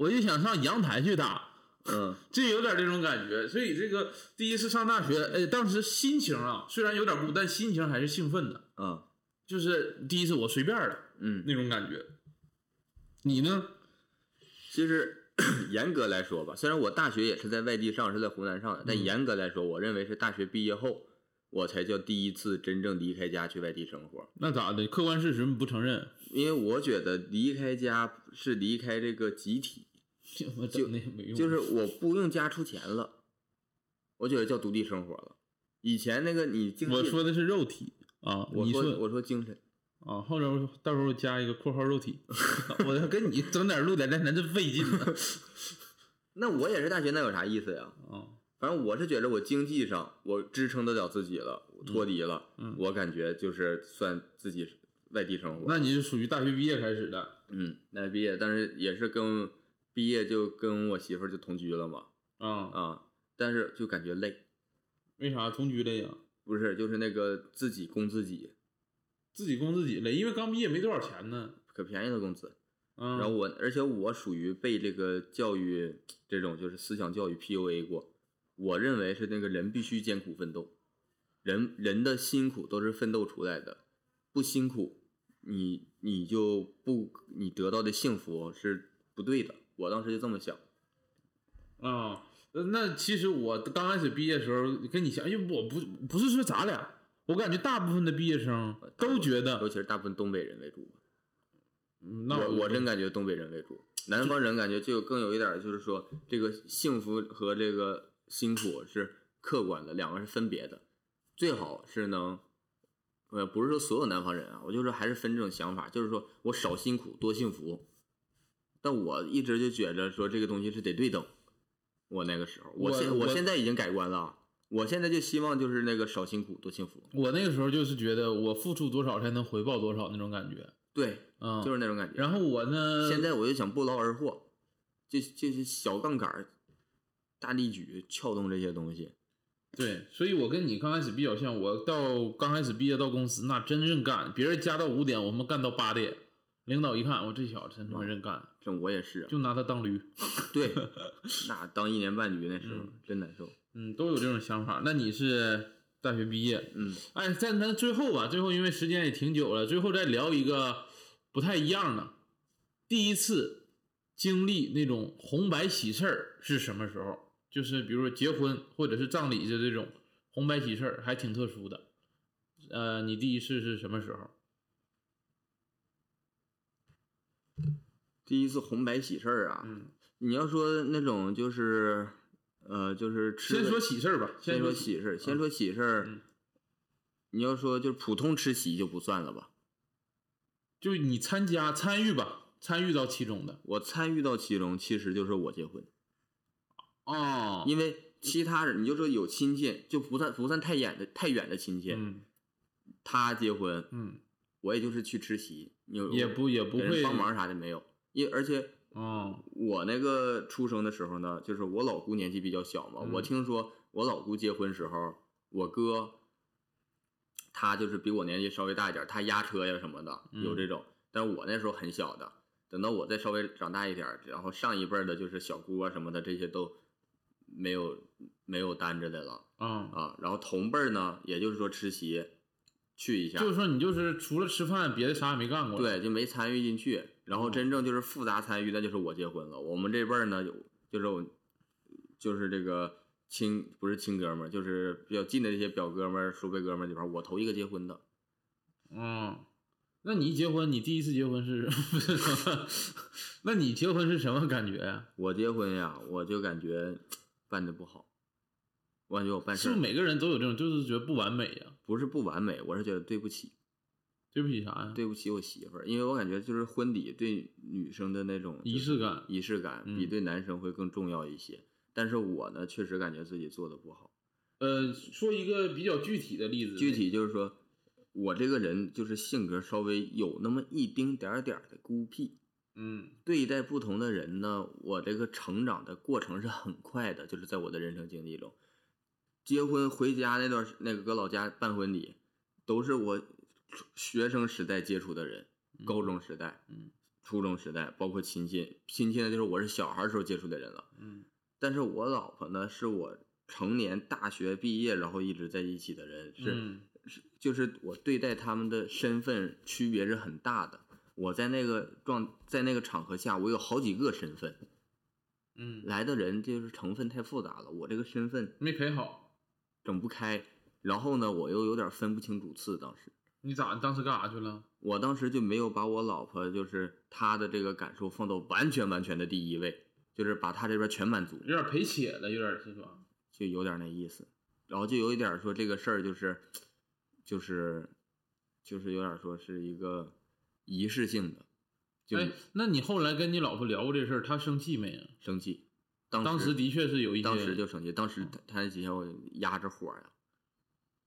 Speaker 1: 我就想上阳台去打。
Speaker 5: 嗯
Speaker 1: 就有点这种感觉。所以这个第一次上大学，哎，当时心情啊，虽然有点孤，但心情还是兴奋的，
Speaker 5: 嗯
Speaker 1: 就是第一次我随便了
Speaker 5: 嗯，
Speaker 1: 那种感觉。你呢？
Speaker 5: 其实 严格来说吧，虽然我大学也是在外地上，是在湖南上的，但
Speaker 1: 嗯
Speaker 5: 严格来说，我认为是大学毕业后，我才叫第一次真正离开家去外地生活。
Speaker 1: 那咋的？客观事实你不承认，
Speaker 5: 因为我觉得离开家是离开这个集体，
Speaker 1: 我整那也没用。
Speaker 5: 就是我不用家出钱了，我觉得叫独立生活了。以前那个你经济，
Speaker 1: 我说的是肉体啊，
Speaker 5: 我
Speaker 1: 你
Speaker 5: 说
Speaker 1: 说
Speaker 5: 我说精神，
Speaker 1: 啊，后边我到时候加一个括号肉 体，我要跟你整点露点咱咱这费劲呢。
Speaker 5: 那我也是大学，那有啥意思呀？
Speaker 1: 啊，
Speaker 5: 反正我是觉得我经济上我支撑得了自己了，我脱离了，
Speaker 1: 嗯
Speaker 5: 我感觉就是算自己外地生活。
Speaker 1: 那你是属于大学毕业开始的
Speaker 5: 嗯，那毕业，但是也是跟毕业就跟我媳妇儿就同居了嘛，
Speaker 1: 啊？
Speaker 5: 啊，但是就感觉累，
Speaker 1: 为啥同居了呀？
Speaker 5: 不是就是那个自己供自己，
Speaker 1: 自己供自己了，因为刚毕业没多少钱呢。
Speaker 5: 可便宜的工资。
Speaker 1: 嗯，
Speaker 5: 然后我，而且我属于被这个教育这种就是思想教育 PUA 过，我认为是那个人必须艰苦奋斗，人人的辛苦都是奋斗出来的，不辛苦你你就不你得到的幸福是不对的。我当时就这么想，
Speaker 1: 啊、呃那其实我刚开始毕业的时候跟你想，因哎为我不不是说咱俩，我感觉大部分的毕业生都觉
Speaker 5: 尤
Speaker 1: 得，
Speaker 5: 其是大部分东北人为主吧。
Speaker 1: 嗯那
Speaker 5: 我我
Speaker 1: 真
Speaker 5: 真感觉东北人为主，南方人感觉就更有一点儿就是说这个幸福和这个辛苦是客观的，两个是分别的，最好是能，呃，不是说所有南方人啊，我就是还是分这种想法，就是说我少辛苦多幸福，但我一直就觉着说这个东西是得对等，我那个时候，我
Speaker 1: 我
Speaker 5: 现
Speaker 1: 我
Speaker 5: 我现在已经改观了啊，我现在就希望就是那个少辛苦多幸福，
Speaker 1: 我那个时候就是觉得我付出多少才能回报多少那种感觉，
Speaker 5: 对，
Speaker 1: 嗯，
Speaker 5: 就是那种感觉。
Speaker 1: 然后我呢，
Speaker 5: 现在我就想不劳而获，就就是小杠杆儿、大力举、撬动这些东西。
Speaker 1: 对，所以我跟你刚开始比较像，我到刚开始毕业到公司那真正干，别人加到五点，我们干到八点，领导一看我这小子真他妈认干，
Speaker 5: 这我也是啊，
Speaker 1: 就拿他当驴，
Speaker 5: 对， 那当一年半驴那时候、
Speaker 1: 嗯
Speaker 5: 真难受。
Speaker 1: 嗯，都有这种想法。那你是大学毕业，
Speaker 5: 嗯，
Speaker 1: 哎，但咱最后吧，最后因为时间也挺久了，最后再聊一个不太一样的。第一次经历那种红白喜事儿是什么时候？就是比如说结婚或者是葬礼的这种红白喜事儿，还挺特殊的。呃，你第一次是什么时候？
Speaker 5: 第一次红白喜事儿啊，
Speaker 1: 嗯，
Speaker 5: 你要说那种就是，呃，就是吃
Speaker 1: 先
Speaker 5: 个
Speaker 1: 说喜事儿吧，
Speaker 5: 先
Speaker 1: 说
Speaker 5: 说喜事儿，先
Speaker 1: 嗯
Speaker 5: 说喜事儿。
Speaker 1: 嗯
Speaker 5: 你要说就是普通吃席就不算了吧，
Speaker 1: 就你参加参与吧，参与到其中的
Speaker 5: 我参与到其中，其实就是我结婚，
Speaker 1: 哦，
Speaker 5: 因为其他人你就说有亲戚，就不算不算太远的太远的亲戚，
Speaker 1: 嗯
Speaker 5: 他结婚，
Speaker 1: 嗯，
Speaker 5: 我也就是去吃席，你
Speaker 1: 也不也不
Speaker 5: 给人
Speaker 1: 会
Speaker 5: 帮忙啥的没有，因而且
Speaker 1: 哦，
Speaker 5: 我那个出生的时候呢，就是我老姑年纪比较小嘛，
Speaker 1: 嗯
Speaker 5: 我听说我老姑结婚时候，我哥他就是比我年纪稍微大一点，他压车呀什么的
Speaker 1: 嗯
Speaker 5: 有这种，但我那时候很小的，等到我再稍微长大一点，然后上一辈儿的就是小姑啊什么的这些都没有没有单着的了
Speaker 1: 嗯，
Speaker 5: 啊。然后同辈儿呢，也就是说吃席去一下，
Speaker 1: 就是说你就是除了吃饭，别的啥也没干过。，
Speaker 5: 对，就没参与进去。然
Speaker 1: 嗯
Speaker 5: 后真正就是复杂参与，那就是我结婚了。我们这辈儿呢，有就是我就是这个亲不是亲哥们儿，就是比较近的这些表哥们儿、叔伯哥们儿里边儿，我头一个结婚的。
Speaker 1: 嗯，那你一结婚，你第一次结婚是？不 是那你结婚是什么感觉呀、
Speaker 5: 我结婚呀，我就感觉办的不好，我感觉我办事
Speaker 1: 是
Speaker 5: 儿
Speaker 1: 不是每个人都有这种，就是觉得不完美呀、
Speaker 5: 不是不完美，我是觉得对不起，
Speaker 1: 对不起啥呀？
Speaker 5: 对不起我媳妇儿，因为我感觉就是婚礼对女生的那种
Speaker 1: 仪
Speaker 5: 就是
Speaker 1: 式感
Speaker 5: 仪式感比
Speaker 1: 嗯
Speaker 5: 对男生会更重要一些。但是我呢，确实感觉自己做的不好。
Speaker 1: 呃，说一个比较具体的例子，
Speaker 5: 具体就是说，我这个人就是性格稍微有那么一丁点儿点儿的孤僻。
Speaker 1: 嗯
Speaker 5: 对待不同的人呢，我这个成长的过程是很快的，就是在我的人生经历中，结婚回家那段时那个搁老家办婚礼，都是我学生时代接触的人，高中时代、
Speaker 1: 嗯
Speaker 5: 初中时代，包括亲戚，亲戚呢就是我是小孩儿时候接触的人了。
Speaker 1: 嗯
Speaker 5: 但是我老婆呢，是我成年大学毕业然后一直在一起的人，是、
Speaker 1: 嗯
Speaker 5: 是就是我对待他们的身份区别是很大的。我在那个状在那个场合下，我有好几个身份，
Speaker 1: 嗯，
Speaker 5: 来的人就是成分太复杂了，我这个身份
Speaker 1: 没陪好，
Speaker 5: 整不开，然后呢，我又有点分不清主次，当时。
Speaker 1: 你咋当时干啥去了？
Speaker 5: 我当时就没有把我老婆就是她的这个感受放到完全完全的第一位，就是把她这边全满足。
Speaker 1: 有点陪且了，有点是吧？
Speaker 5: 就有点那意思，然后就有一点说这个事儿就是，就是，就是有点说是一个仪式性的，就
Speaker 1: 哎，那你后来跟你老婆聊过这事儿，她生气没啊？
Speaker 5: 生气。当
Speaker 1: 当
Speaker 5: 时
Speaker 1: 时的确是有一些，
Speaker 5: 当时就生气，当时他他那几天我压着火呀、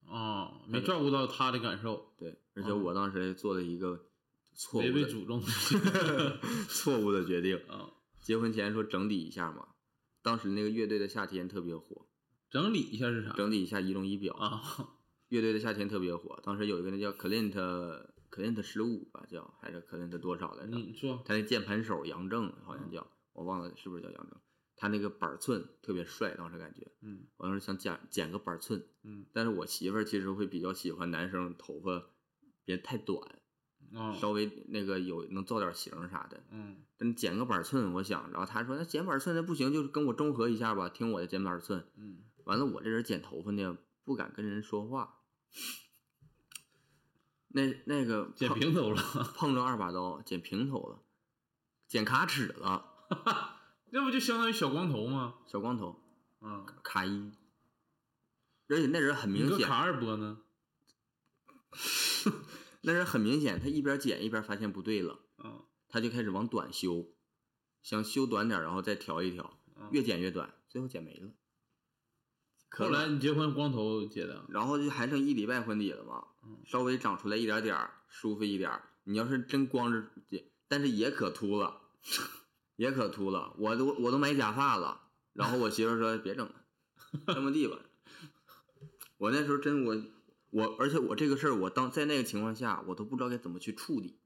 Speaker 1: 啊、没照顾到她的感受，
Speaker 5: 对，而且我当时也做了一个错误
Speaker 1: 啊违背
Speaker 5: 的
Speaker 1: 祖宗。
Speaker 5: 错误的决定。
Speaker 1: 啊，
Speaker 5: 结婚前说整理一下嘛，当时那个乐队的夏天特别火，
Speaker 1: 整理一下是啥？
Speaker 5: 整理一下仪容仪表
Speaker 1: 啊，
Speaker 5: 乐队的夏天特别火，当时有一个那叫 Clint Clint 十五吧，叫还是 Clint 多少来着？
Speaker 1: 你说，
Speaker 5: 他那键盘手杨正好像叫，我忘了是不是叫杨正。他那个板寸特别帅，当时感觉，
Speaker 1: 嗯
Speaker 5: 我当时想剪剪个板寸，
Speaker 1: 嗯
Speaker 5: 但是我媳妇儿其实会比较喜欢男生头发别太短，
Speaker 1: 啊，
Speaker 5: 稍微那个有能造点型啥的。
Speaker 1: 嗯
Speaker 5: 但剪个板寸，我想，然后他说那剪板寸那不行，就是跟我中和一下吧，听我的剪板寸。
Speaker 1: 嗯，
Speaker 5: 完了，我这人剪头发呢，不敢跟人说话。那那个
Speaker 1: 剪
Speaker 5: 碰
Speaker 1: 平头了，
Speaker 5: 碰着二把刀，剪平头了，剪卡尺了，
Speaker 1: 那不就相当于小光头吗？
Speaker 5: 小光头
Speaker 1: 啊，
Speaker 5: 卡一。而且那人很
Speaker 1: 你
Speaker 5: 明
Speaker 1: 搁
Speaker 5: 显
Speaker 1: 卡，二播呢？
Speaker 5: 那人很明显，他一边剪一边发现不对了，
Speaker 1: 啊
Speaker 5: 他就开始往短修，想修短点，然后再调一调，
Speaker 1: 啊，
Speaker 5: 越剪越短，最后剪没了。可
Speaker 1: 后来
Speaker 5: 了
Speaker 1: 你结婚光头结的，
Speaker 5: 然后就还剩一礼拜婚礼了嘛，
Speaker 1: 嗯
Speaker 5: 稍微长出来一点点儿，舒服一点儿。你要是真光着也，但是也可秃了， 也可秃了。我都我都买假发了，然后我媳妇儿说别整了，这么地吧。我那时候真我我，而且我这个事儿，我当在那个情况下，我都不知道该怎么去处理。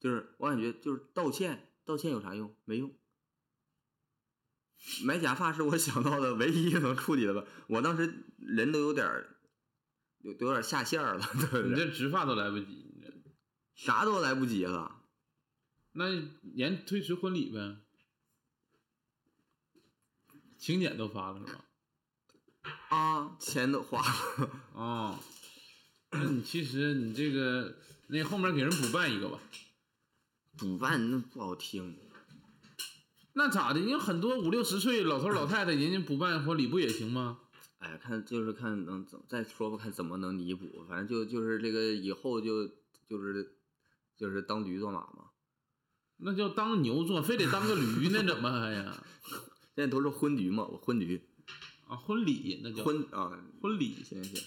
Speaker 5: 就是我感觉就是道歉，道歉有啥用？没用。买假发是我想到的唯一能处理的吧。我当时人都有点儿有都有点下线儿了，对不
Speaker 1: 你
Speaker 5: 对？
Speaker 1: 这植发都来不及，你这
Speaker 5: 啥都来不及了。
Speaker 1: 那延推迟婚礼呗，请柬都发了是吧？
Speaker 5: 啊，钱都花了，
Speaker 1: 哦，那你其实你这个那后面给人补办一个吧。
Speaker 5: 补办那不好听。
Speaker 1: 那咋的？人家很多五六十岁老头老太太，人家补办婚礼不也行吗？
Speaker 5: 哎，看就是看能怎么再说吧，看怎么能弥补。反正就就是这个以后就就是就是当驴做马嘛。
Speaker 1: 那叫当牛做，非得当个驴呢？怎么还呀？
Speaker 5: 现在都是婚驴嘛，我婚驴
Speaker 1: 啊，婚礼那叫
Speaker 5: 婚啊，
Speaker 1: 婚礼。
Speaker 5: 行行，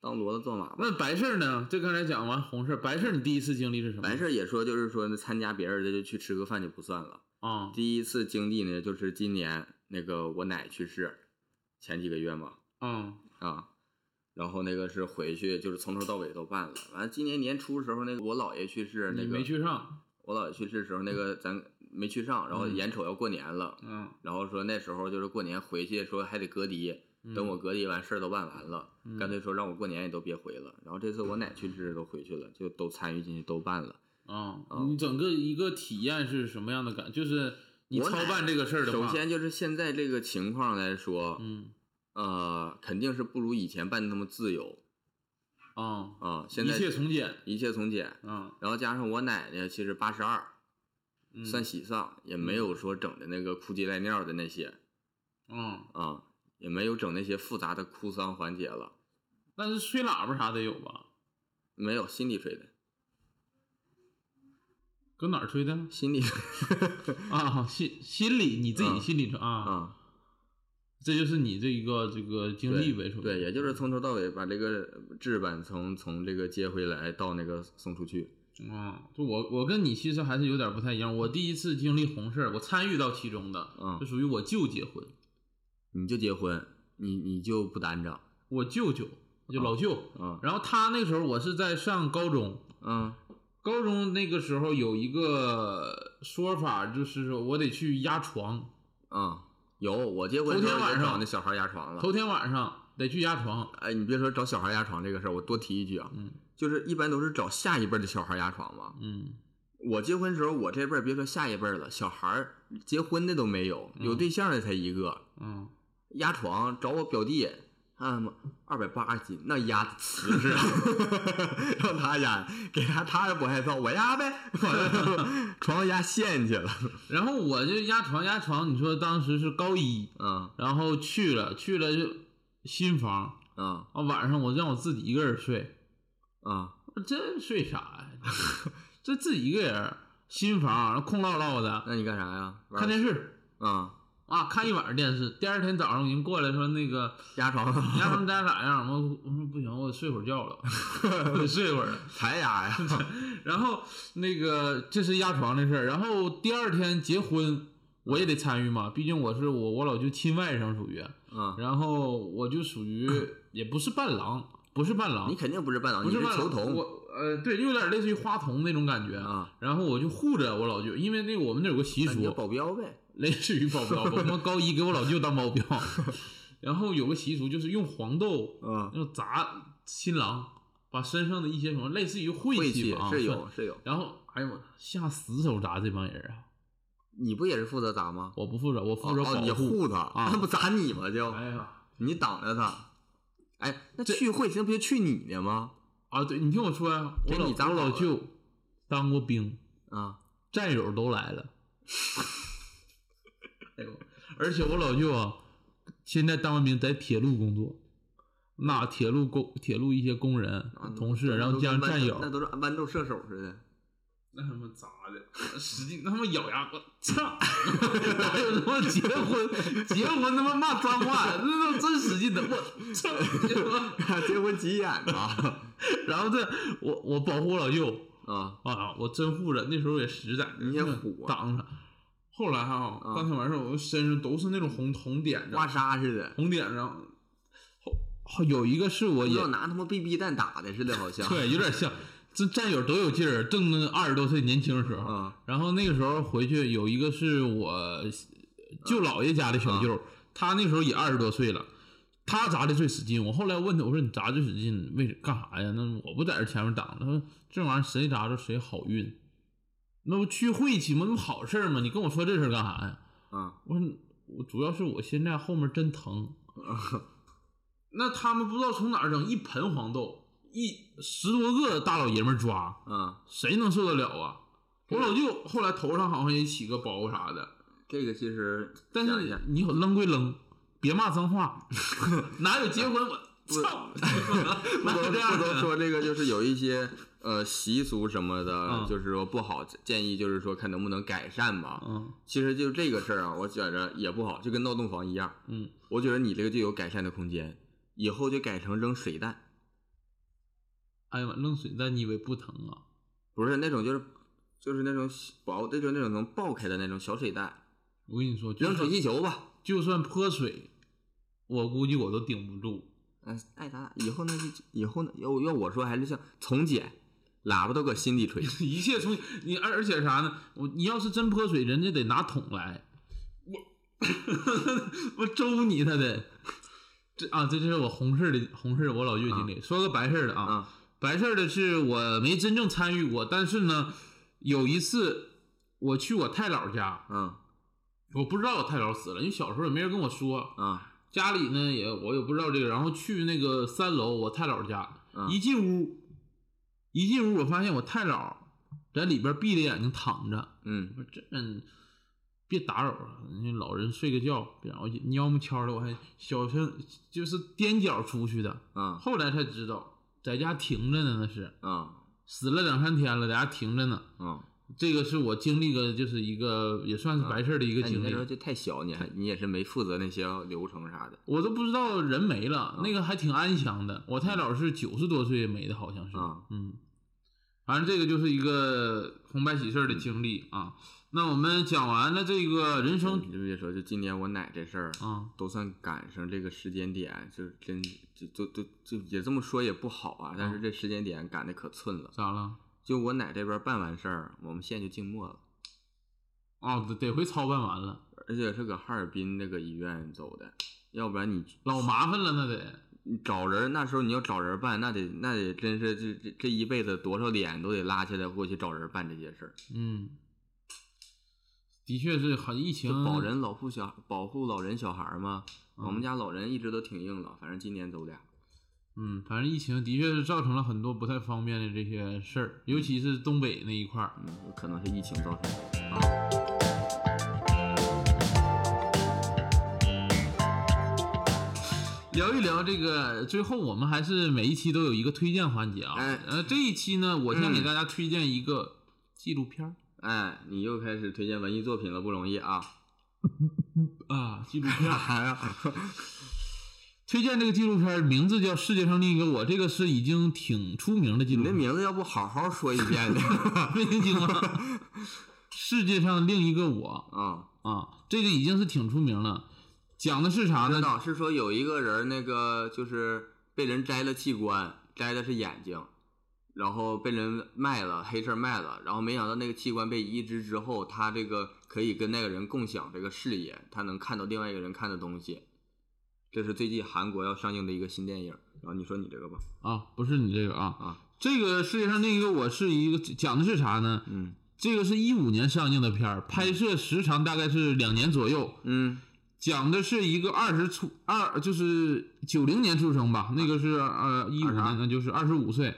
Speaker 5: 当骡子做马吧。
Speaker 1: 那白事儿呢？这刚才讲完红事儿，白事儿你第一次经历是什么？
Speaker 5: 完事儿也说就是说那参加别人的就去吃个饭就不算了。
Speaker 1: 啊，
Speaker 5: 第一次经历呢，就是今年那个我奶去世，前几个月嘛，
Speaker 1: 嗯
Speaker 5: 啊，然后那个是回去就是从头到尾都办了。完了，今年年初时候那个我姥爷去世，那
Speaker 1: 你
Speaker 5: 个
Speaker 1: 没去上
Speaker 5: 我姥爷去世的时候，那个咱没去上，然后眼瞅要过年了，
Speaker 1: 嗯
Speaker 5: 然后说那时候就是过年回去说还得隔离，
Speaker 1: 嗯
Speaker 5: 等我隔离完事儿都办完了，干脆说让我过年也都别回了。然后这次我奶去支都回去了，就都参与进去都办了。
Speaker 1: 啊、
Speaker 5: 嗯
Speaker 1: 你整个一个体验是什么样的感？就是你
Speaker 5: 我
Speaker 1: 操
Speaker 5: 奶
Speaker 1: 办这个事儿的
Speaker 5: 首
Speaker 1: 话，
Speaker 5: 先就是现在这个情况来说，
Speaker 1: 嗯
Speaker 5: 呃，肯定是不如以前办的那么自由
Speaker 1: 啊、
Speaker 5: 啊、现
Speaker 1: 一
Speaker 5: 在
Speaker 1: 切从简，
Speaker 5: 一切从简，
Speaker 1: 啊、
Speaker 5: 然后加上我奶奶其实八十二，
Speaker 1: 嗯，
Speaker 5: 算喜丧，也没有说整的那个哭鸡赖尿的那些
Speaker 1: 嗯，
Speaker 5: 啊，也没有整那些复杂的哭丧环节了，
Speaker 1: 但是吹喇叭啥得有吧？
Speaker 5: 没有心里吹的，
Speaker 1: 搁哪儿吹的？
Speaker 5: 心里
Speaker 1: 啊，心心里你自己
Speaker 5: 嗯
Speaker 1: 心里吹啊，
Speaker 5: 啊，
Speaker 1: 这就是你这一个这个经历呗，
Speaker 5: 对
Speaker 1: 属于
Speaker 5: 对，也
Speaker 1: 嗯
Speaker 5: 就是从头到尾把这个制版从从这个接回来到那个送出去，
Speaker 1: 啊，就我我跟你其实还是有点不太一样。我第一次经历红事儿，我参与到其中的，
Speaker 5: 嗯
Speaker 1: 就属于我舅结婚，
Speaker 5: 你就结婚，你你就不单着，
Speaker 1: 我舅舅就老舅，
Speaker 5: 嗯
Speaker 1: 然后他那时候我是在上高中，
Speaker 5: 嗯
Speaker 1: 高中那个时候有一个说法，就是说我得去压床，
Speaker 5: 嗯，有我结婚的时候
Speaker 1: 头天晚
Speaker 5: 也
Speaker 1: 上
Speaker 5: 找那小孩压床了，
Speaker 1: 头天晚上得去压床，
Speaker 5: 哎，你别说找小孩压床这个事儿，我多提一句啊，
Speaker 1: 嗯
Speaker 5: 就是一般都是找下一辈儿的小孩压床嘛。
Speaker 1: 嗯
Speaker 5: 我结婚时候，我这辈儿别说下一辈儿了，小孩儿结婚的都没有，有对象的才一个。
Speaker 1: 嗯，
Speaker 5: 压床找我表弟，看嘛，二百八十斤，那压的瓷实啊， 让他压，给他他也不害臊，我压呗， 完了床上压陷去了，
Speaker 1: 然后我就压床压床，你说当时是高一，
Speaker 5: 嗯
Speaker 1: 然后去了去了就新房
Speaker 5: 嗯
Speaker 1: 啊，晚上我让我自己一个人睡，
Speaker 5: 嗯
Speaker 1: 我这睡啥呀？这自己一个人新房空落落的，
Speaker 5: 那你干啥呀？玩
Speaker 1: 看电视
Speaker 5: 嗯，
Speaker 1: 啊，看一晚上电视，第二天早上人过来说那 个。
Speaker 5: 压床，
Speaker 1: 你 家他们家咋样？我我说不行，我睡会儿觉了，我得睡会儿了。
Speaker 5: 才压呀，
Speaker 1: 然后那个这是压床的事儿，然后第二天结婚我也得参与嘛，毕竟我是我我老舅亲外甥属于，
Speaker 5: 嗯，
Speaker 1: 然后我就属 于也不是伴郎，不是伴郎
Speaker 5: 你，肯定不是伴郎，
Speaker 1: 不
Speaker 5: 你
Speaker 1: 伴
Speaker 5: 球
Speaker 1: 郎，
Speaker 5: 童，
Speaker 1: 我呃对，有点类似于花童那种感觉
Speaker 5: 啊。
Speaker 1: 然后我就护着我老舅，因为那个我们那有个习
Speaker 5: 那你就
Speaker 1: 俗，
Speaker 5: 保镖呗，
Speaker 1: 类似于保镖， 我他妈高一给我老舅当保镖，然后有个习俗就是用黄豆
Speaker 5: 嗯，
Speaker 1: 要砸新郎，把身上的一些什么类似于晦
Speaker 5: 晦气
Speaker 1: 吧，啊
Speaker 5: 是
Speaker 1: 算
Speaker 5: 有是有，
Speaker 1: 然后哎呦我下死手砸这帮人啊！
Speaker 5: 你不也是负责砸吗？
Speaker 1: 我不负责，我负责
Speaker 5: 哦
Speaker 1: 保
Speaker 5: 哦你
Speaker 1: 护。
Speaker 5: 护他，
Speaker 1: 啊
Speaker 5: 那不砸你吗？就
Speaker 1: 哎呀
Speaker 5: 你挡着他。哎，那去晦气那不就去你的吗？
Speaker 1: 啊，对你听我说呀、我
Speaker 5: 给
Speaker 1: 老
Speaker 5: 你砸
Speaker 1: 我老
Speaker 5: 跑了
Speaker 1: 舅当过兵，
Speaker 5: 啊，
Speaker 1: 战友都来了。哎呦，而且我老舅啊，现在当完兵在铁路工作，那铁路工铁路一些工人、啊同事，然后加上战友，
Speaker 5: 啊嗯那都是按豌豆射手似的。
Speaker 1: 那他妈咋 的？使劲他妈咬牙，我操！ 哪有他妈结婚结婚他妈骂脏话，那都真使劲的，我 操！
Speaker 5: 结婚急眼啊！
Speaker 1: 然后这我我保护老舅
Speaker 5: 啊，
Speaker 1: 啊，我真护着，那时候也实在，
Speaker 5: 你也虎啊
Speaker 1: 挡着。后来哈、
Speaker 5: 啊
Speaker 1: 刚才完事儿，我身上都是那种红红点
Speaker 5: 刮
Speaker 1: 的，
Speaker 5: 痧似的，
Speaker 1: 红点上。后后有一个是我哦也
Speaker 5: 要拿他妈 BB 弹打的似的，好像。
Speaker 1: 对，有点像，这战友都有劲儿，正二十多岁年轻的时候。
Speaker 5: 啊，
Speaker 1: 然后那个时候回去有一个是我舅姥爷家的小舅，他那时候也二十多岁了，他砸的最使劲。我后来问他，我说你砸最使劲，为干啥呀？那我不在这前面挡着，他说这玩意儿谁砸着谁好运，那不去晦气吗？那不好事儿吗？你跟我说这事儿干啥呀？
Speaker 5: 啊，
Speaker 1: 我说我主要是我现在后面真疼。那他们不知道从哪儿整一盆黄豆，一十多个大老爷们儿抓，
Speaker 5: 啊，
Speaker 1: 谁能受得了啊？我老舅后来头上好像也起个包啥的，
Speaker 5: 这个其实
Speaker 1: 但
Speaker 5: 想一
Speaker 1: 是
Speaker 5: 下
Speaker 1: 你扔归扔，别骂脏话， 哪有结婚我操，
Speaker 5: 不
Speaker 1: 哪
Speaker 5: 都
Speaker 1: 有这
Speaker 5: 不
Speaker 1: 样
Speaker 5: 都
Speaker 1: 的？
Speaker 5: 说这个就是有一些呃习俗什么的
Speaker 1: 嗯，
Speaker 5: 就是说不好，建议就是说看能不能改善吧。
Speaker 1: 嗯
Speaker 5: 其实就这个事儿啊，我觉着也不好，就跟闹洞房一样。
Speaker 1: 嗯，
Speaker 5: 我觉得你这个就有改善的空间，以后就改成扔水弹，
Speaker 1: 哎呀妈，扔水弹你以为不疼啊？
Speaker 5: 不是那种就是就是那种薄，那种那种能爆开的那种小水弹，
Speaker 1: 我跟你说，就
Speaker 5: 扔水
Speaker 1: 算
Speaker 5: 气球吧。
Speaker 1: 就算泼水，我估计我都顶不住。
Speaker 5: 哎嗯，爱咋咋。以后呢，以后呢，要要我说还是像从简，
Speaker 8: 喇叭都搁心底 吹。
Speaker 1: 一切从你，而而且啥呢？我你要是真泼水，人家得拿桶来， 我我周你他得。这啊，这就是我红事儿的红事儿，我老岳经历。说个白事儿的啊，
Speaker 5: 啊
Speaker 1: 白事儿的是我没真正参与过，但是呢，有一次我去我太姥家，
Speaker 5: 嗯
Speaker 1: 我不知道我太姥死了，因为小时候也没人跟我说，
Speaker 5: 啊
Speaker 1: 家里呢也我也不知道这个，然后去那个三楼我太姥家，
Speaker 5: 嗯
Speaker 1: 一进屋，一进屋我发现我太姥在里边闭着眼睛躺着，
Speaker 5: 嗯
Speaker 1: 我说这嗯，别打扰了，那老人睡个觉，别让我尿么悄的，我还小声就是踮脚出去的，
Speaker 5: 啊
Speaker 1: 后来才知道在家停着呢，那是
Speaker 5: 啊
Speaker 1: 死了两三天了，在家停着呢。
Speaker 5: 啊！
Speaker 1: 这个是我经历的，就是一个也算是白事儿的一个
Speaker 5: 哎那你
Speaker 1: 经
Speaker 5: 那
Speaker 1: 历
Speaker 5: 时，候就太小，你还你也是没负责那些流程啥的
Speaker 1: 我都不知道人没
Speaker 5: 啊
Speaker 1: 了，那个还挺安详的。我太姥是九十多岁没的，好像是，
Speaker 5: 啊
Speaker 1: 嗯，反正这个就是一个红白喜事儿的经历啊。那我们讲完了这个人生
Speaker 5: 你这么一说，就今年我奶这事儿
Speaker 1: 嗯啊，
Speaker 5: 都算赶上这个时间点，就是真就就就就也这么说也不好啊，但是这时间点赶的可寸了。
Speaker 1: 咋了？
Speaker 5: 就我奶这边办完事儿，我们县就静默了，
Speaker 1: 哦，得得回操办完了，
Speaker 5: 而且是搁哈尔滨那个医院走的，要不然你
Speaker 1: 老麻烦了，那得
Speaker 5: 你找人那时候你要找人办，那得那得真是这这这一辈子多少脸都得拉起来过去找人办这些事儿，
Speaker 1: 嗯，的确是很疫
Speaker 5: 就
Speaker 1: 情
Speaker 5: 保人老护小保护老人小孩儿嘛。我
Speaker 1: 嗯
Speaker 5: 们家老人一直都挺硬朗，反正今年走俩。
Speaker 1: 嗯，反正疫情的确是造成了很多不太方便的这些事儿，尤其是东北那一块儿。
Speaker 5: 嗯，有可能是疫情造成的。
Speaker 1: 聊一聊这个，最后我们还是每一期都有一个推荐环节啊。
Speaker 5: 哎
Speaker 1: 呃，这一期呢，我想给
Speaker 5: 嗯
Speaker 1: 大家推荐一个纪录片儿、
Speaker 5: 哎，你又开始推荐文艺作品了，不容易啊！ 嗯
Speaker 1: 啊，纪录片儿。
Speaker 5: 啥呀？
Speaker 1: 推荐这个纪录片儿名字叫《世界上另一个我》，这个是已经挺出名的纪录
Speaker 5: 你
Speaker 1: 片
Speaker 5: 那
Speaker 1: 儿。
Speaker 5: 名字要不好好说一遍呢？
Speaker 1: 没听清吗？啊世界上另一个我
Speaker 5: 啊、
Speaker 1: 啊，这个已经是挺出名了。讲的是啥
Speaker 5: 知
Speaker 1: 呢？
Speaker 5: 道是说有一个人，那个就是被人摘了器官，摘的是眼睛，然后被人卖了，黑市卖了，然后没想到那个器官被移植之后，他这个可以跟那个人共享这个视野，他能看到另外一个人看的东西。这是最近韩国要上映的一个新电影，然后你说你这个吧，
Speaker 1: 啊，不是你这个啊，
Speaker 5: 啊
Speaker 1: 这个世界上另一个我是一个讲的是啥呢？
Speaker 5: 嗯
Speaker 1: 这个是一五年上映的片儿，拍摄时长大概是两年左右，
Speaker 5: 嗯
Speaker 1: 讲的是一个二十出二就是九零年出生吧，那个是呃一五年，那就是二十五岁，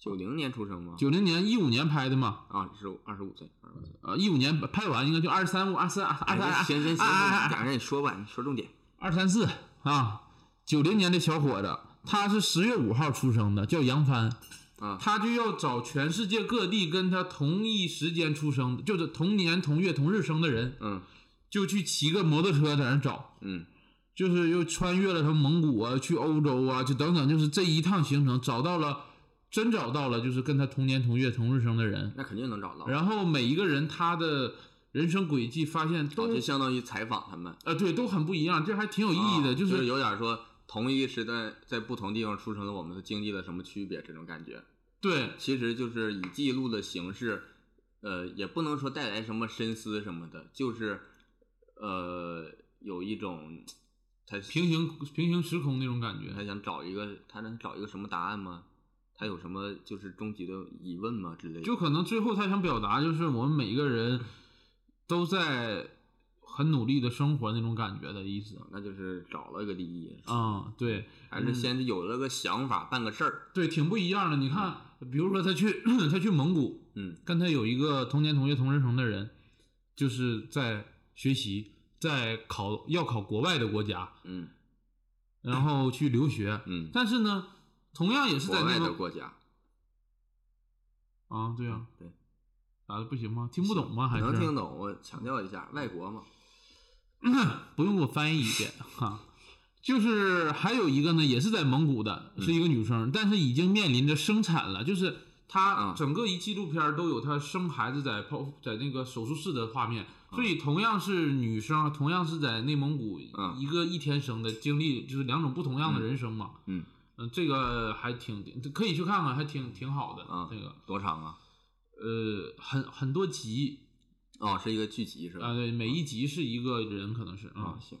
Speaker 5: 九零年出生吗？
Speaker 1: 九零年一五年拍的嘛，
Speaker 5: 啊，是二十五岁。25岁
Speaker 1: 呃一五年拍完应该就二十三五二三二三
Speaker 5: 行行行，
Speaker 1: 二
Speaker 5: 赶紧说吧，你说重点。
Speaker 1: 二三四啊，九零年的小伙子，他是十月五号出生的，叫杨帆
Speaker 5: 啊
Speaker 1: 他就要找全世界各地跟他同一时间出生的，就是同年同月同日生的人，
Speaker 5: 嗯
Speaker 1: 就去骑个摩托车在那儿找，
Speaker 5: 嗯
Speaker 1: 就是又穿越了什么蒙古啊，去欧洲啊，就等等，就是这一趟行程找到了，真找到了，就是跟他同年同月同日生的人，
Speaker 5: 那肯定能找到。
Speaker 1: 然后每一个人他的人生轨迹发现
Speaker 5: 哦，
Speaker 1: 都
Speaker 5: 就相当于采访他们，
Speaker 1: 呃对都很不一样，这还挺有意义的，
Speaker 5: 啊
Speaker 1: 就
Speaker 5: 就是有点说同一时代在不同地方出生的我们经历了什么区别这种感觉。
Speaker 1: 对
Speaker 5: 其实就是以记录的形式，呃，也不能说带来什么深思什么的，就是呃有一种他
Speaker 1: 平行平行时空那种感
Speaker 5: 他
Speaker 1: 觉。
Speaker 5: 想找一个他能找一个什么答案吗？他有什么就是终极的疑问吗之类的？
Speaker 1: 就可能最后他想表达就是我们每一个人都在很努力的生活那种感觉的意思。
Speaker 5: 那就是找了个第一，
Speaker 1: 啊、对
Speaker 5: 还是先是有了个想法办个事儿。
Speaker 1: 对，挺不一样的。你看，比如说他去 他去蒙古，
Speaker 5: 嗯，
Speaker 1: 跟他有一个同年同月同日生的人，就是在学习，在考要考国外的国家，
Speaker 5: 嗯
Speaker 1: 然后去留学。
Speaker 5: 嗯，
Speaker 1: 但是呢，同样也是在
Speaker 5: 国
Speaker 1: 那
Speaker 5: 外
Speaker 1: 个
Speaker 5: 的国家，
Speaker 1: 啊，对啊，
Speaker 5: 对，
Speaker 1: 咋的不行吗？听不懂吗？还是
Speaker 5: 能听懂。我强调一下，外国嘛，
Speaker 1: 嗯不用给我翻译一 遍哈。就是还有一个呢，也是在蒙古的，是一个女生，但是已经面临着生产了。就是她
Speaker 5: 啊
Speaker 1: 整个一纪录片儿都有她生孩子在剖在那个手术室的画面，所以同样是女生，啊同样是在内蒙古
Speaker 5: 嗯
Speaker 1: 一个一天生的，经历就是两种不同样的人生嘛。
Speaker 5: 嗯，
Speaker 1: 嗯，这个还挺可以去看看，还挺挺好的。
Speaker 5: 嗯
Speaker 1: 这个
Speaker 5: 多长啊？
Speaker 1: 呃，很很多集
Speaker 5: 哦，是一个剧集是吧？
Speaker 1: 啊，对，每一集是一个人，可能是
Speaker 5: 啊
Speaker 1: 啊，，
Speaker 5: 行。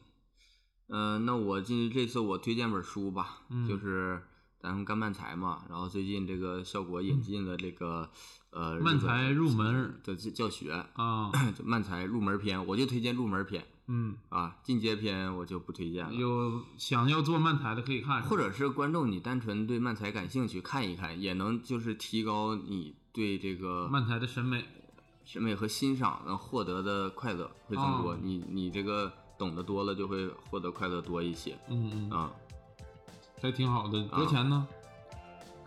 Speaker 5: 嗯、那我今这次我推荐本书吧，
Speaker 1: 嗯
Speaker 5: 就是咱们干漫才嘛，然后最近这个效果引进了这个、呃
Speaker 1: 嗯漫才入门
Speaker 5: 的教学，
Speaker 1: 啊，
Speaker 5: 就漫才入门篇，我就推荐入门篇
Speaker 1: 嗯，
Speaker 5: 啊，进阶篇我就不推荐了。
Speaker 1: 有想要做漫才的可以看，
Speaker 5: 或者是观众你单纯对漫才感兴趣，看一看，也能就是提高你对这个
Speaker 1: 漫才的审美，
Speaker 5: 审美和欣赏能获得的快乐会增多。
Speaker 1: 哦
Speaker 5: 你你这个懂得多了，就会获得快乐多一些
Speaker 1: 嗯嗯，
Speaker 5: 啊、
Speaker 1: 还挺好的。多
Speaker 5: 啊
Speaker 1: 少钱呢？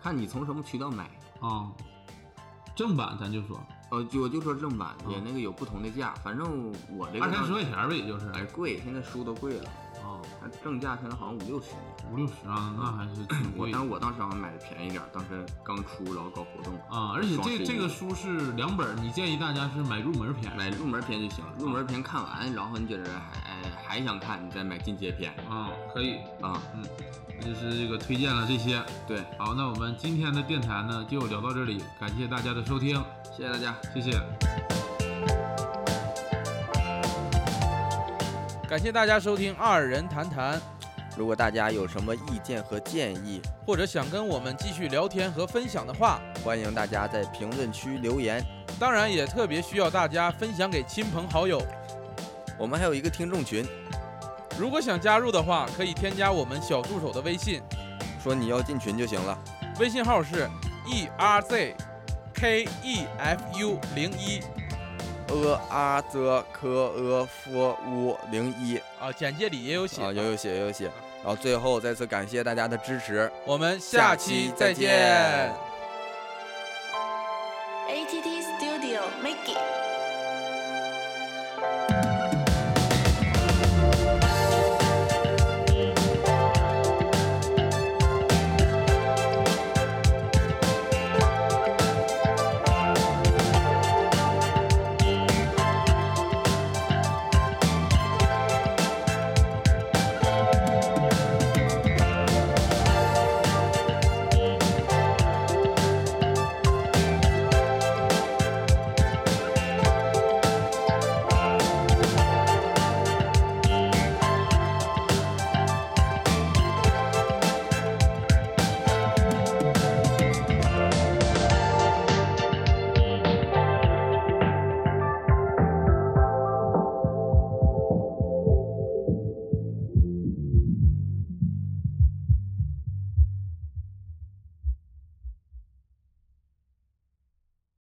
Speaker 5: 看你从什么渠道买。
Speaker 1: 啊，正版咱就说
Speaker 5: 呃，就我就说正版，也
Speaker 1: 嗯
Speaker 5: 那个有不同的价，反正我这个
Speaker 1: 二三十块钱吧，也就是
Speaker 5: 哎贵，现在书都贵了，
Speaker 1: 啊，
Speaker 5: 它正价现在好像五六十。
Speaker 1: 五六十啊，那还是挺
Speaker 5: 我
Speaker 1: 贵
Speaker 5: 当
Speaker 1: 的
Speaker 5: 时我当时好像买的便宜点儿，当时刚出，然后搞活动
Speaker 1: 啊。而且
Speaker 5: 双十
Speaker 1: 这
Speaker 5: 一
Speaker 1: 这个书是两本儿，你建议大家是买入门篇，
Speaker 5: 买入门篇就行，入门篇看完，然后你觉得还哎还想看，你再买进阶篇
Speaker 1: 啊，可以，
Speaker 5: 啊。
Speaker 1: 嗯，就是这个推荐了这些。
Speaker 5: 对，
Speaker 1: 好，那我们今天的电台呢就聊到这里，感谢大家的收听，
Speaker 5: 谢谢大家。
Speaker 1: 谢谢。
Speaker 9: 感谢大家收听《二人谈谈》，
Speaker 10: 如果大家有什么意见和建议，
Speaker 9: 或者想跟我们继续聊天和分享的话，
Speaker 10: 欢迎大家在评论区留言。
Speaker 9: 当然也特别需要大家分享给亲朋好友。
Speaker 10: 我们还有一个听众群，
Speaker 9: 如果想加入的话，可以添加我们小助手的微信，
Speaker 10: 说你要进群就行了。
Speaker 9: 微信号是 e r z k e f u 零一
Speaker 10: 呃啊则科呃 f 乌零一
Speaker 9: 啊，简介里也有写。
Speaker 10: 啊，有有写有有写。然后最后再次感谢大家的支持，
Speaker 9: 我们下期再见。